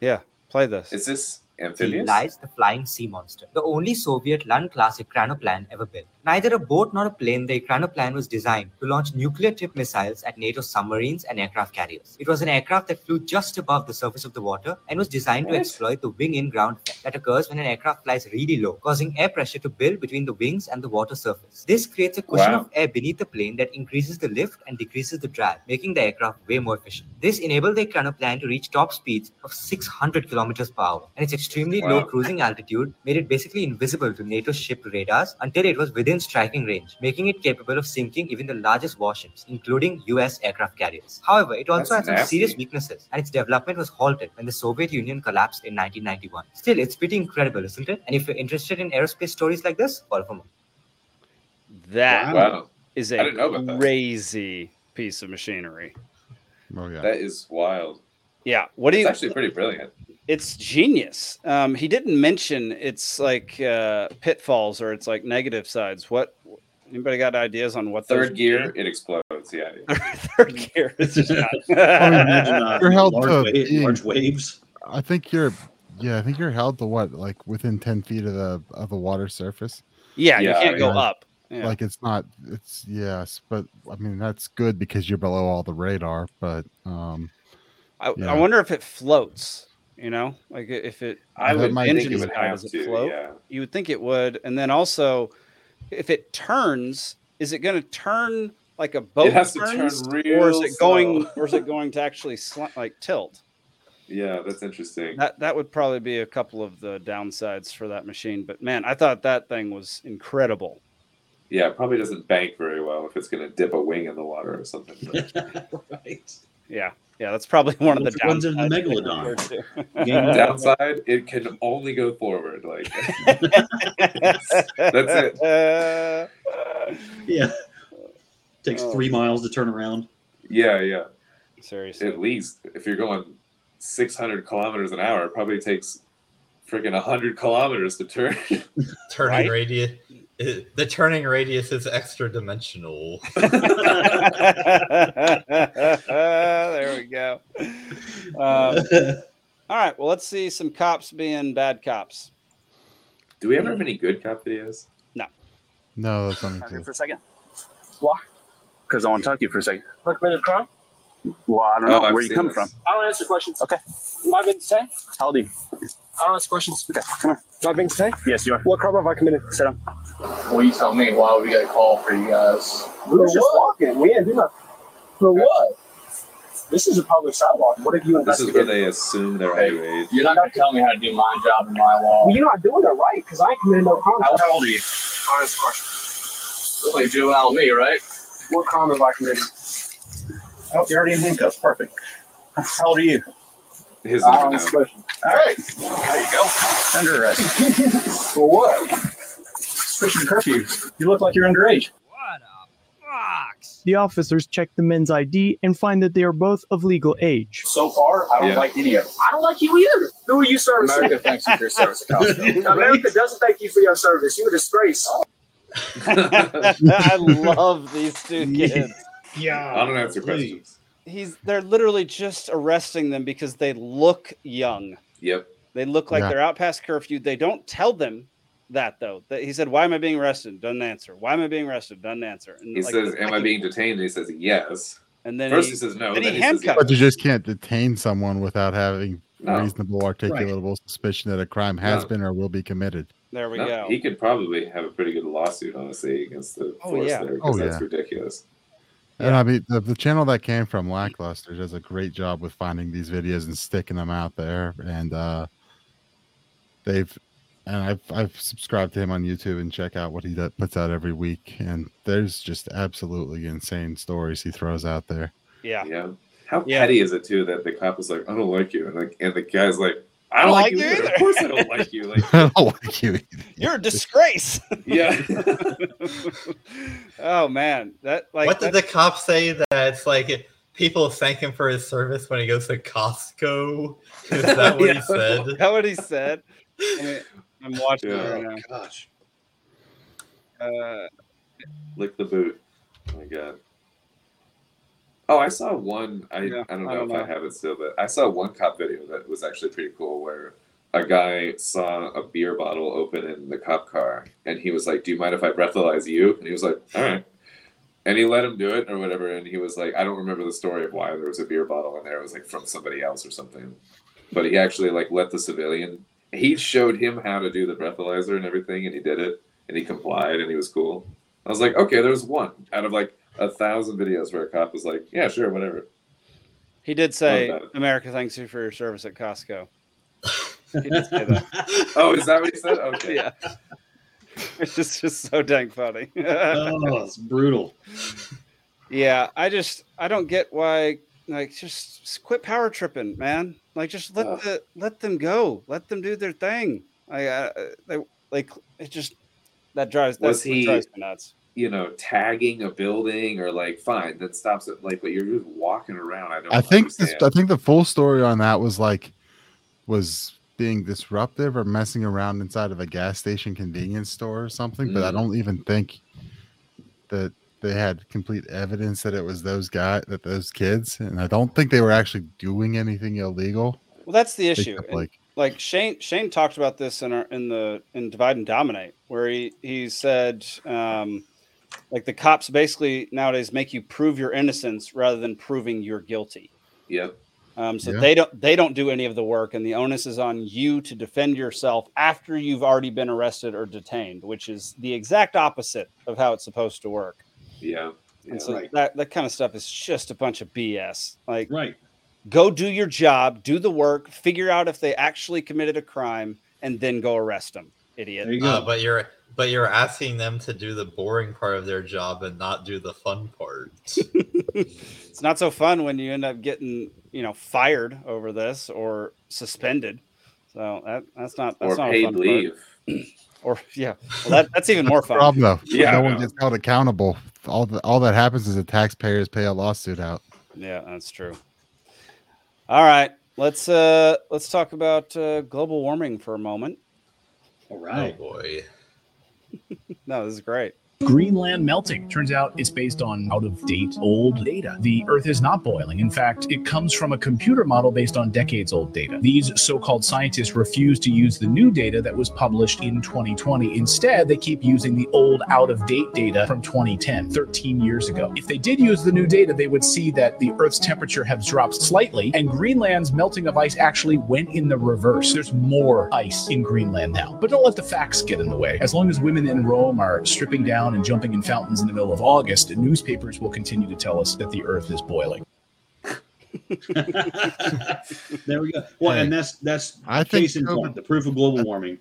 A: Yeah, play this.
B: Is this
H: He
B: amphibious?
H: lies the flying sea monster, the only Soviet land-class Ukranoplan ever built. Neither a boat nor a plane, the Ukranoplan was designed to launch nuclear-tipped missiles at NATO submarines and aircraft carriers. It was an aircraft that flew just above the surface of the water and was designed to
B: What?
H: exploit the wing-in ground effect that occurs when an aircraft flies really low, causing air pressure to build between the wings and the water surface. This creates a cushion
B: Wow.
H: of air beneath the plane that increases the lift and decreases the drag, making the aircraft way more efficient. This enabled the Ekranoplan to reach top speeds of 600 kilometers per hour, and its extremely low
B: Wow.
H: cruising altitude made it basically invisible to NATO ship radars until it was within striking range, making it capable of sinking even the largest warships, including US aircraft carriers. However, it also
B: That's
H: had some
B: nasty.
H: serious weaknesses, and its development was halted when the Soviet Union collapsed in 1991. Still, it's pretty incredible, isn't it? And if you're interested in aerospace stories like this, follow for more.
A: That
B: Wow,
A: is
B: I didn't know about
A: a
B: that.
A: crazy piece of machinery.
G: Oh yeah,
B: that is wild.
A: Yeah. What do
B: It's
A: you?
B: actually pretty brilliant.
A: It's genius. Um, he didn't mention it's like uh, pitfalls or it's like negative sides. What? Anybody got ideas on what those
B: Third gear, it explodes. Yeah, yeah.
A: [laughs] third gear is?
G: [laughs]
A: Not... [laughs]
D: Imagine, uh,
G: You're held
D: large,
G: to
D: wa-
G: being-
D: large waves.
G: I think you're. Yeah, I think you're held to what, like within ten feet of the of the water surface.
A: yeah, you
B: Yeah,
A: can't go
G: yeah.
A: up. Yeah.
G: Like it's not. It's yes, but I mean that's good because you're below all the radar. But um,
A: I,
G: yeah.
A: I wonder if it floats. You know, like if it.
B: I
G: That
B: would
G: might
B: think
G: be-
B: it would
A: How
B: have
A: does it
B: to.
A: float?
B: Yeah,
A: you would think it would. And then also, if it turns, is it going to turn like a boat
B: has to turn
A: turns, or is
B: real
A: it going,
B: slow.
A: or is it going to actually slant, like tilt?
B: yeah, that's interesting.
A: That that would probably be a couple of the downsides for that machine. But man, I thought that thing was incredible.
B: Yeah, it probably doesn't bank very well if it's going to dip a wing in the water or something. but-
D: Right.
A: Yeah, yeah, that's probably [laughs] one of the
D: Once it runs
A: downsides.
D: into the megalodon.
A: [laughs]
D: Game-
B: Downside, it can only go forward.
A: [laughs]
B: Like [laughs] That's
A: it. [laughs]
D: yeah. Takes
A: Oh.
D: three miles to turn around.
B: Yeah, yeah.
A: Seriously,
B: At least if you're going 600 kilometers an hour, it probably takes freaking 100 kilometers to turn.
C: Turning
A: Right?
C: radius. The turning radius is extra dimensional.
A: there we go. Um, All right. Well, let's see some cops being bad cops.
B: Do we ever have any good cop videos?
G: No, that's not me
E: here
G: too.
E: for a second. Why? Because I want to talk to you for a second. Who committed a crime? Well, I don't
B: Oh,
E: know
B: I've
E: where you
B: seen
E: come
B: this.
E: from. I don't answer questions. Okay. Am I being detained? How old are you? I don't answer questions. Okay, come here. Am I being detained? Yes, you are. What crime have I committed? Sit down. Will you tell me why we got a call for you guys? We were just walking. We didn't do nothing. For what? This is a public sidewalk. What have you
B: This is where they assume they're underage.
E: You're not going to tell me how to do my job and my law. Well, you're not doing it right because I ain't committed no crime. How old are you? Honest question. Look like juvenile me, right? What crime have I committed? Oh, you're already in handcuffs. Perfect. How old are you?
B: His name now.
E: question. All right. There you go. Under arrest. well, what? Switching curfew. You look like you're underage.
M: The officers check the men's ID and find that they are both of legal age.
E: So far, I don't
B: Yeah.
E: like any of them. I don't like you either. Who are you serving? America thanks you for your service. [laughs] America doesn't thank you for your service. You're a [laughs] disgrace.
A: [laughs] I love these two kids.
B: I don't answer questions.
A: He's they're literally just arresting them because they look young.
B: Yep.
A: They look like
G: Yeah.
A: they're out past curfew. They don't tell them that though. That he said, "Why am I being arrested?" Doesn't answer. Why am I being arrested? Doesn't answer. And
B: He
A: like,
B: says,
A: the [laughs]
B: "Am I
A: second-
B: being detained?" And he says, "Yes."
A: And then
B: First
A: he,
B: he says no.
A: then
B: Then,
A: he
B: he, says yes.
A: handcuffed
G: But you just can't detain someone without having
B: No.
G: reasonable, articulatable suspicion that a crime has been or will be committed.
A: there we
B: No,
A: go.
B: He could probably have a pretty good lawsuit, honestly, against the
A: Oh,
B: force
A: yeah.
B: there because
G: Oh,
B: that's
G: yeah.
B: ridiculous.
G: And I mean, the, the channel that came from Lackluster does a great job with finding these videos and sticking them out there. And uh, they've, and I've, I've subscribed to him on YouTube and check out what he do- puts out every week. And there's just absolutely insane stories he throws out there. [laughs]
A: yeah.
B: Yeah. How
A: Yeah.
B: petty is it too that the cop is like, "I don't like you," and like, and the guy's like, "I don't, like, you either. Of course, I
A: [laughs]
B: don't like you. Like,
G: I don't like you.
A: You're a disgrace. [laughs]
B: yeah.
A: oh man, that like
C: what did
A: that-
C: the cop say that it's like people thank him for his service when he goes to Costco? Is that what
A: [laughs] Yeah.
C: he said?
A: that what he said? I mean, I'm watching
B: Yeah.
E: Oh,
A: it right
D: Gosh.
A: now. Uh,
B: Lick the boot. Oh my god. Oh, I saw one. I,
A: Yeah,
B: I don't know
A: I don't
B: if I
A: know.
B: have it still, but I saw one cop video that was actually pretty cool where a guy saw a beer bottle open in the cop car and he was like, Do you mind if I breathalyze you? And he was like, All right. And he let him do it or whatever. And he was like, I don't remember the story of why there was a beer bottle in there. It was like from somebody else or something. But he actually like let the civilian. He showed him how to do the breathalyzer and everything, and he did it, and he complied, and he was cool. I was like, okay, there's one out of like a thousand videos where a cop was like, yeah, sure, whatever.
A: He did say,
B: Love
A: "America thanks you for your service at
B: [laughs]
A: Costco." He did say that.
B: Oh, is that what he said? Okay.
A: yeah, [laughs] it's just just so dang funny. [laughs]
D: Oh, it's brutal.
A: yeah, I just I don't get why like just s- quit power tripping, man. Like just let
B: Ugh.
A: the let them go, let them do their thing. Like I, they, like it just that drives that
B: Was he-
A: drives me nuts.
B: You know, tagging a building or like, fine, that stops it. Like, but you're just walking around. I don't.
G: I think this, I
B: understand.
G: think the full story on that was like was being disruptive or messing around inside of a gas station convenience store or something, but I
B: Mm.
G: don't even think that they had complete evidence that it was those guy that those kids and I don't think they were actually doing anything illegal.
A: Well, that's the
G: They
A: issue.
G: kept,
A: and-
G: like
A: like Shane Shane talked about this in our in the in Divide and Dominate, where he he said um, like the cops basically nowadays make you prove your innocence rather than proving you're guilty.
B: Yep.
A: Um, so
G: Yeah.
A: they don't they don't do any of the work, and the onus is on you to defend yourself after you've already been arrested or detained, which is the exact opposite of how it's supposed to work.
B: Yeah.
A: and
B: yeah.
A: so
D: right.
A: that that kind of stuff is just a bunch of BS. Like
D: Right.
A: go do your job, do the work, figure out if they actually committed a crime, and then go arrest them,
D: There
A: idiot.
D: you go.
C: Uh, but you're but you're asking them to do the boring part of their job and not do the fun part.
A: It's not so fun when you end up getting you know fired over this or suspended. So that, that's not that's
B: or
A: not a
B: paid
A: fun part.
B: leave.
A: Or yeah, well, that, that's even more fun.
G: problem though.
B: Yeah,
G: no
B: I
G: one
B: know.
G: gets held accountable. All the, all that happens is the taxpayers pay a lawsuit out.
A: Yeah, that's true. All right, let's uh let's talk about uh, global warming for a moment.
D: All
C: Oh
D: right.
C: boy.
A: [laughs] No, this is great.
N: Greenland melting. Turns out it's based on out of date old data. The Earth is not boiling. In fact, it comes from a computer model based on decades old data. These so called scientists refuse to use the new data that was published in 2020. Instead, they keep using the old out of date data from 2010, 13 years ago. If they did use the new data, they would see that the Earth's temperature has dropped slightly and Greenland's melting of ice actually went in the reverse. There's more ice in Greenland now. But don't let the facts get in the way. As long as women in Rome are stripping down and jumping in fountains in the middle of August, newspapers will continue to tell us that the Earth is boiling.
D: there we go. Well, and that's that's
G: I think
D: case in
G: so.
D: point. The proof of global warming.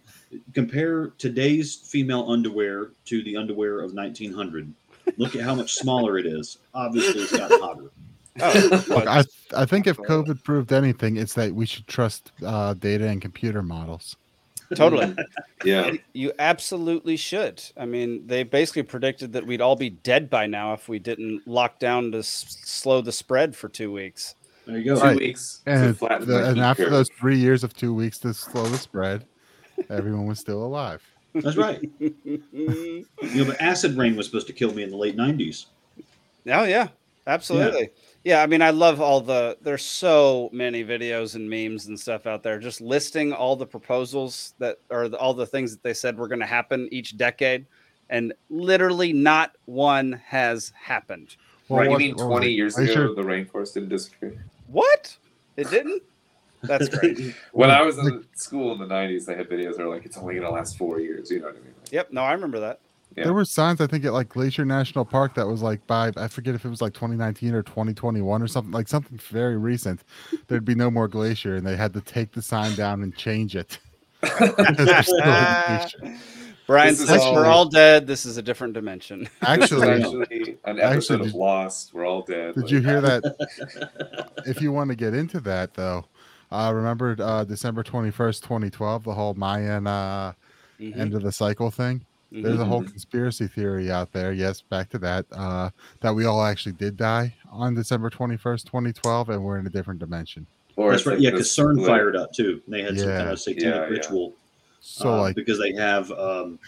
D: Compare today's female underwear to the underwear of 1900. Look at how much smaller it is. Obviously, it's gotten hotter.
G: Look, I, I think if COVID proved anything, it's that we should trust uh, data and computer models.
A: [laughs]
C: [laughs]
A: Totally.
B: Yeah.
A: And You absolutely should. I mean, they basically predicted that we'd all be dead by now if we didn't lock down to s- slow the spread for two weeks.
D: There you
G: Right. And, the- and after those three years of two weeks to slow the spread, everyone was still [laughs] alive.
D: That's right.
A: [laughs]
D: you know, but acid rain was supposed to kill me in the late 90s.
A: Oh yeah, absolutely. Yeah. I mean, I love all the. There's so many videos and memes and stuff out there, just listing all the proposals that are all the things that they said were going to happen each decade, and literally not one has happened.
B: right, you mean 20 years ago, the rainforest
A: [laughs]
B: didn't disappear?
A: What? It didn't.
G: [laughs]
A: That's great.
B: When I was in school in the 90s, they had videos that were like, it's only going to last four years. You know what I mean?
A: Yep. No, I remember that.
G: There were signs, I think, at like Glacier National Park that was like by, I forget if it was like 2019 or 2021 or something, like something very recent. There'd be no more glacier, and they had to take the sign down and change it. [laughs] Because there's still a glacier. [laughs]
A: Brian
G: This is
A: says
G: all-
A: we're all dead. This is a different dimension.
G: Actually-
B: This is actually an episode
G: actually,
B: of
G: did-
B: Lost. We're all dead.
G: Did
B: Like,
G: you hear
B: [laughs]
G: that? [laughs] if you want to get into that, though, uh, remember uh, December 21st, 2012, the whole Mayan uh,
A: Mhm.
G: end of the cycle thing? There's a whole
A: Mhm.
G: conspiracy theory out there. Yes, back to that. Uh, that we all actually did die on December 21st, 2012, and we're in a different dimension.
D: That's right. Yeah, because CERN fired up too. They had some kind
G: Yeah.
D: of satanic
G: Yeah, yeah.
D: ritual.
G: So,
D: uh,
G: like-
D: because they have um,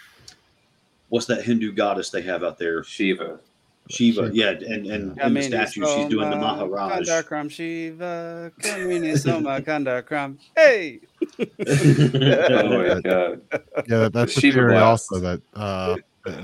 D: what's that Hindu goddess they have out there?
B: Shiva.
D: Shiva. Yeah, and and in the statue, she's doing the
A: uh,
D: Maharaj.
A: Kandakram Shiva. Kamini Soma Kandakram. Hey.
B: [laughs]
A: [laughs]
D: [laughs]
B: oh my god.
G: Yeah, that, that's the
C: Shiva
G: theory
C: blast.
G: also that. Uh,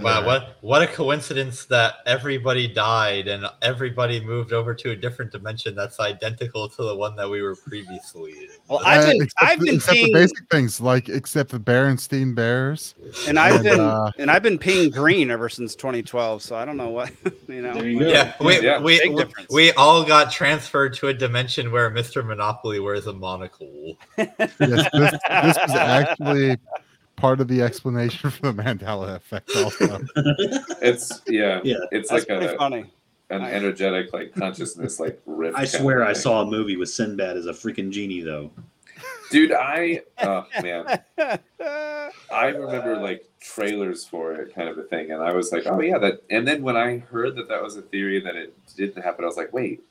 C: Wow, what what a coincidence that everybody died and everybody moved over to a different dimension that's identical to the one that we were previously in.
A: Well,
G: uh, except, [laughs] except the basic things, like except the Berenstein Bears.
A: And I've been
G: uh,
A: and I've been peeing green ever since 2012. So I don't know what [laughs] you know.
C: Yeah, we, we,
A: big
C: we,
A: difference.
C: we all got transferred to a dimension where Mr. Monopoly wears a monocle.
G: [laughs] yes, this, this was actually part of the explanation for the Mandela effect. Also,
B: It's, yeah.
G: Yeah.
B: It's
G: That's
B: like a,
G: pretty funny.
B: an
G: I-
B: energetic, like, consciousness, like,
D: [laughs]
B: rift.
D: I
B: kind of
D: swear I
B: thing.
D: saw a movie with Sinbad as a freaking genie though.
B: Dude, I, oh man.
A: [laughs]
B: I remember like trailers for it, kind of a thing, and I was like, "Oh yeah, that." And then when I heard that that was a theory that it didn't happen, I was like, "Wait,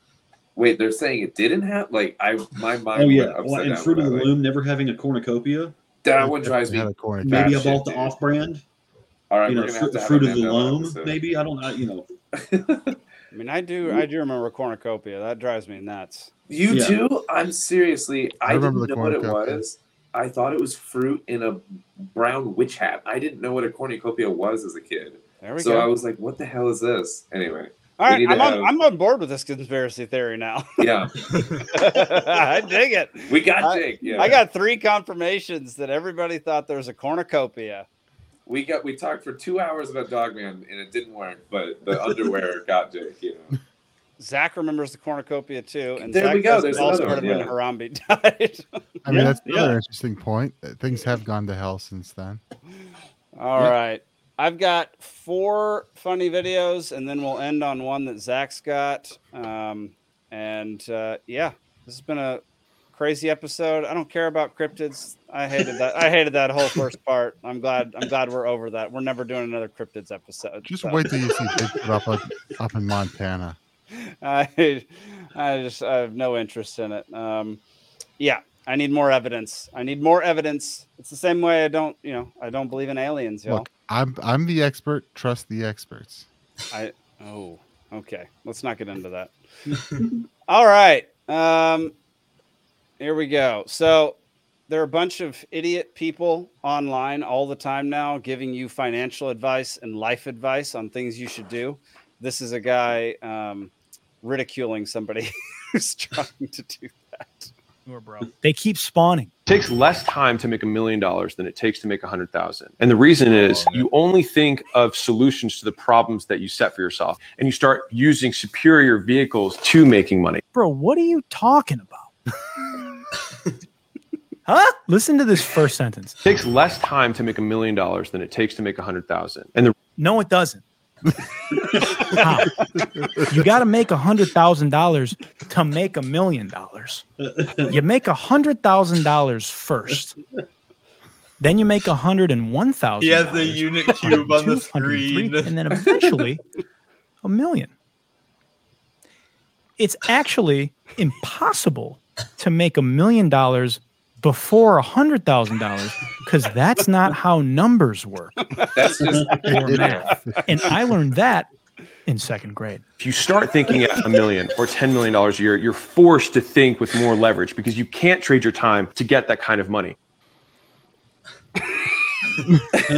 B: wait, they're saying it didn't happen." Like I, my mind.
D: oh
B: went
D: yeah,
B: upside
D: well,
B: down
D: and Fruit of
B: when
D: the
B: I, like-
D: Loom never having a cornucopia.
B: That one drives me.
D: Maybe I
B: batshit,
D: bought the
B: dude.
D: off-brand.
B: All right,
D: you
B: we're
D: know,
B: gonna
D: Fruit,
B: have to have
D: Fruit
B: a
D: of the
B: Mandela
D: Loam.
B: episode.
D: Maybe I don't. I, you
B: [laughs]
D: know,
A: I mean, I do I do remember cornucopia. That drives me nuts.
B: You too? I'm seriously. I,
A: I remember
B: didn't
A: the
B: know what it
A: cornucopia.
B: was. I thought it was fruit in a brown witch hat. I didn't know what a cornucopia was as a kid.
A: There we
B: so
A: go.
B: I was like, "What the hell is this?" Anyway.
A: All
B: we
A: right,
B: need to
A: I'm on,
B: have-
A: I'm on board with this conspiracy theory now.
B: [laughs]
A: [laughs]
B: Yeah.
A: I [laughs] dig it.
B: We got
A: I,
B: Jake, yeah.
A: I got three confirmations that everybody thought there was a cornucopia.
B: We got we talked for two hours about Dogman and it didn't work, but the underwear got Jake. You know,
A: Zach remembers the cornucopia too, and
B: There
A: Zach
B: we go,
A: doesn't
B: there's
A: also
B: another one,
A: remember when
B: yeah.
A: Harambe [laughs] died.
G: I mean, that's another interesting point. Uh, Things have gone to hell since then.
A: All
G: Yeah.
A: right. I've got four funny videos, and then we'll end on one that Zach's got. Um, and uh, yeah, this has been a crazy episode. I don't care about cryptids. I hated that. I hated that whole first part. I'm glad. I'm glad we're over that. We're never doing another cryptids episode.
G: Just
A: so.
G: wait till you
D: [laughs]
G: see Bigfoot up, up up in Montana.
A: [laughs] I, I just I have no interest in it. Um, yeah, I need more evidence. I need more evidence. It's the same way I don't, you know, I don't believe in aliens. Y'all.
G: Look, I'm I'm the expert. Trust the
A: [laughs]
G: experts.
A: I oh okay. Let's not get into that. All right. Um, here we go. So there are a bunch of idiot people online all the time now giving you financial advice and life advice on things you should do. This is a guy um, ridiculing somebody [laughs] who's trying to do that.
O: Or bro.
P: They keep spawning.
Q: takes less time to make a million dollars than it takes to make a hundred thousand. And the reason
P: Oh,
Q: is you only think of solutions to the problems that you set for yourself and you start using superior vehicles to making money.
P: Bro, what are you talking about? huh? Listen to this first sentence.
Q: takes less time to make a million dollars than it takes to make a hundred thousand. And the
P: No, it doesn't. How? You got to make a hundred thousand dollars to make a million dollars. You make a hundred thousand dollars first, then you make a hundred and one thousand.
C: He has the unit cube on the screen.
P: and then eventually a million. It's actually impossible to make a million dollars before a hundred thousand dollars because that's not how numbers work [laughs]
B: That's just
P: or math. And I learned that in second grade.
Q: If you start thinking at a million or $10 million a year, you're forced to think with more leverage because you can't trade your time to get that kind of money.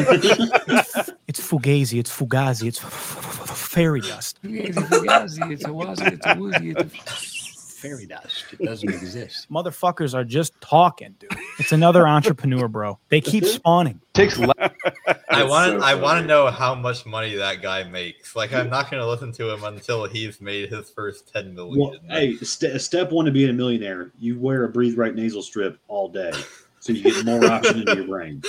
P: It's fugazi, it's fugazi, it's f- f- f- f- fairy dust.
O: It's a fugazi, it's a wazi, it's a woozy, it's [laughs] a fairy dust. It doesn't exist.
P: Motherfuckers are just talking, dude. It's another entrepreneur, bro. They keep spawning.
C: [laughs]
Q: Takes
C: [laughs] I want I want to know how much money that guy makes. Like I'm not going to listen to him until he's made his first 10 million.
D: Well, hey, st- step one to being a millionaire, you wear a breathe right nasal strip all day, so you get more oxygen into your
B: [laughs]
D: brain.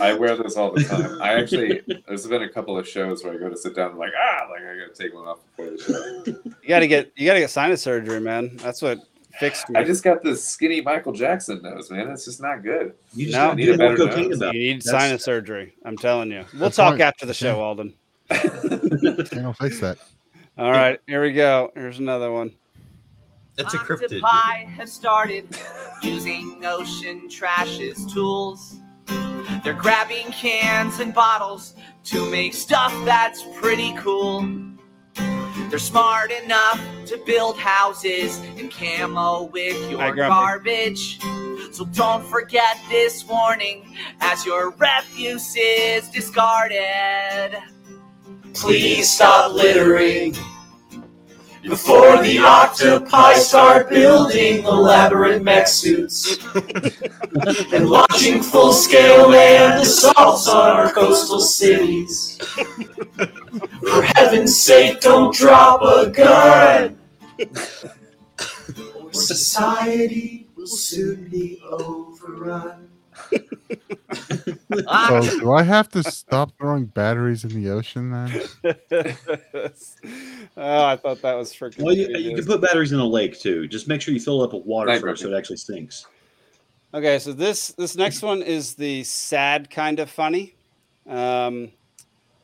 B: I wear this all the time. I actually, there's been a couple of shows where I go to sit down, I'm like, ah, like I gotta take one off before the show.
A: You gotta get you gotta get sinus surgery, man. That's what fixed me.
B: I just got this skinny Michael Jackson nose, man. It's just not good.
A: You
B: I
A: no,
B: need a better nose.
A: You need sinus surgery. I'm telling you. We'll
G: That's
A: talk
G: right.
A: after the show, Alden.
G: I'll fix that.
A: [laughs] All right, here we go. Here's another one.
C: It's a cryptid.
R: Supply have started using ocean trash as tools. They're grabbing cans and bottles to make stuff that's pretty cool. They're smart enough to build houses and camo with
A: Hi,
R: your
A: Grumpy.
R: garbage. So don't forget this warning as your refuse is discarded. Please stop littering
E: Before the octopi start building elaborate mech suits and launching full scale land assaults on our coastal cities. For heaven's sake, don't drop a gun! Or society will soon be overrun.
B: Ah.
A: Ah.
G: So do I have to stop throwing batteries in the ocean then?
A: [laughs] oh, I thought that was freaking.
D: Well, you, you
A: genius.
D: can put batteries in a lake too. Just make sure you fill it up with water
A: Night
D: first, so it actually stinks.
A: Okay, so this this next one is the sad kind of funny. Um,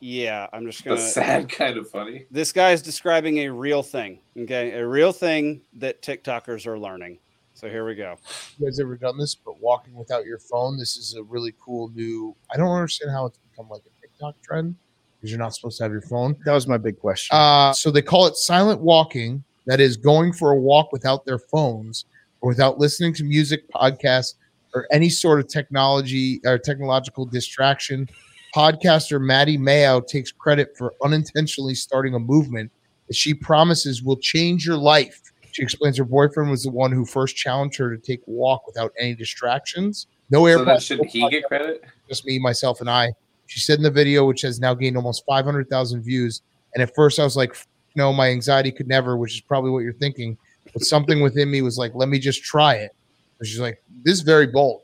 A: yeah, I'm just
B: The
A: gonna
B: sad kind of funny.
A: This guy is describing a real thing. Okay, a real thing that TikTokers are learning. So here we go.
S: you guys ever done this, but walking without your phone, this is a really cool new. I don't understand how it's become like a TikTok trend because you're not supposed to have your phone. That was my big [laughs] question. Uh, so they call it silent walking. That is going for a walk without their phones or without listening to music, podcasts, or any sort of technology or technological distraction. Podcaster Maddie Mayo takes credit for unintentionally starting a movement that she promises will change your life. She explains her boyfriend was the one who first challenged her to take a walk without any distractions. No
B: So then
S: AirPods,
B: shouldn't he get credit?
S: just me, myself, and I. She said in the video, which has now gained almost 500,000 views. And at first I was like, "F- no, my anxiety could never, which is probably what you're thinking. But something within me was like, let me just try it. And she's like, this is very bold.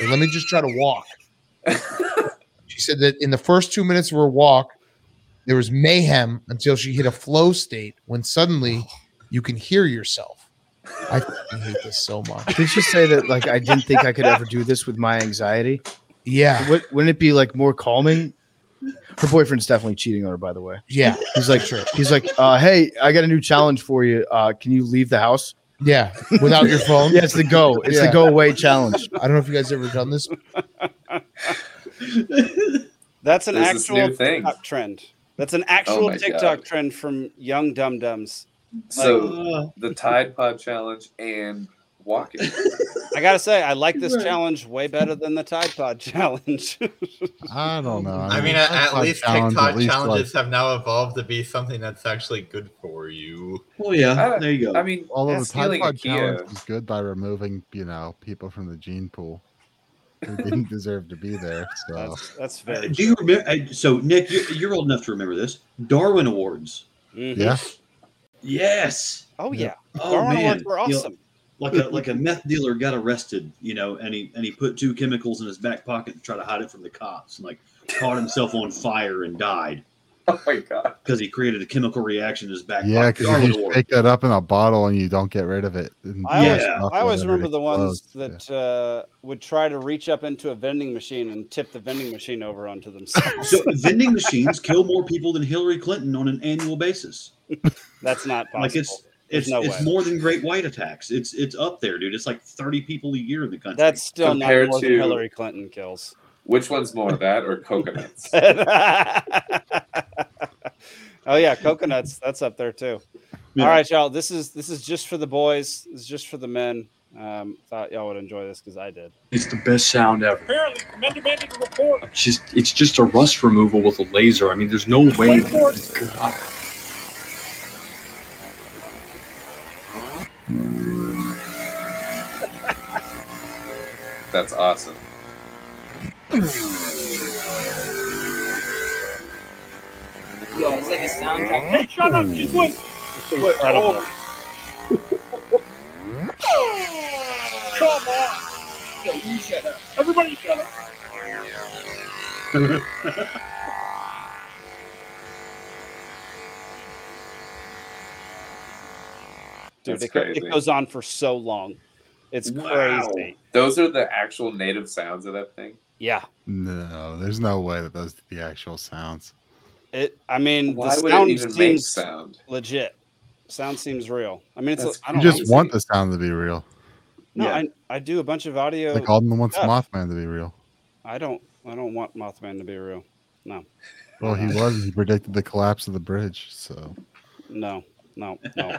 S: And let me just try to walk. she said that in the first two minutes of her walk, there was mayhem until she hit a flow state when suddenly you can hear yourself. I fucking hate this so much.
T: Did she say that like I didn't think I could ever do this with my anxiety?
S: Yeah.
T: Would, wouldn't it be like more calming? Her boyfriend's definitely cheating on her, by the way.
S: Yeah.
T: He's like,
S: Sure.
T: he's like, uh, hey, I got a new challenge for you. Uh, can you leave the house?
S: Yeah.
T: [laughs]
S: Without your phone?
T: yeah, it's the go. It's
S: Yeah.
T: the go away challenge.
S: I don't know if you guys ever done this.
A: That's an
B: There's this
A: actual
B: new thing. Oh
A: TikTok trend. That's an actual
B: my
A: TikTok
B: God.
A: trend from young dum dums. uh.
B: So the Tide Pod challenge and walking.
A: [laughs] I gotta say, I like this
B: Right.
A: challenge way better than the Tide Pod [laughs] challenge. Mm-hmm.
G: I don't know.
C: I mean,
G: I'd
C: at, at
G: like
C: least
G: challenge
C: TikTok
G: at least, like-
C: challenges have now evolved to be something that's actually good for you.
D: Oh,
G: although the Tide Pod challenge is good by removing, you know, people from the gene pool who didn't [laughs] deserve to be there. So
A: that's
D: Uh, Do you remember? uh, So, Nick, you're, you're old enough to remember this Darwin Awards.
G: yeah,
D: Mm-hmm. Yes.
A: Oh
D: Yeah.
A: yeah.
D: Oh
A: Darwin
D: man,
A: Awards were
D: You know,
A: awesome.
D: like a like a meth dealer got arrested, you know, and he and he put two chemicals in his back pocket to try to hide it from the cops, and like caught himself on fire and died.
B: [laughs] Oh my god!
D: Because he created a chemical reaction in his back
G: yeah,
D: pocket.
G: because if
D: Darwin
G: you
D: Award.
G: shake that up in a bottle and you don't get rid of it, and
A: I always,
G: yeah.
A: I always remember the ones that uh, would try to reach up into a vending machine and tip the vending machine over onto themselves.
D: So vending machines kill more people than Hillary Clinton on an annual basis.
A: [laughs] That's not possible.
D: Like it's
A: There's
D: it's
A: no
D: it's
A: way.
D: more than great white attacks. It's it's up there, dude. It's like thirty people a year in the country.
A: That's still not
B: Compared
A: more than
B: to-
A: Hillary Clinton kills.
B: Which one's more, that or coconuts?
A: [laughs] oh yeah, coconuts. That's up there too.
B: Yeah.
A: All right, y'all. This is this is just for the boys. This is just for the men. Um, thought y'all would enjoy this because I did.
U: It's the best sound ever.
A: Apparently, Commander Bandit report.
B: [laughs]
U: It's just it's just a rust removal with a laser. I mean, there's no way. God.
B: That's awesome.
R: Yo, it's like a soundtrack.
E: Hey, shut up, just wait. Wait,
R: incredible.
E: Come on. Yo, you shut up. Everybody shut up.
A: Dude,
B: That's
A: it, go-
B: crazy.
A: it goes on for so long. It's crazy.
B: Those are the actual native sounds of that thing.
A: Yeah.
G: No, there's no way that those the actual sounds.
A: It. I mean,
B: Why
A: the
B: would it
A: sound
B: even
A: seems
B: make sound?
A: legit. Sound seems real. I mean, it's.
B: That's
A: I
G: You
A: don't know.
G: just want the sound to be real.
A: No, I, I do a bunch of audio.
G: Like Alden wants
A: stuff.
G: Mothman to be real.
A: I don't. I don't want Mothman to be real. No. [laughs]
G: Well, he was. He predicted the collapse of the bridge. So
A: No. No.
G: [laughs]
A: No.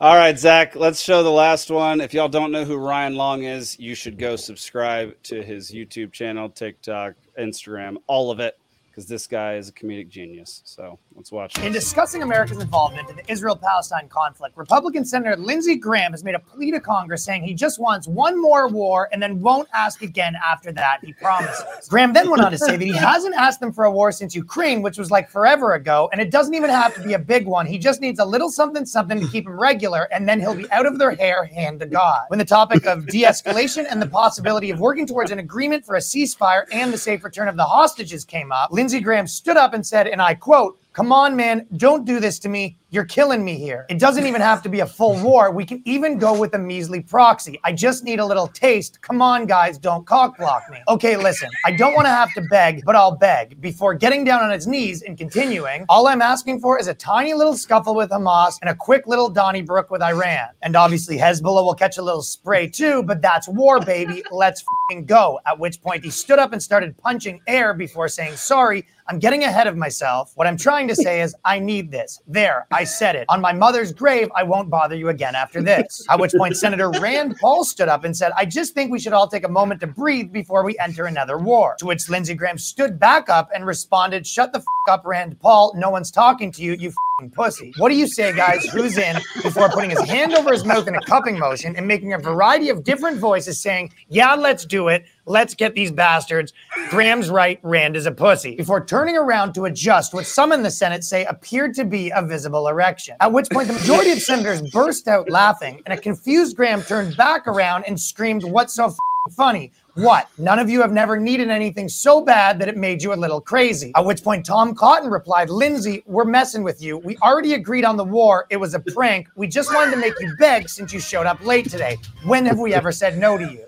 A: All right, Zach. Let's show the last one. If y'all don't know who Ryan Long is, you should go subscribe to his YouTube channel, TikTok, Instagram, all of it, because this guy is a comedic genius. So let's watch.
V: In
A: this.
V: discussing America's involvement in the Israel Palestine conflict, Republican Senator Lindsey Graham has made a plea to Congress saying he just wants one more war and then won't ask again after that, he promises. Graham then went on to say that he hasn't asked them for a war since Ukraine, which was like forever ago, and it doesn't even have to be a big one. He just needs a little something something to keep him regular, and then he'll be out of their hair, hand to God. When the topic of de escalation and the possibility of working towards an agreement for a ceasefire and the safe return of the hostages came up, Lindsey Graham stood up and said, and I quote, Come on, man, don't do this to me. You're killing me here. It doesn't even have to be a full war. We can even go with a measly proxy. I just need a little taste. Come on, guys, don't cock block me. Okay, listen, I don't want to have to beg, but I'll beg. Before getting down on his knees and continuing, all I'm asking for is a tiny little scuffle with Hamas and a quick little Donnybrook with Iran. And obviously, Hezbollah will catch a little spray too, but that's war, baby. [laughs] Let's fing go. At which point, he stood up and started punching air before saying, Sorry, I'm getting ahead of myself. What I'm trying to say is, I need this. There, I said it. On my mother's grave, I won't bother you again after this. At which point, Senator Rand Paul stood up and said, I just think we should all take a moment to breathe before we enter another war. To which Lindsey Graham stood back up and responded, Shut the f up, Rand Paul. No one's talking to you, you fing pussy. What do you say, guys? Who's in? Before putting his hand over his mouth in a cupping motion and making a variety of different voices saying, Yeah, let's do it. Let's get these bastards. Graham's right. Rand is a pussy. Before turning around to adjust what some in the Senate say appeared to be a visible erection. At which point, the majority of senators burst out laughing, and a confused Graham turned back around and screamed, What's so f- funny? What? None of you have never needed anything so bad that it made you a little crazy. At which point, Tom Cotton replied, Lindsay, we're messing with you. We already agreed on the war. It was a prank. We just wanted to make you beg since you showed up late today. When have we ever said no to you?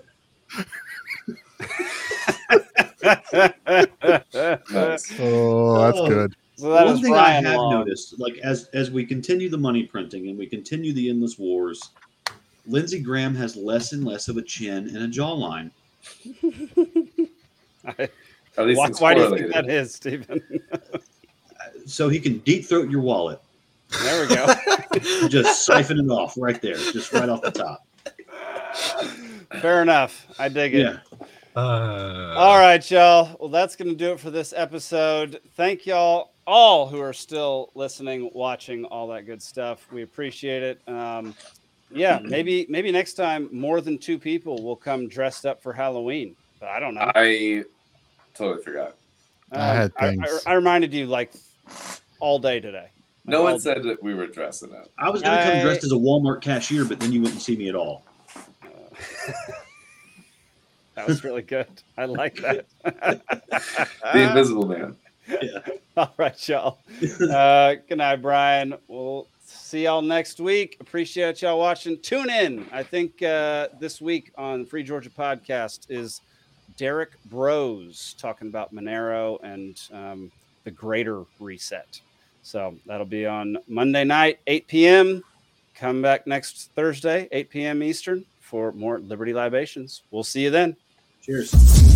G: Oh, that's good.
A: So that
D: One
A: is
D: thing
A: Ryan
D: I have
A: Long.
D: noticed, like as as we continue the money printing and we continue the endless wars, Lindsey Graham has less and less of a chin and a jawline.
B: [laughs] At least
A: why,
B: it's
A: why do you think
B: correlated.
A: that is, Stephen?
D: so he can deep throat your wallet.
A: There we go.
D: [laughs] Just siphon it off right there, just right off the top.
A: [laughs] Fair enough. I dig it.
D: Yeah.
B: Uh,
A: all right, y'all. Well, that's going to do it for this episode. Thank y'all all who are still listening, watching, all that good stuff. We appreciate it. Um,
B: [clears throat]
A: yeah, maybe maybe next time more than two people will come dressed up for Halloween. But I don't know.
B: I totally forgot.
A: Uh,
B: I had
A: I,
B: things.
A: I reminded you like all day today.
B: No one said that we were dressing up.
D: I was going to come
A: I-
D: dressed as a Walmart cashier, but then you wouldn't see me at all.
A: That was really good. I like that.
B: [laughs]
A: uh,
B: The Invisible Man.
A: [laughs] All right, y'all. Uh, good night, Brian. We'll see y'all next week. Appreciate y'all watching. Tune in. I think uh, this week on Free Georgia Podcast is Derek Bros talking about Monero and um, the greater reset. So that'll be on Monday night, 8 p.m. Come back next Thursday, 8 p.m. Eastern, for more Liberty Libations. We'll see you then.
D: Cheers.